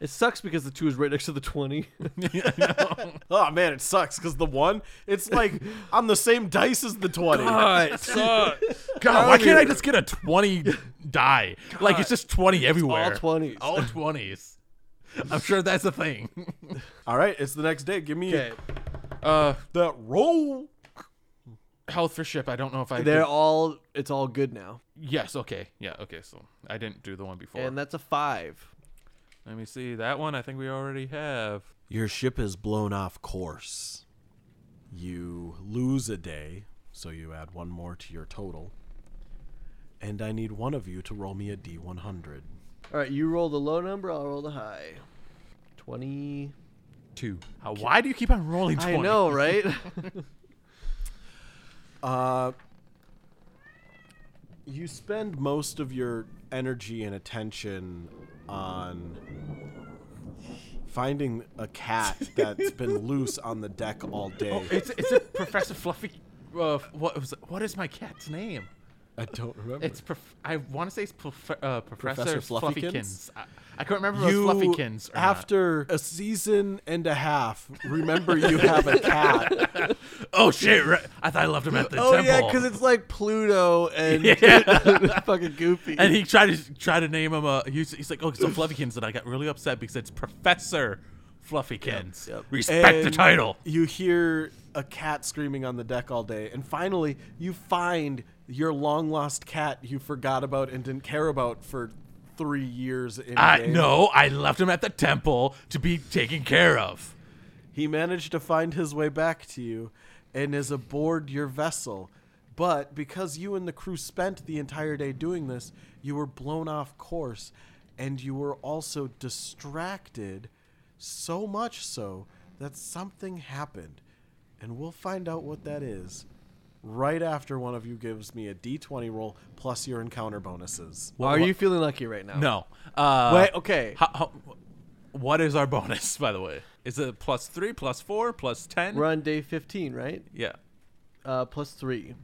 [SPEAKER 3] It sucks because the two is right next to the twenty.
[SPEAKER 1] Oh man, it sucks because the one, it's like on the same dice as the twenty.
[SPEAKER 2] God, God, why can't I just get a 20 die? Like, it's just 20 everywhere.
[SPEAKER 3] All twenties.
[SPEAKER 2] All 20s. I'm sure that's a thing.
[SPEAKER 1] All right, it's the next day. Give me
[SPEAKER 3] Okay.
[SPEAKER 2] Uh,
[SPEAKER 1] the roll.
[SPEAKER 2] health for ship. I don't know if I.
[SPEAKER 3] They're
[SPEAKER 2] did-
[SPEAKER 3] all it's all good now.
[SPEAKER 2] Yes. Okay. Yeah. Okay. So I didn't do the one before.
[SPEAKER 3] And that's a five.
[SPEAKER 2] Let me see that one. I think we already have.
[SPEAKER 1] Your ship is blown off course. You lose a day, so you add one more to your total. And I need one of you to roll me a d100.
[SPEAKER 3] Alright, you roll the low number, I'll roll the high. Twenty
[SPEAKER 2] Two. Uh, why do you keep on rolling? 20?
[SPEAKER 3] I know, right?
[SPEAKER 1] Uh, you spend most of your energy and attention on finding a cat that's been loose on the deck all day.
[SPEAKER 2] It's it's a Professor Fluffy. Uh, what was what is my cat's name?
[SPEAKER 1] I don't remember.
[SPEAKER 2] It's prof- I want to say it's prof- uh, Professor,
[SPEAKER 1] Professor
[SPEAKER 2] Fluffykins.
[SPEAKER 1] Fluffykins?
[SPEAKER 2] I, I couldn't remember if it was Fluffykins or not.
[SPEAKER 1] after a season and a half, remember you have a cat.
[SPEAKER 2] Oh shit! Right. I thought I left him at the
[SPEAKER 3] Oh
[SPEAKER 2] temple.
[SPEAKER 3] yeah, because it's like Pluto and fucking Goofy.
[SPEAKER 2] and he tried to try to name him a. He's, he's like, oh, so Fluffykins, and I got really upset because it's Professor Fluffykins. Respect the
[SPEAKER 1] And
[SPEAKER 2] title.
[SPEAKER 1] You hear a cat screaming on the deck all day, and finally you find your long lost cat you forgot about and didn't care about for three years. In
[SPEAKER 2] I
[SPEAKER 1] game.
[SPEAKER 2] Uh, no, I left him at the temple to be taken care of.
[SPEAKER 1] He managed to find his way back to you and is aboard your vessel. But because you and the crew spent the entire day doing this, you were blown off course and you were also distracted so much so that something happened. And we'll find out what that is right after one of you gives me a d20 roll plus your encounter bonuses.
[SPEAKER 3] Are you feeling lucky right now?
[SPEAKER 2] No. Uh,
[SPEAKER 3] Wait. Okay.
[SPEAKER 2] How, how, what is our bonus, by the way? Is it plus three, plus four, plus ten?
[SPEAKER 3] We're on day 15, right?
[SPEAKER 2] Yeah.
[SPEAKER 3] Uh, plus three.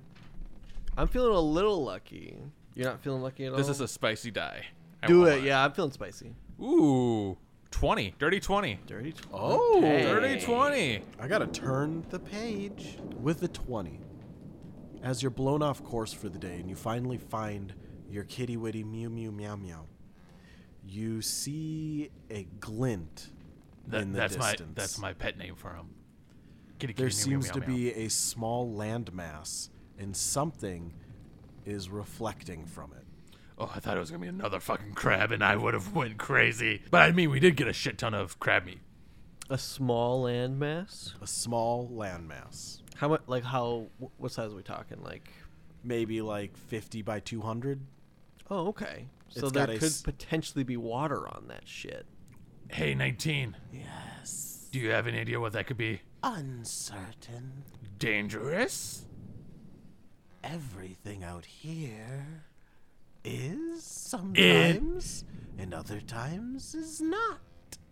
[SPEAKER 3] I'm feeling a little lucky. You're not feeling lucky at all.
[SPEAKER 2] This is a spicy die. I
[SPEAKER 3] do
[SPEAKER 2] won't
[SPEAKER 3] it.
[SPEAKER 2] lie.
[SPEAKER 3] Yeah, I'm feeling spicy.
[SPEAKER 2] Ooh, twenty. Dirty twenty.
[SPEAKER 3] Dirty. tw-
[SPEAKER 1] Oh,
[SPEAKER 2] Dirty twenty.
[SPEAKER 1] I gotta turn the page with the 20. As you're blown off course for the day and you finally find your kitty witty mew mew meow meow, you see a glint
[SPEAKER 2] That-
[SPEAKER 1] in the
[SPEAKER 2] that's
[SPEAKER 1] distance.
[SPEAKER 2] my that's my pet name for him. Kitty, kitty,
[SPEAKER 1] There
[SPEAKER 2] meow,
[SPEAKER 1] seems
[SPEAKER 2] meow,
[SPEAKER 1] to
[SPEAKER 2] meow.
[SPEAKER 1] be a small landmass and something is reflecting from it.
[SPEAKER 2] Oh, I thought it was gonna be another fucking crab, and I would have went crazy. But I mean, we did get a shit ton of crab meat.
[SPEAKER 3] A small landmass.
[SPEAKER 1] A small landmass.
[SPEAKER 3] How much? Like how? wh- What size are we talking? Like.
[SPEAKER 1] Maybe like 50 by 200.
[SPEAKER 3] Oh, okay. So
[SPEAKER 1] It's
[SPEAKER 3] there
[SPEAKER 1] got a
[SPEAKER 3] could
[SPEAKER 1] s-
[SPEAKER 3] potentially be water on that shit.
[SPEAKER 2] Hey, nineteen. Yes. Do you have any idea what that could be?
[SPEAKER 4] Uncertain.
[SPEAKER 2] Dangerous?
[SPEAKER 4] Everything out here is sometimes, and other times is not.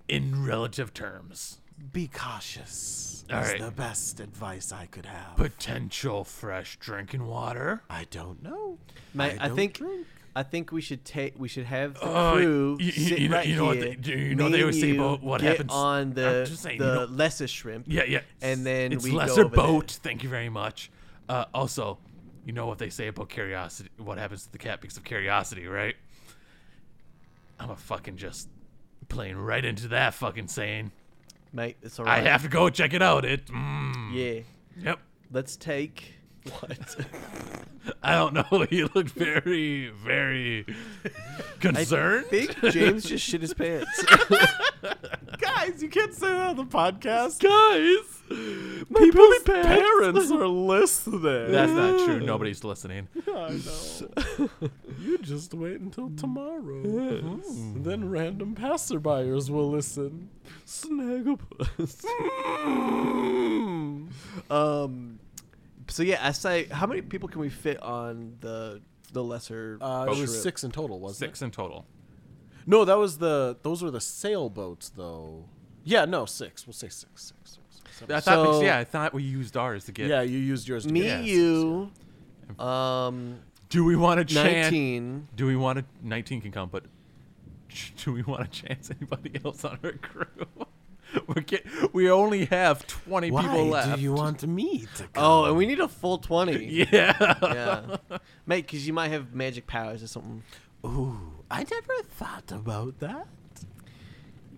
[SPEAKER 2] In relative terms.
[SPEAKER 4] Be cautious.
[SPEAKER 2] All
[SPEAKER 4] is
[SPEAKER 2] right.
[SPEAKER 4] the best advice I could have.
[SPEAKER 2] Potential fresh drinking water.
[SPEAKER 4] I don't know.
[SPEAKER 3] Mate, I,
[SPEAKER 4] don't
[SPEAKER 3] think
[SPEAKER 4] drink.
[SPEAKER 3] I think we should take we should have the
[SPEAKER 2] Oh,
[SPEAKER 3] crew
[SPEAKER 2] you- you-
[SPEAKER 3] sit
[SPEAKER 2] you know-
[SPEAKER 3] right
[SPEAKER 2] you know what
[SPEAKER 3] here.
[SPEAKER 2] they- do you know
[SPEAKER 3] Me
[SPEAKER 2] they
[SPEAKER 3] and
[SPEAKER 2] always say
[SPEAKER 3] you
[SPEAKER 2] about what
[SPEAKER 3] get
[SPEAKER 2] happens-
[SPEAKER 3] on the
[SPEAKER 2] I'm just saying, you
[SPEAKER 3] the
[SPEAKER 2] know-
[SPEAKER 3] lesser shrimp.
[SPEAKER 2] Yeah, yeah.
[SPEAKER 3] And then
[SPEAKER 2] it's
[SPEAKER 3] we go
[SPEAKER 2] lesser
[SPEAKER 3] over there.
[SPEAKER 2] boat. Thank you very much. Uh, also, you know what they say about curiosity? What happens to the cat because of curiosity, right? I'm a fucking just playing right into that fucking saying.
[SPEAKER 3] mate. It's
[SPEAKER 2] I
[SPEAKER 3] alright.
[SPEAKER 2] have to go check it out. It. Mm,
[SPEAKER 3] Yeah,
[SPEAKER 2] Yep.
[SPEAKER 3] let's take what
[SPEAKER 2] I don't know. He looked very, very concerned.
[SPEAKER 3] I think James just shit his pants.
[SPEAKER 1] Guys, you can't say that on the podcast.
[SPEAKER 2] Guys,
[SPEAKER 1] People's parents are listening.
[SPEAKER 2] that's not true. Nobody's listening.
[SPEAKER 1] I know. you just wait until tomorrow. And then random passerbyers will listen.
[SPEAKER 3] Snagglepuss. um, so yeah, I say, how many people can we fit on the the lesser?
[SPEAKER 1] Uh, it was
[SPEAKER 2] Shrimp.
[SPEAKER 1] six in total, wasn't
[SPEAKER 2] Six in total.
[SPEAKER 1] it? No, that was the. Those were the sailboats, though. Yeah, no, six. We'll say six, six, six, six, seven.
[SPEAKER 2] I thought.
[SPEAKER 3] So-
[SPEAKER 2] yeah, I thought we used ours to get.
[SPEAKER 1] Yeah, you used yours. to
[SPEAKER 3] Me,
[SPEAKER 1] get-
[SPEAKER 3] you, um,
[SPEAKER 2] Do we want to chance?
[SPEAKER 3] nineteen.
[SPEAKER 2] Do we want to? Nineteen can come, but ch- do we want to chance anybody else on our crew? we get. We only have twenty people
[SPEAKER 4] Why
[SPEAKER 2] left.
[SPEAKER 4] do you want me to come?
[SPEAKER 3] Oh, and we need a full twenty.
[SPEAKER 2] yeah.
[SPEAKER 3] yeah, mate, because you might have magic powers or something.
[SPEAKER 4] Ooh, I never thought about that.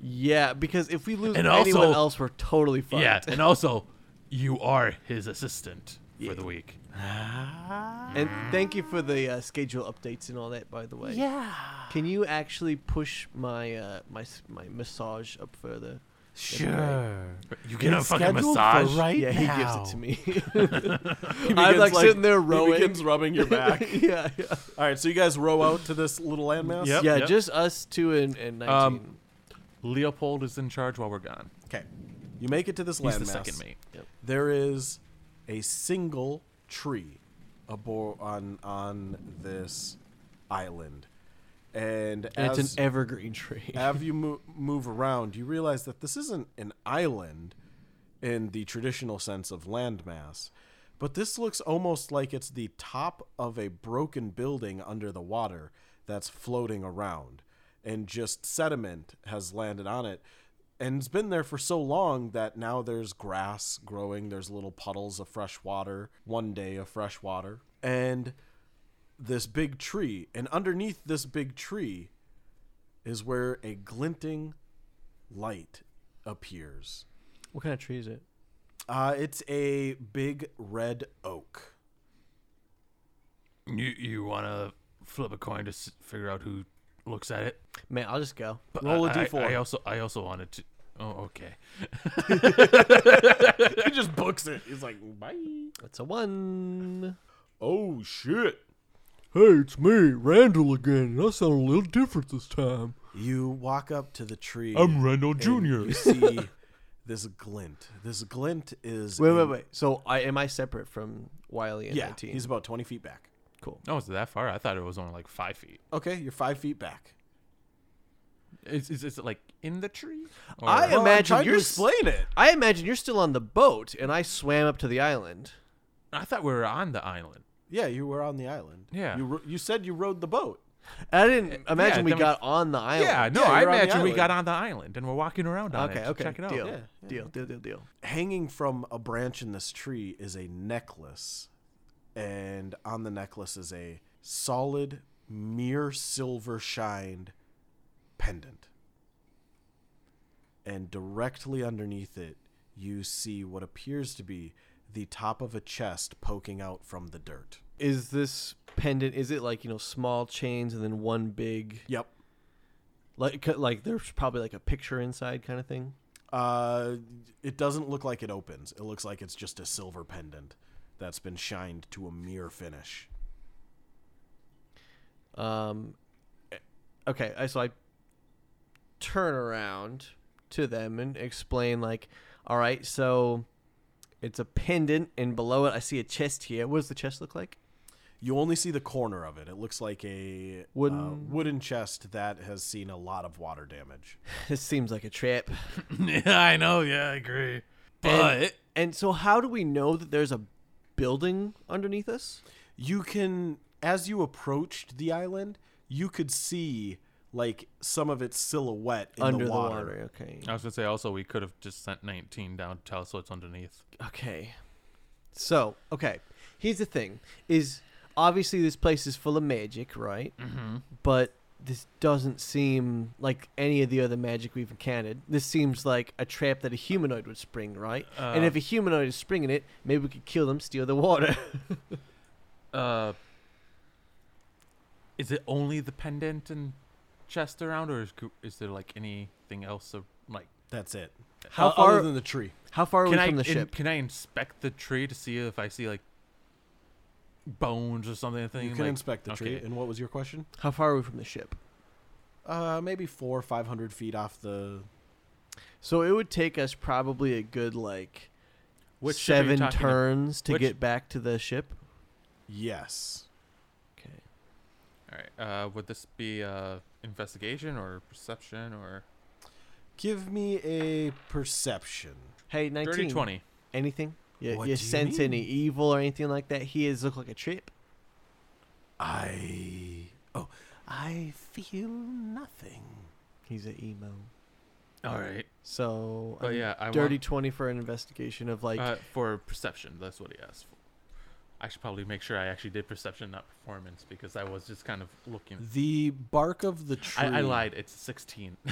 [SPEAKER 3] Yeah, because if we lose
[SPEAKER 2] And
[SPEAKER 3] anyone
[SPEAKER 2] also-
[SPEAKER 3] else, we're totally fucked.
[SPEAKER 2] Yeah, and also, you are his assistant
[SPEAKER 3] Yeah.
[SPEAKER 2] for the week.
[SPEAKER 3] And thank you for the uh, schedule updates and all that, by the way.
[SPEAKER 4] Yeah.
[SPEAKER 3] Can you actually push my uh, my s- my massage up further?
[SPEAKER 4] Sure.
[SPEAKER 2] You get a
[SPEAKER 4] It's
[SPEAKER 2] fucking
[SPEAKER 4] scheduled for
[SPEAKER 2] massage.
[SPEAKER 4] right
[SPEAKER 3] yeah, he gives
[SPEAKER 4] now.
[SPEAKER 3] it to me. I'm
[SPEAKER 1] begins,
[SPEAKER 3] like,
[SPEAKER 1] like-
[SPEAKER 3] sitting there
[SPEAKER 1] he
[SPEAKER 3] rowing.
[SPEAKER 1] begins rubbing your back.
[SPEAKER 3] yeah, yeah.
[SPEAKER 1] All right, so you guys row out to this little landmass.
[SPEAKER 2] Yep,
[SPEAKER 3] yeah
[SPEAKER 2] yep.
[SPEAKER 3] just us two and, and nineteen.
[SPEAKER 2] Um, Leopold is in charge while we're gone.
[SPEAKER 1] Okay. You make it to this
[SPEAKER 2] He's
[SPEAKER 1] landmass.
[SPEAKER 2] the second mate.
[SPEAKER 1] there is a single tree abo- on on this island, and
[SPEAKER 3] and
[SPEAKER 1] as,
[SPEAKER 3] it's an evergreen tree.
[SPEAKER 1] as you mo- move around, you realize that this isn't an island in the traditional sense of landmass, but this looks almost like it's the top of a broken building under the water that's floating around. and just sediment has landed on it and it's been there for so long that now there's grass growing there's little puddles of fresh water one day of fresh water and this big tree and underneath this big tree is where a glinting light appears
[SPEAKER 3] What kind of tree is it?
[SPEAKER 1] uh, it's a big red oak
[SPEAKER 2] You you want to flip a coin to s- figure out who looks at it?
[SPEAKER 3] Man, I'll just go.
[SPEAKER 2] But
[SPEAKER 1] Roll
[SPEAKER 2] a
[SPEAKER 1] a D4.
[SPEAKER 2] I also I also wanted to. Oh, okay.
[SPEAKER 1] he just books it he's like bye
[SPEAKER 3] That's a one.
[SPEAKER 1] oh shit
[SPEAKER 5] Hey, it's me, Randall again. I sound a little different this time.
[SPEAKER 1] You walk up to the tree.
[SPEAKER 5] I'm Randall
[SPEAKER 1] and
[SPEAKER 5] Jr.
[SPEAKER 1] You see this glint. This glint is
[SPEAKER 3] Wait,
[SPEAKER 1] a-
[SPEAKER 3] wait, wait. So I am I separate from Wiley and
[SPEAKER 1] Yeah,
[SPEAKER 3] 19?
[SPEAKER 1] he's about twenty feet back.
[SPEAKER 3] cool.
[SPEAKER 2] Oh, is it that far? I thought it was only like five feet.
[SPEAKER 1] Okay, you're five feet back.
[SPEAKER 2] Is is, is it like in the tree? Or-
[SPEAKER 3] I am-
[SPEAKER 1] I'm
[SPEAKER 3] Imagine
[SPEAKER 1] trying
[SPEAKER 3] you're
[SPEAKER 1] to
[SPEAKER 3] s-
[SPEAKER 1] explain it.
[SPEAKER 3] I imagine you're still on the boat, and I swam up to the island.
[SPEAKER 2] I thought we were on the island.
[SPEAKER 1] Yeah, you were on the island.
[SPEAKER 2] Yeah.
[SPEAKER 1] you ro- you said you rode the boat.
[SPEAKER 3] I didn't imagine we
[SPEAKER 2] Eh, then we-
[SPEAKER 3] got on the island.
[SPEAKER 2] Yeah, no,
[SPEAKER 1] Yeah,
[SPEAKER 2] I
[SPEAKER 1] you're on the
[SPEAKER 2] imagine we
[SPEAKER 1] island.
[SPEAKER 2] got on the island and we're walking around on
[SPEAKER 3] Okay,
[SPEAKER 2] it.
[SPEAKER 3] okay.
[SPEAKER 2] Check it out.
[SPEAKER 3] Deal.
[SPEAKER 1] Yeah, yeah.
[SPEAKER 3] deal, deal, deal, deal.
[SPEAKER 1] Hanging from a branch in this tree is a necklace, and on the necklace is a solid, mere silver shined pendant. and directly underneath it, you see what appears to be the top of a chest poking out from the dirt.
[SPEAKER 3] Is this pendant? Is it like you know small chains and then one big
[SPEAKER 1] Yep.
[SPEAKER 3] like c- like there's probably like a picture inside kind of thing?
[SPEAKER 1] Uh, it doesn't look like it opens. It looks like it's just a silver pendant that's been shined to a mere finish.
[SPEAKER 3] Um, eh, okay, I, so I turn around to them and explain like, all right, so it's a pendant, and below it I see a chest here. What does the chest look like?
[SPEAKER 1] You only see the corner of it. It looks like a uh,
[SPEAKER 3] Wooden-
[SPEAKER 1] wooden chest that has seen a lot of water damage.
[SPEAKER 3] This seems like a trap.
[SPEAKER 2] yeah, I know. Yeah, I agree. But
[SPEAKER 3] And, and so, how do we know that there's a building underneath us?
[SPEAKER 1] you can as you approached the island you could see like some of its silhouette in
[SPEAKER 3] Under
[SPEAKER 1] the water,
[SPEAKER 3] Okay.
[SPEAKER 2] I was gonna say also we could have just sent 19 down to tell us what's underneath.
[SPEAKER 3] Okay. So, okay. Here's the thing is obviously this place is full of magic, right?
[SPEAKER 2] Mm-hmm.
[SPEAKER 3] But this doesn't seem like any of the other magic we've encountered. This seems like a trap that a humanoid would spring, right? and if a humanoid is springing it, maybe we could kill them, steal the water.
[SPEAKER 2] uh, is it only the pendant and chest around, or is go- is there like anything else? Of, like,
[SPEAKER 1] that's it O-
[SPEAKER 3] How far-
[SPEAKER 1] other than the tree
[SPEAKER 3] How far are
[SPEAKER 2] can
[SPEAKER 3] we
[SPEAKER 2] I
[SPEAKER 3] from the
[SPEAKER 2] in-
[SPEAKER 3] ship?
[SPEAKER 2] can I inspect the tree to see if I see like bones or something?
[SPEAKER 1] you
[SPEAKER 2] thing,
[SPEAKER 1] can
[SPEAKER 2] like,
[SPEAKER 1] inspect the tree
[SPEAKER 2] okay.
[SPEAKER 1] and what was your question
[SPEAKER 3] How far are we from the ship?
[SPEAKER 1] uh maybe four or five hundred feet off the
[SPEAKER 3] So it would take us probably a good like
[SPEAKER 2] Which ship are you
[SPEAKER 3] seven
[SPEAKER 2] talking ab-
[SPEAKER 3] turns to
[SPEAKER 2] Which-
[SPEAKER 3] get back to the ship.
[SPEAKER 1] yes
[SPEAKER 3] Okay.
[SPEAKER 2] All right. Uh, would this be uh investigation or perception or
[SPEAKER 1] give me a perception
[SPEAKER 3] Hey, 19.
[SPEAKER 2] dirty 20?
[SPEAKER 3] Anything? You,
[SPEAKER 1] What
[SPEAKER 3] you
[SPEAKER 1] do you
[SPEAKER 3] sense
[SPEAKER 1] mean?
[SPEAKER 3] any evil or anything like that? He is look like a trip.
[SPEAKER 1] i oh i feel nothing
[SPEAKER 3] He's an emo.
[SPEAKER 2] All right.
[SPEAKER 3] So,
[SPEAKER 2] But
[SPEAKER 3] um,
[SPEAKER 2] Oh, yeah, I
[SPEAKER 3] dirty
[SPEAKER 2] want,
[SPEAKER 3] twenty for an investigation of like.
[SPEAKER 2] uh, for perception. That's what he asked for. I should probably make sure I actually did perception, not performance, because I was just kind of looking.
[SPEAKER 1] the bark of the tree
[SPEAKER 2] I, I lied. It's 16.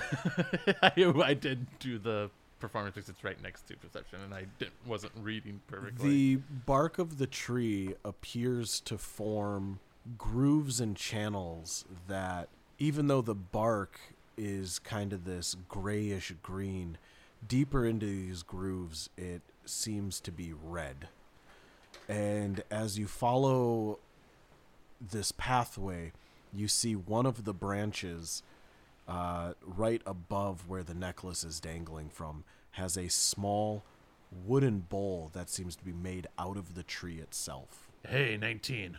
[SPEAKER 2] I, I did do the performance because it's right next to perception, and I didn't, wasn't reading
[SPEAKER 1] The
[SPEAKER 2] perfectly.
[SPEAKER 1] bark of the tree appears to form grooves and channels that, even though the bark is kind of this grayish green, deeper into these grooves, it seems to be red. And as you follow this pathway, you see one of the branches uh, right above where the necklace is dangling from has a small wooden bowl that seems to be made out of the tree itself.
[SPEAKER 2] hey, 19.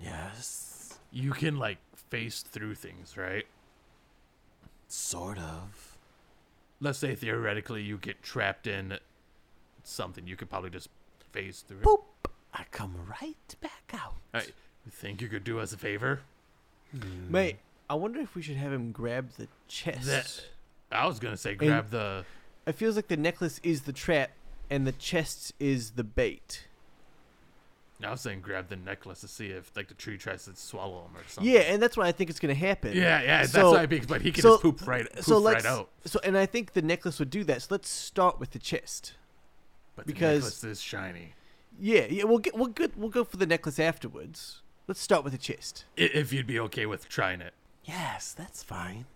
[SPEAKER 1] Yes,
[SPEAKER 2] You can, like, face through things, right?
[SPEAKER 1] sort of.
[SPEAKER 2] Let's say theoretically you get trapped in something. You could probably just phase through it.
[SPEAKER 4] Boop. I come right back out.
[SPEAKER 1] Hmm.
[SPEAKER 2] All right, you think you could do us a favor?
[SPEAKER 3] mate, I I wonder if we should have him grab the chest.
[SPEAKER 2] That- I was gonna say grab the.
[SPEAKER 3] It feels like the necklace is the trap and the chest is the bait.
[SPEAKER 2] I was saying grab the necklace to see if like the tree tries to swallow him or something.
[SPEAKER 3] Yeah, and that's what I think is going to happen.
[SPEAKER 2] Yeah, yeah, that's
[SPEAKER 3] So-
[SPEAKER 2] what I mean. But he can
[SPEAKER 3] so-
[SPEAKER 2] just poop right, poop
[SPEAKER 3] so
[SPEAKER 2] right
[SPEAKER 3] let's
[SPEAKER 2] out.
[SPEAKER 3] so and I think the necklace would do that. So let's start with the chest.
[SPEAKER 2] But
[SPEAKER 3] because-
[SPEAKER 2] the necklace is shiny.
[SPEAKER 3] Yeah, yeah, we'll get we'll get we'll go for the necklace afterwards. Let's start with the chest.
[SPEAKER 2] I- If you'd be okay with trying it.
[SPEAKER 4] Yes, that's fine.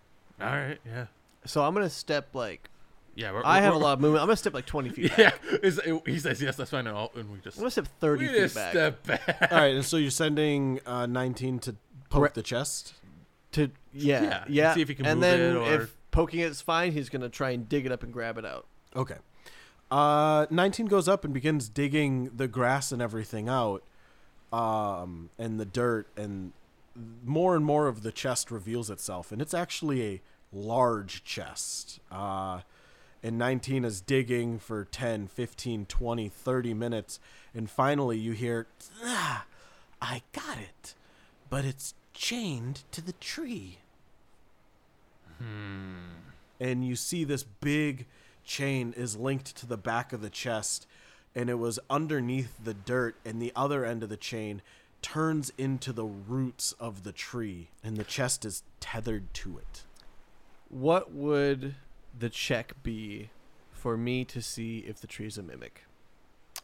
[SPEAKER 2] All right. Yeah.
[SPEAKER 3] So I'm gonna step like
[SPEAKER 2] Yeah. We're,
[SPEAKER 3] I
[SPEAKER 2] we're-
[SPEAKER 3] have a lot of movement. I'm gonna step like 20 feet. Back.
[SPEAKER 2] Yeah. is- he says yes. That's fine. And, all, and we just
[SPEAKER 3] I'm gonna step 30
[SPEAKER 2] we
[SPEAKER 3] feet
[SPEAKER 2] just
[SPEAKER 3] back
[SPEAKER 2] step back.
[SPEAKER 1] All right, and so you're sending uh, 19 to poke
[SPEAKER 3] Correct.
[SPEAKER 1] the chest.
[SPEAKER 3] to yeah
[SPEAKER 2] Yeah,
[SPEAKER 3] yeah.
[SPEAKER 2] and see if he can
[SPEAKER 3] and
[SPEAKER 2] move
[SPEAKER 3] then
[SPEAKER 2] it or-
[SPEAKER 3] if poking it's fine, he's gonna try and dig it up and grab it out.
[SPEAKER 1] Okay. Uh, 19 goes up and begins digging the grass and everything out, um, and the dirt, and more and more of the chest reveals itself. And it's actually a large chest. Uh, and 19 is digging for 10, 15, 20, 30 minutes. And finally, you hear,
[SPEAKER 4] Ah, I got it. But it's chained to the tree.
[SPEAKER 1] and you see this big chain is linked to the back of the chest and it was underneath the dirt and the other end of the chain turns into the roots of the tree and the chest is tethered to it
[SPEAKER 3] What would the check be for me to see if the tree's a mimic?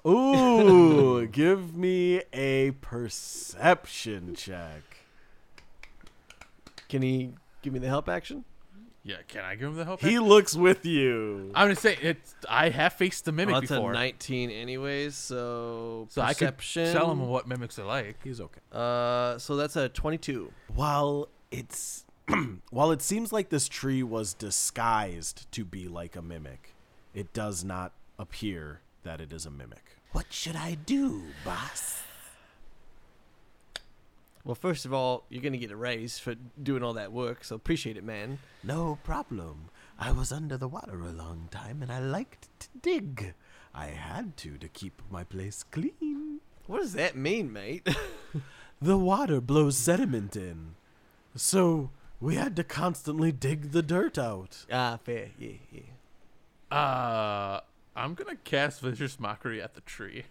[SPEAKER 1] ooh give me a perception check
[SPEAKER 3] Can he give me the help action?
[SPEAKER 2] Yeah. Can I give him the help?
[SPEAKER 1] he looks with you
[SPEAKER 2] I'm gonna say it's. I have faced the mimic
[SPEAKER 3] Well, that's
[SPEAKER 2] before,
[SPEAKER 3] a 19 anyways, so,
[SPEAKER 2] so
[SPEAKER 3] perception.
[SPEAKER 2] I could tell him what mimics are like.
[SPEAKER 1] he's okay
[SPEAKER 3] Uh, so that's a 22.
[SPEAKER 1] while it's while it seems like this tree was disguised to be like a mimic it does not appear that it is a mimic
[SPEAKER 4] What should I do, boss?
[SPEAKER 3] Well, first of all, you're gonna get a raise for doing all that work, so appreciate it, man.
[SPEAKER 4] No problem. I was under the water a long time and I liked to dig. I had to to keep my place clean.
[SPEAKER 3] What does that mean, mate?
[SPEAKER 1] the water blows sediment in so we had to constantly dig the dirt out
[SPEAKER 3] ah, fair. Yeah, yeah.
[SPEAKER 2] Uh, I'm gonna cast vicious mockery at the tree.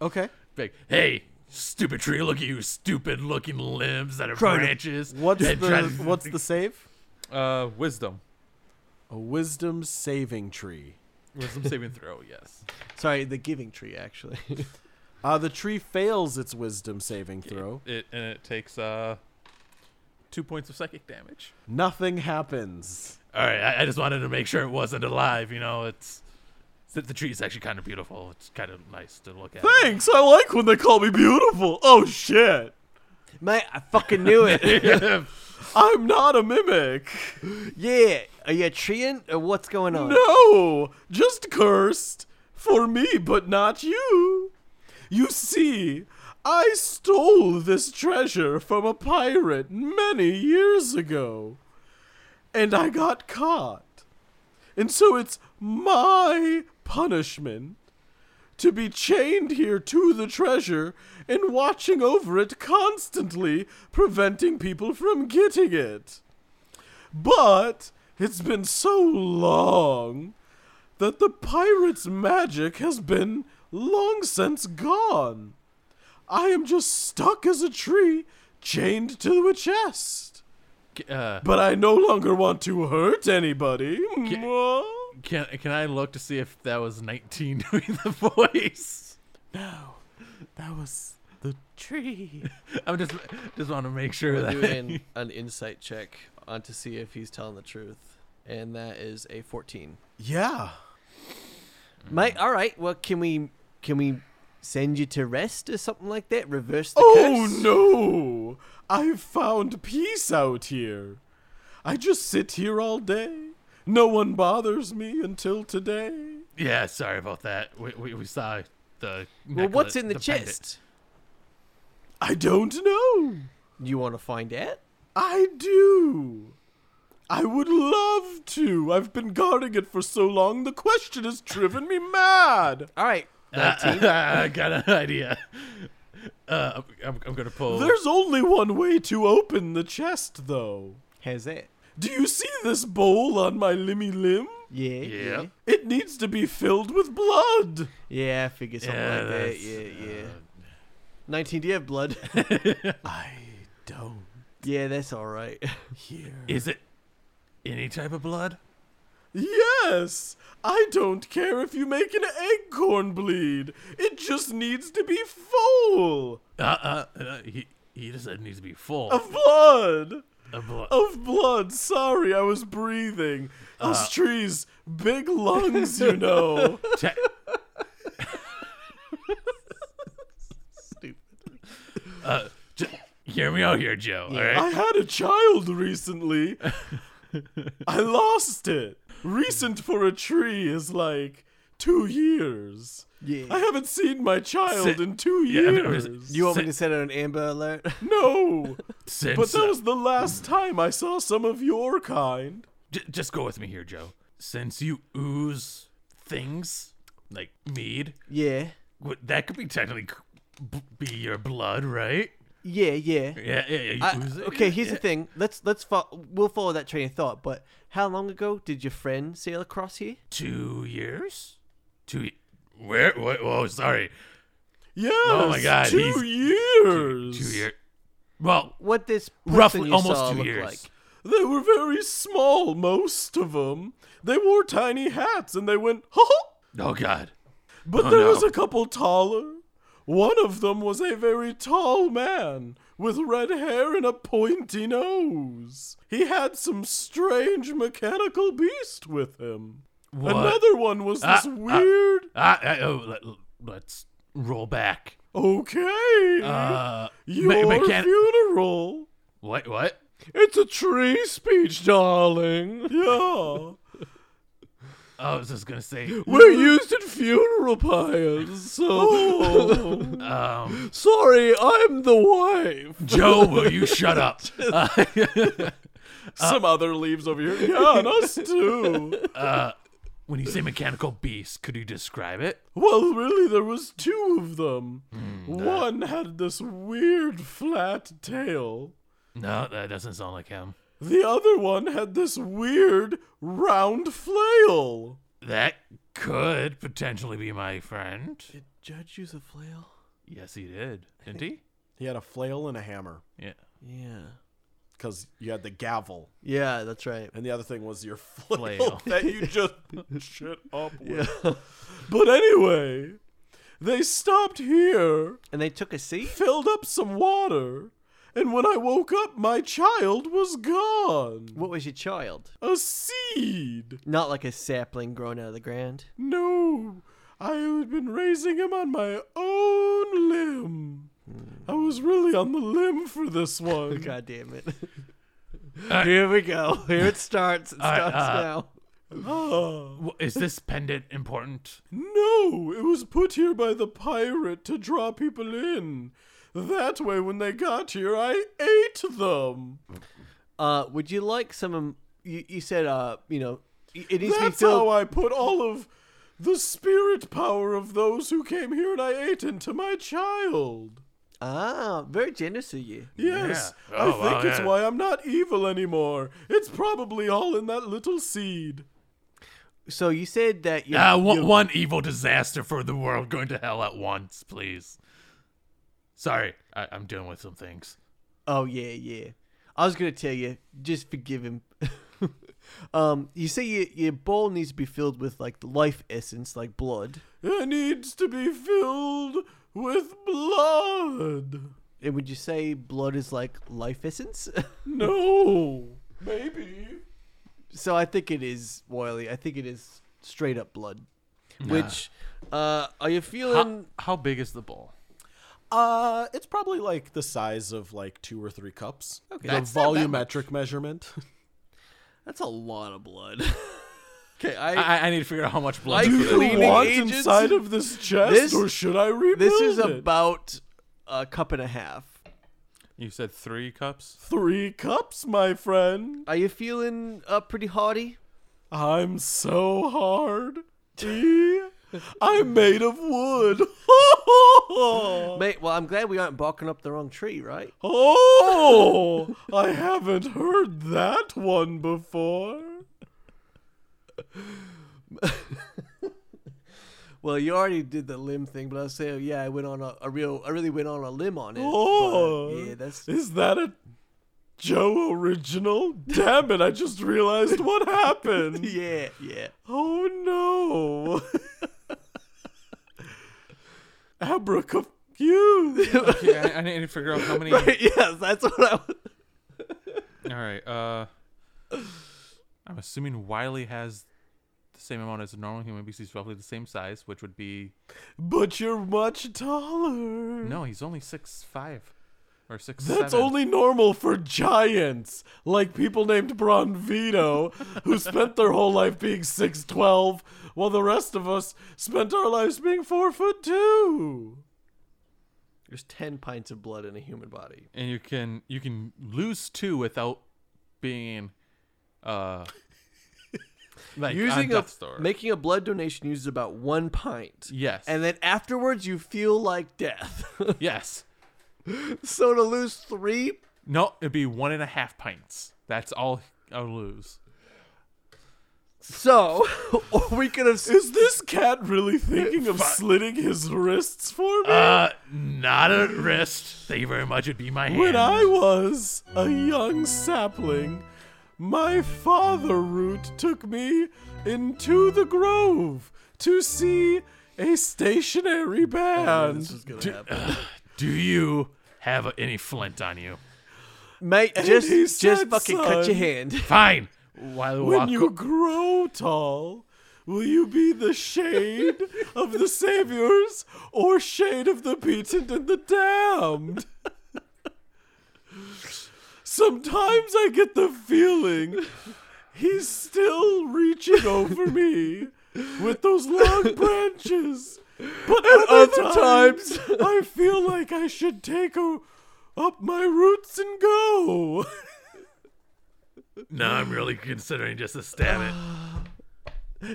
[SPEAKER 1] okay
[SPEAKER 2] Big. Hey, stupid tree! Look at you, stupid-looking limbs that are
[SPEAKER 1] Trying to-
[SPEAKER 2] branches.
[SPEAKER 1] what's
[SPEAKER 2] and trying
[SPEAKER 1] the
[SPEAKER 2] to-
[SPEAKER 1] what's the save
[SPEAKER 2] uh wisdom?
[SPEAKER 1] a wisdom saving tree
[SPEAKER 2] Wisdom saving throw. Yes.
[SPEAKER 3] Sorry, the giving tree actually.
[SPEAKER 1] uh, the tree fails its wisdom saving throw
[SPEAKER 2] It and it takes uh two points of psychic damage.
[SPEAKER 1] nothing happens
[SPEAKER 2] All right, I, I just wanted to make sure it wasn't alive. You know, it's the, the tree's actually kind of beautiful. It's kind of nice to look at.
[SPEAKER 1] thanks i like when they call me beautiful oh shit
[SPEAKER 3] mate, I fucking knew it.
[SPEAKER 1] i'm not a mimic
[SPEAKER 3] yeah, are you a treeing or what's going on?
[SPEAKER 1] No, just cursed for me, but not you. You see, I stole this treasure from a pirate many years ago, and I got caught. And so it's my punishment to be chained here to the treasure and watching over it constantly, preventing people from getting it. But it's been so long that the pirate's magic has been long since gone. I am just stuck as a tree, chained to a chest.
[SPEAKER 2] Uh,
[SPEAKER 1] But I no longer want to hurt anybody. Mwah.
[SPEAKER 2] can can I look to see if that was 19 doing the voice?
[SPEAKER 4] No, that was the tree.
[SPEAKER 2] I'm just just want to make sure
[SPEAKER 3] We're
[SPEAKER 2] that
[SPEAKER 3] doing an insight check on to see if he's telling the truth, and that is a 14.
[SPEAKER 1] Yeah.
[SPEAKER 3] Mate, all right. Well, can we can we send you to rest or something like that? Reverse the
[SPEAKER 1] Oh
[SPEAKER 3] curse?
[SPEAKER 1] no! I've found peace out here. I just sit here all day. No one bothers me until today.
[SPEAKER 2] yeah. Sorry about that. We we, we saw the
[SPEAKER 3] Well, what's
[SPEAKER 2] necklace-
[SPEAKER 3] in the,
[SPEAKER 2] pendant.
[SPEAKER 3] chest?
[SPEAKER 1] I don't know.
[SPEAKER 3] You want to find out?
[SPEAKER 1] I do. I would love to. I've been guarding it for so long. The question has driven me mad.
[SPEAKER 3] All right.
[SPEAKER 2] Uh, I got an idea. Uh, I'm, I'm gonna pull.
[SPEAKER 1] There's only one way to open the chest, though.
[SPEAKER 3] How's that?
[SPEAKER 1] Do you see this bowl on my limmy limb?
[SPEAKER 3] Yeah,
[SPEAKER 2] Yeah.
[SPEAKER 3] yeah.
[SPEAKER 1] It needs to be filled with blood.
[SPEAKER 3] Yeah, I figure something
[SPEAKER 2] Yeah,
[SPEAKER 3] like that.
[SPEAKER 2] that's, uh,
[SPEAKER 3] Yeah, yeah. 19, do you have blood?
[SPEAKER 1] I don't
[SPEAKER 3] yeah, that's all right.
[SPEAKER 1] hear.
[SPEAKER 2] Is it any type of blood?
[SPEAKER 1] Yes! I don't care if you make an acorn bleed. It just needs to be full
[SPEAKER 2] Uh, uh, uh he he just said it needs to be full
[SPEAKER 1] of blood.
[SPEAKER 2] of blood.
[SPEAKER 1] Of blood. Sorry, I was breathing.
[SPEAKER 2] Ah.
[SPEAKER 1] Us trees, big lungs, you know.
[SPEAKER 2] Te-
[SPEAKER 3] Stupid.
[SPEAKER 2] uh, j- hear me out here, Joe. All right.
[SPEAKER 1] I had a child recently. I lost it. Recent for a tree is like two years.
[SPEAKER 3] Yeah.
[SPEAKER 1] I haven't seen my child
[SPEAKER 2] Sit-
[SPEAKER 1] in two
[SPEAKER 2] Yeah, I mean,
[SPEAKER 1] years.
[SPEAKER 2] I was-
[SPEAKER 3] You want me
[SPEAKER 2] Sit-
[SPEAKER 3] to set out an Amber Alert?
[SPEAKER 1] no.
[SPEAKER 2] Since,
[SPEAKER 1] But that
[SPEAKER 2] uh,
[SPEAKER 1] was the last time I saw some of your kind.
[SPEAKER 2] J- just go with me here, Joe. Since you ooze things like mead,
[SPEAKER 3] yeah.
[SPEAKER 2] wh- that could be technically c- b- be your blood, right?
[SPEAKER 3] Yeah, yeah.
[SPEAKER 2] Yeah, yeah, yeah. You
[SPEAKER 3] I-
[SPEAKER 2] ooze it.
[SPEAKER 3] okay,
[SPEAKER 2] yeah,
[SPEAKER 3] here's
[SPEAKER 2] yeah.
[SPEAKER 3] the thing. Let's let's fo- we'll follow that train of thought. But how long ago did your friend sail across here?
[SPEAKER 2] Two years? Two. ye- Where? What? Whoa, sorry.
[SPEAKER 1] Yes.
[SPEAKER 2] Oh my God,
[SPEAKER 1] Two
[SPEAKER 2] he's-
[SPEAKER 1] years.
[SPEAKER 2] Two years. Well,
[SPEAKER 3] What this person
[SPEAKER 2] roughly
[SPEAKER 3] you saw
[SPEAKER 2] almost two
[SPEAKER 3] look
[SPEAKER 2] years.
[SPEAKER 3] Like?
[SPEAKER 1] They were very small, most of them. They wore tiny hats and they went, ha ha.
[SPEAKER 2] Oh God.
[SPEAKER 1] But
[SPEAKER 2] Oh,
[SPEAKER 1] there
[SPEAKER 2] no.
[SPEAKER 1] was a couple taller. One of them was a very tall man with red hair and a pointy nose. He had some strange mechanical beast with him.
[SPEAKER 2] What?
[SPEAKER 1] Another one was
[SPEAKER 2] Ah,
[SPEAKER 1] this
[SPEAKER 2] ah.
[SPEAKER 1] weird.
[SPEAKER 2] Ah, ah, oh, let, let's roll back.
[SPEAKER 1] Okay.
[SPEAKER 2] Uh,
[SPEAKER 1] your
[SPEAKER 2] me- mechan-
[SPEAKER 1] funeral.
[SPEAKER 2] What? What?
[SPEAKER 1] It's a tree speech, darling. Yeah.
[SPEAKER 2] Oh, I was just gonna say.
[SPEAKER 1] We're used at funeral pyres, so. Oh.
[SPEAKER 2] Um,
[SPEAKER 1] Sorry, I'm the wife.
[SPEAKER 2] Joe, will you shut up? Uh,
[SPEAKER 1] Some other leaves over here. Yeah, and us too.
[SPEAKER 2] when you say mechanical beast, could you describe it?
[SPEAKER 1] Well, really, there was two of them. One had this weird flat tail.
[SPEAKER 2] No, that doesn't sound like him.
[SPEAKER 1] The other one had this weird round flail.
[SPEAKER 2] That could potentially be my friend.
[SPEAKER 3] Did Judge use a flail?
[SPEAKER 2] Yes, he did. Didn't he?
[SPEAKER 1] He had a flail and a hammer
[SPEAKER 2] Yeah.
[SPEAKER 3] Yeah.
[SPEAKER 1] because you had the gavel,
[SPEAKER 3] Yeah, that's right.
[SPEAKER 1] and the other thing was your flail,
[SPEAKER 2] Flail.
[SPEAKER 1] that you just shit up with.
[SPEAKER 3] Yeah.
[SPEAKER 1] But anyway, they stopped here,
[SPEAKER 3] and they took a seat.
[SPEAKER 1] filled up some water, and when I woke up, my child was gone.
[SPEAKER 3] What was your child?
[SPEAKER 1] A seed.
[SPEAKER 3] Not like a sapling grown out of the ground.
[SPEAKER 1] No, I had been raising him on my own limb. I was really on the limb for this one.
[SPEAKER 3] God damn it.
[SPEAKER 2] right.
[SPEAKER 3] Here we go. Here it starts. It
[SPEAKER 2] right,
[SPEAKER 3] starts
[SPEAKER 2] uh,
[SPEAKER 3] now.
[SPEAKER 1] Ah,
[SPEAKER 2] Wh- Is this pendant important?
[SPEAKER 1] no, it was put here by the pirate to draw people in. That way, when they got here, I ate them.
[SPEAKER 3] Uh, would you like some? Um, you, you said, uh, you know, y- it needs to be
[SPEAKER 1] That's how
[SPEAKER 3] filled.
[SPEAKER 1] I put all of the spirit power of those who came here and I ate into my child.
[SPEAKER 3] ah, very generous of you.
[SPEAKER 1] Yes,
[SPEAKER 2] Yeah.
[SPEAKER 1] I
[SPEAKER 2] Oh,
[SPEAKER 1] think
[SPEAKER 2] wow,
[SPEAKER 1] it's
[SPEAKER 2] yeah.
[SPEAKER 1] why I'm not evil anymore. It's probably all in that little seed.
[SPEAKER 3] So you said that you.
[SPEAKER 2] Ah, one,
[SPEAKER 3] you-
[SPEAKER 2] one evil disaster for the world going to hell at once, please. Sorry, I, I'm dealing with some things.
[SPEAKER 3] Oh yeah, yeah. I was gonna tell you, just forgive him. um, you say your your bowl needs to be filled with like the life essence, like blood.
[SPEAKER 1] It needs to be filled with blood.
[SPEAKER 3] And would you say blood is like life essence?
[SPEAKER 1] No, maybe.
[SPEAKER 3] so I think it is Wiley. I think it is straight up blood. Which, uh, are you feeling?
[SPEAKER 2] how big is the bowl?
[SPEAKER 1] Uh, it's probably like the size of like two or three cups. Okay, the
[SPEAKER 3] That's not that
[SPEAKER 1] volumetric measurement.
[SPEAKER 3] That's a lot of blood. okay, I,
[SPEAKER 2] I, I need to figure out how much blood.
[SPEAKER 3] I
[SPEAKER 2] to
[SPEAKER 1] Do
[SPEAKER 2] put in.
[SPEAKER 1] you
[SPEAKER 3] Cleaning
[SPEAKER 1] want
[SPEAKER 3] agents?
[SPEAKER 1] inside of this chest,
[SPEAKER 3] This-
[SPEAKER 1] or should I rebuild
[SPEAKER 3] this is
[SPEAKER 1] it?
[SPEAKER 3] about a cup and a half.
[SPEAKER 2] You said three cups.
[SPEAKER 1] three cups, my friend.
[SPEAKER 3] Are you feeling uh, pretty haughty?
[SPEAKER 1] I'm so hard. E, I'm made of wood.
[SPEAKER 2] Oh,
[SPEAKER 3] Mate, well, I'm glad we aren't barking up the wrong tree, right?
[SPEAKER 1] Oh, I haven't heard that one before.
[SPEAKER 3] Well, you already did the limb thing, but I'll say, oh, yeah, I went on a, a real, I really went on a limb on it. but,
[SPEAKER 1] Oh,
[SPEAKER 3] yeah, that's
[SPEAKER 1] Is that a Joe original? Damn it, I just realized what happened.
[SPEAKER 3] yeah, yeah.
[SPEAKER 1] Oh no. Abraca you.
[SPEAKER 2] okay, I, I need to figure out how many.
[SPEAKER 3] yes, that's what I. Was...
[SPEAKER 2] All right. Uh, I'm assuming Wiley has the same amount as a normal human because he's roughly the same size, which would be
[SPEAKER 1] But you're much taller.
[SPEAKER 2] no, he's only six five or six.
[SPEAKER 1] That's
[SPEAKER 2] seven.
[SPEAKER 1] only normal for giants, like people named Bronvito, who spent their whole life being 6'12, while the rest of us spent our lives being 4 foot 2.
[SPEAKER 3] There's ten pints of blood in a human body.
[SPEAKER 2] and you can you can lose two without being uh like on
[SPEAKER 3] Using a
[SPEAKER 2] Death Star.
[SPEAKER 3] making a blood donation uses about one pint,
[SPEAKER 2] yes
[SPEAKER 3] and then afterwards you feel like death.
[SPEAKER 2] yes
[SPEAKER 3] so to lose three,
[SPEAKER 2] no it'd be one and a half pints that's all I'll lose
[SPEAKER 3] so or we could have.
[SPEAKER 1] Is this cat
[SPEAKER 3] Eh,
[SPEAKER 1] really thinking of slitting his wrists for me?
[SPEAKER 2] uh not at wrist thank you very much it'd be my hand
[SPEAKER 1] When I was a young sapling, my father route took me into the grove to see a stationary band.
[SPEAKER 3] Oh, This is gonna happen,
[SPEAKER 2] do you have any flint on you
[SPEAKER 3] mate.
[SPEAKER 1] And
[SPEAKER 3] Just,
[SPEAKER 1] he
[SPEAKER 3] just
[SPEAKER 1] said,
[SPEAKER 3] fucking cut
[SPEAKER 1] "Son."
[SPEAKER 3] your hand.
[SPEAKER 2] fine while
[SPEAKER 1] When
[SPEAKER 2] walk
[SPEAKER 1] you grow tall, will you be the shade of the saviors or shade of the beaten and the damned? Sometimes I get the feeling he's still reaching over me with those long branches. But at other times, I feel like I should take a, up my roots and go.
[SPEAKER 2] no I'm really considering just a stab it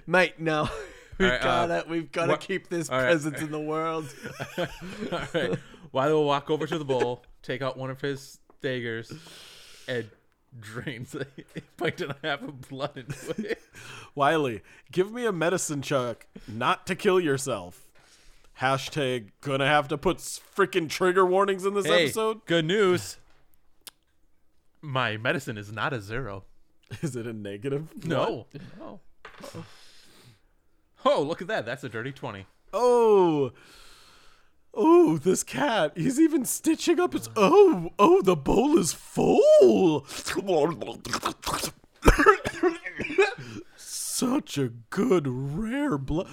[SPEAKER 3] Mate, no. We've
[SPEAKER 2] All right, uh,
[SPEAKER 3] gotta we've gotta
[SPEAKER 2] wha-
[SPEAKER 3] keep this
[SPEAKER 2] all right.
[SPEAKER 3] presence in the world.
[SPEAKER 2] all right Wiley will walk over to the bowl take out one of his daggers and drains a pint and a half of blood into it
[SPEAKER 1] Wiley, give me a medicine chuck not to kill yourself. Hashtag gonna have to put freaking trigger warnings in this
[SPEAKER 2] Hey,
[SPEAKER 1] episode.
[SPEAKER 2] Good news. My medicine is not a zero.
[SPEAKER 1] Is it a negative?
[SPEAKER 2] No. No. Oh, look at that. That's a dirty 20.
[SPEAKER 1] Oh. Oh, this cat. He's even stitching up his. Oh, oh, the bowl is full. Such a good, rare blood.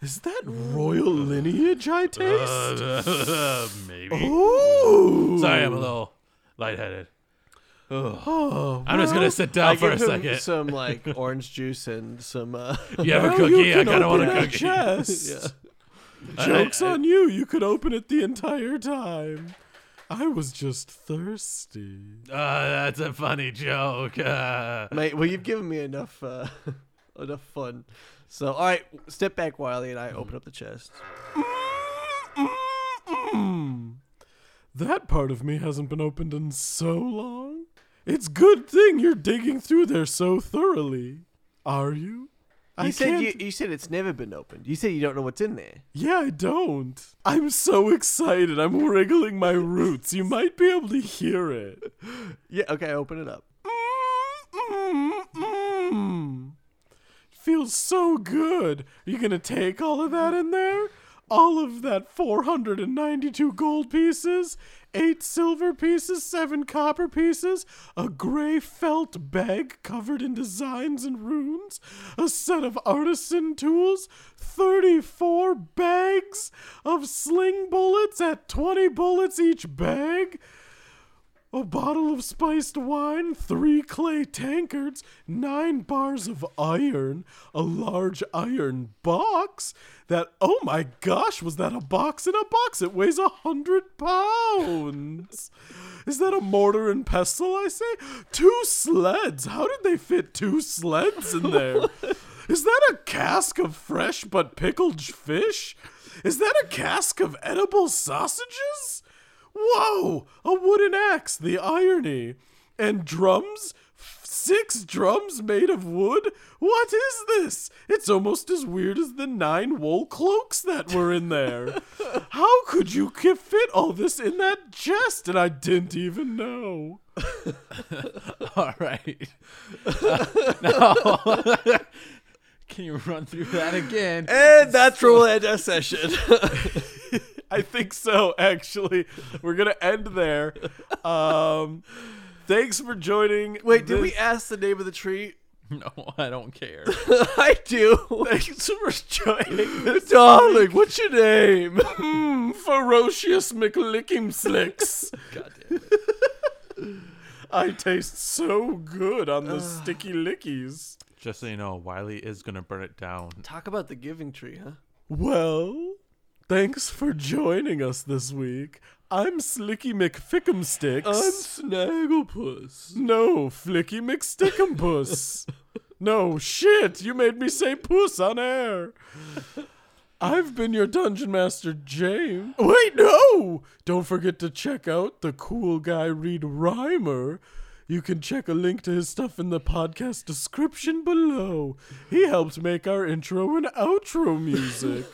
[SPEAKER 1] Is that royal lineage I taste?
[SPEAKER 2] maybe.
[SPEAKER 1] Ooh.
[SPEAKER 2] Uh, Sorry, I'm a little lightheaded.
[SPEAKER 1] Oh,
[SPEAKER 2] I'm just going to sit down
[SPEAKER 3] I
[SPEAKER 2] for a
[SPEAKER 3] give him
[SPEAKER 2] second.
[SPEAKER 3] some like orange juice and some. Uh,
[SPEAKER 2] you have a
[SPEAKER 1] Now
[SPEAKER 2] cookie?
[SPEAKER 1] you
[SPEAKER 2] I
[SPEAKER 1] can
[SPEAKER 2] kind of want a
[SPEAKER 1] open that
[SPEAKER 2] cookie.
[SPEAKER 1] chest.
[SPEAKER 2] I-
[SPEAKER 1] Jokes
[SPEAKER 2] I-
[SPEAKER 1] on you. You could open it the entire time. I was just thirsty.
[SPEAKER 2] Uh, that's a funny joke. Uh,
[SPEAKER 3] mate, well, you've given me enough uh, enough fun. So, all right, step back, Wiley, and I open up the chest.
[SPEAKER 1] Mm. That part of me hasn't been opened in so long. It's good thing you're digging through there so thoroughly. Are you?
[SPEAKER 3] You
[SPEAKER 1] I
[SPEAKER 3] said
[SPEAKER 1] can't-
[SPEAKER 3] you, you said it's never been opened. You said you don't know what's in there.
[SPEAKER 1] Yeah, I don't. I'm so excited. I'm wriggling my roots. You might be able to hear it.
[SPEAKER 3] Yeah, okay, open it up.
[SPEAKER 1] Mm-mm-mm. Mm, Feels so good. Are you gonna take all of that in there? All of that 492 gold pieces, eight silver pieces, seven copper pieces, a gray felt bag covered in designs and runes, a set of artisan tools, 34 bags of sling bullets at 20 bullets each bag, a bottle of spiced wine, three clay tankards, nine bars of iron, a large iron box that, oh my gosh, was that a box in a box? It weighs a hundred pounds. Is that a mortar and pestle, I say? Two sleds. How did they fit two sleds in there? Is that a cask of fresh but pickled fish? Is that a cask of edible sausages? Whoa! A wooden axe, the irony. And drums? F- Six drums made of wood? What is this? It's almost as weird as the nine wool cloaks that were in there. How could you ki- fit all this in that chest? And I didn't even know.
[SPEAKER 6] All right. now, can you run through that again?
[SPEAKER 3] And that's Roulette session.
[SPEAKER 1] I think so, actually. We're going to end there. Um, thanks for joining.
[SPEAKER 3] Wait, did we
[SPEAKER 1] this-
[SPEAKER 3] ask the name of the tree?
[SPEAKER 6] No, I don't care.
[SPEAKER 3] I do.
[SPEAKER 1] Thanks for joining this
[SPEAKER 3] Darling, what's your name?
[SPEAKER 1] Mm, ferocious McLickim Slicks.
[SPEAKER 3] God damn it.
[SPEAKER 1] I taste so good on the sticky lickies.
[SPEAKER 2] Just so you know, Wiley is gonna burn it down.
[SPEAKER 3] Talk about the giving tree, huh?
[SPEAKER 1] Well, thanks for joining us this week. I'm Slicky McFickumsticks.
[SPEAKER 3] Snagglepuss.
[SPEAKER 1] no, Flicky McStick'empuss. no, shit, you made me say puss on air. I've been your Dungeon Master, James. Wait, no! Don't forget to check out the cool guy Reed Reimer. You can check a link to his stuff in the podcast description below. He helped make our intro and outro music.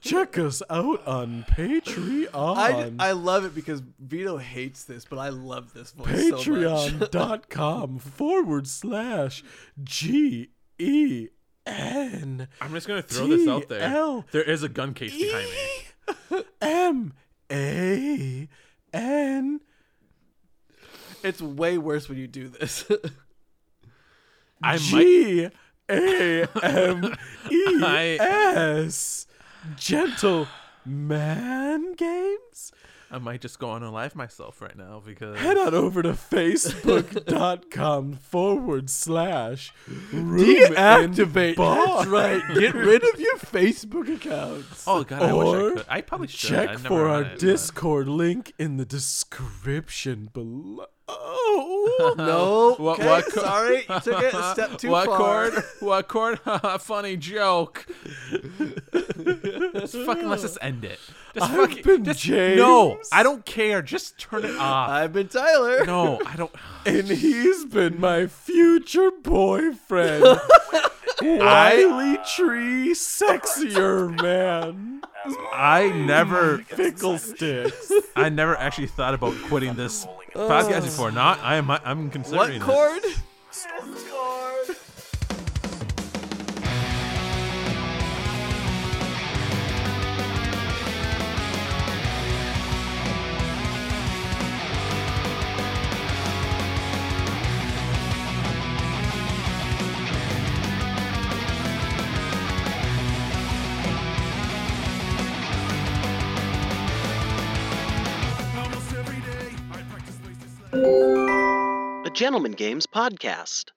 [SPEAKER 1] check us out on Patreon.
[SPEAKER 3] I, I love it because Vito hates this, but I love this voice so much.
[SPEAKER 1] patreon.com forward slash G E N
[SPEAKER 2] I'm just gonna throw this out there.
[SPEAKER 1] TL.
[SPEAKER 2] There is a gun case behind me.
[SPEAKER 1] M A N.
[SPEAKER 3] It's way worse when you do this.
[SPEAKER 2] I might.
[SPEAKER 1] G A M E S. Gentle man games.
[SPEAKER 2] I might just go on and live myself right now because
[SPEAKER 1] Head on over to facebook.com forward slash room and
[SPEAKER 3] Deactivate.
[SPEAKER 1] bar.
[SPEAKER 3] That's right. Get rid of your Facebook accounts.
[SPEAKER 2] oh god, I wish I
[SPEAKER 1] Or
[SPEAKER 2] could. I probably should. I
[SPEAKER 1] Check
[SPEAKER 2] never
[SPEAKER 1] for our
[SPEAKER 2] done it, but-
[SPEAKER 1] Discord link in the description below.
[SPEAKER 3] No.
[SPEAKER 2] What-
[SPEAKER 3] okay,
[SPEAKER 2] what co-
[SPEAKER 3] sorry, you took it a step too
[SPEAKER 2] what
[SPEAKER 3] far.
[SPEAKER 2] chord? What chord? Funny joke. just fucking let's just end it. Just
[SPEAKER 1] I've
[SPEAKER 2] fucking
[SPEAKER 1] been
[SPEAKER 2] just,
[SPEAKER 1] James.
[SPEAKER 2] No, I don't care. Just turn it off.
[SPEAKER 3] I've been Tyler.
[SPEAKER 2] no, I don't.
[SPEAKER 1] and he's been my future boyfriend. Wiley Tree, sexier man,
[SPEAKER 2] I never.
[SPEAKER 1] pickle sticks.
[SPEAKER 2] I never actually thought about quitting this podcast before. Not. I am. I'm
[SPEAKER 3] Oh. What
[SPEAKER 2] considering. this.
[SPEAKER 3] chord?
[SPEAKER 7] A Gentleman Games podcast.